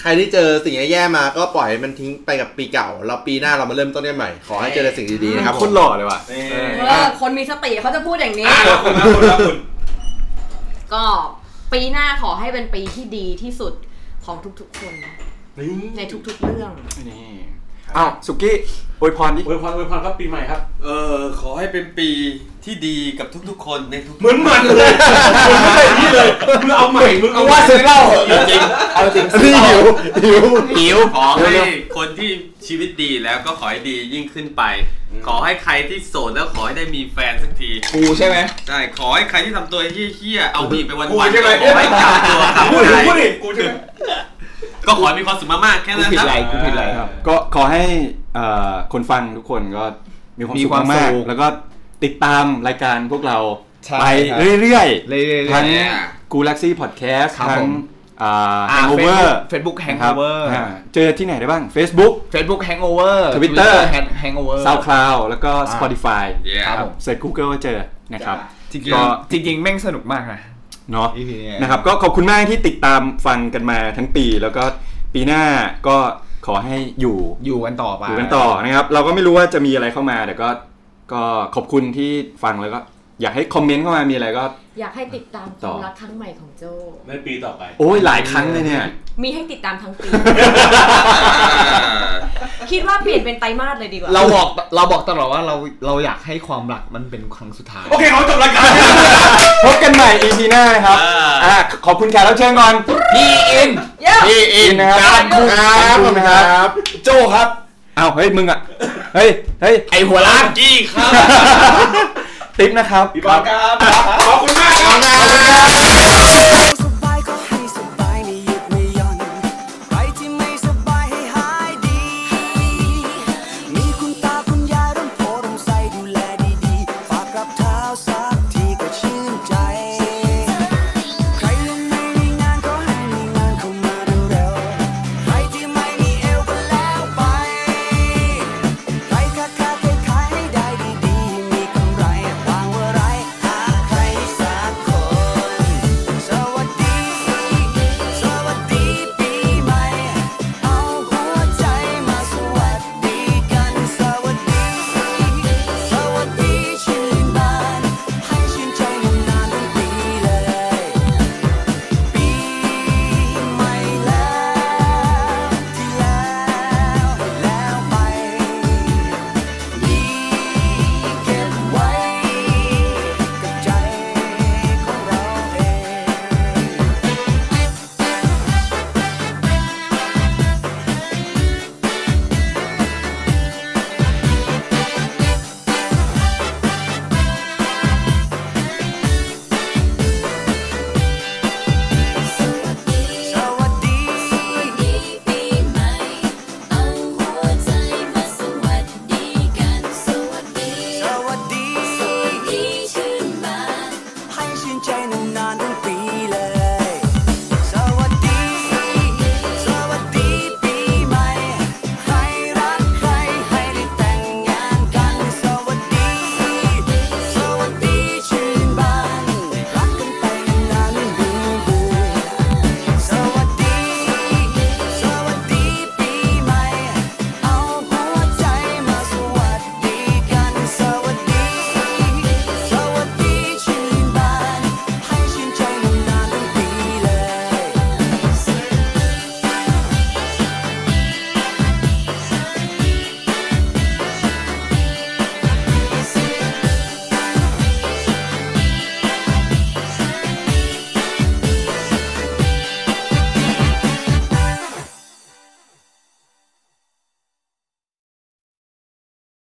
Speaker 4: ใครที่เจอสิ่งแย่ๆมา ก็ปล่อยให้มันทิ้งไปกับปีเก่า แล้วปีหน้าเรามาเริ่มต้นกันใหม่ ขอให้เจอแต่สิ่งดีๆนะครับ
Speaker 1: คนหล่อเลยว่ะ
Speaker 9: เออคนมีสติเขาจะพูดอย่างนี้
Speaker 7: อ่ะแล้วคุณนะคุณนะคุณ
Speaker 9: ก็ปีหน้าขอให้เป็นปีที่ดีที่สุดของทุกๆคน ในทุกๆเรื่อง
Speaker 1: นี่อ้าวสุกี้อวยพรดิ
Speaker 7: อวยพรอวยพรครับปีใหม่ครับ
Speaker 8: เออ ขอให้เป็นปีที่ดีกับทุกๆ คนในทุก
Speaker 7: เหมือนมันเลยเหมือนอะไรนี่เลยมึงเอาใหม่มึงเอา
Speaker 6: ว่าซื้อเหล้าเหรอ
Speaker 8: จริง
Speaker 6: เอาจริง
Speaker 4: นี่หิวหิว
Speaker 6: หิว
Speaker 8: ขอให้คนที่ชีวิตดีแล้วก็ขอให้ดียิ่งขึ้นไป ขอให้ใครที่โสดแล้วขอให้ได้มีแฟนสักที
Speaker 6: กูใช่ไหม
Speaker 8: ใช่ขอให้ใครที่ทำตัวเฮี้ยๆเอาดีไปวัน
Speaker 7: กู
Speaker 8: วัน
Speaker 7: ใช่ไหม
Speaker 8: ขอให้จับตัวกลับ
Speaker 7: พูดดิ
Speaker 8: ใจ
Speaker 7: พูดดิกูใช่ไหม
Speaker 8: ก็ขอให้มีความสุขมากๆแค่
Speaker 6: กู
Speaker 8: นั้น
Speaker 6: ผิด
Speaker 8: ครับ
Speaker 6: อะไรกูผิดอะไรครับ
Speaker 1: ก็ขอให้เอ่อคนฟังทุกคนก็มีความ
Speaker 6: มี
Speaker 1: สุข
Speaker 6: ความ
Speaker 1: มาก
Speaker 6: สุข
Speaker 1: ๆแล้วก็ติดตามรายการพวกเรา
Speaker 6: ใช่
Speaker 1: ไป
Speaker 6: ครับ
Speaker 1: เรื่อย
Speaker 6: เรื่อยๆ
Speaker 1: ทั้ง
Speaker 6: เนี่ย
Speaker 1: กูลักซี่พอดแคสต์
Speaker 6: ครับ
Speaker 1: ทั้ง
Speaker 6: ผม
Speaker 1: แฮงโอเวอร์
Speaker 6: เฟซบุ๊กแฮงโอเวอร์
Speaker 1: เจอที่ไหนได้บ้าง Facebook
Speaker 6: เฟซบุ๊กแฮงโอเวอร์
Speaker 1: Twitter
Speaker 6: แฮงโอเวอร์
Speaker 1: SoundCloud แล้วก็
Speaker 6: อ่า
Speaker 1: Spotify
Speaker 8: ครับ
Speaker 1: ผมเสิร์ช Google ก็เจอนะครับ
Speaker 6: จริง
Speaker 1: ก็
Speaker 6: ๆจริงๆแม่งสนุกมากนะ
Speaker 1: เนาะ
Speaker 6: EP เนี่ย
Speaker 1: นะครับก็ขอบคุณมากที่ติดตามฟังกันมาทั้งปีแล้วก็ปีหน้าก็ขอให้อยู่
Speaker 6: อยู่กันต่อไป
Speaker 1: อยู่กันต่อนะครับ เราก็ไม่รู้ว่าจะมีอะไรเข้ามาแต่ก็ก็ขอบคุณที่ฟังแล้วก็ อยากให้คอมเมนต์เข้ามามีอะไรก็
Speaker 9: อยากให้ติดตามค
Speaker 1: ต่
Speaker 9: วา
Speaker 1: อ
Speaker 9: มรักครั้งใหม่ของโจ
Speaker 7: ในปีต่อไป
Speaker 1: โอ้ยหลายครั้งเลยเนี่ย
Speaker 9: มีให้ติดตามทั้งปี
Speaker 7: (laughs)
Speaker 9: คิดว่าเปลี่ยนเป็นไตรมาสเลยดีกว่า
Speaker 6: เราบอกเราบอกตลอดว่าเราเราอยากให้ความรักมันเป็นครั้งสุดท้าย
Speaker 7: โอเคเขาจบรายการ
Speaker 1: พบกันใหม่ EP หน้านะครับ
Speaker 8: อ่า
Speaker 1: อ่ะขอบคุณแขกรับเชิญก่อน
Speaker 6: พี่อิน
Speaker 9: เย้
Speaker 1: พี่อินนะครับ
Speaker 6: การคุก
Speaker 1: ขอบคุณครับ โจครับอ้าวเฮ้ยมึงอ่ะเฮ้ยเฮ้ย
Speaker 6: ไอหัวล้าน
Speaker 8: จี้ครับ
Speaker 1: ติ๊บนะครับ
Speaker 7: พี่บอลครับ ขอบคุณมากครับ
Speaker 1: ขอบคุณครับ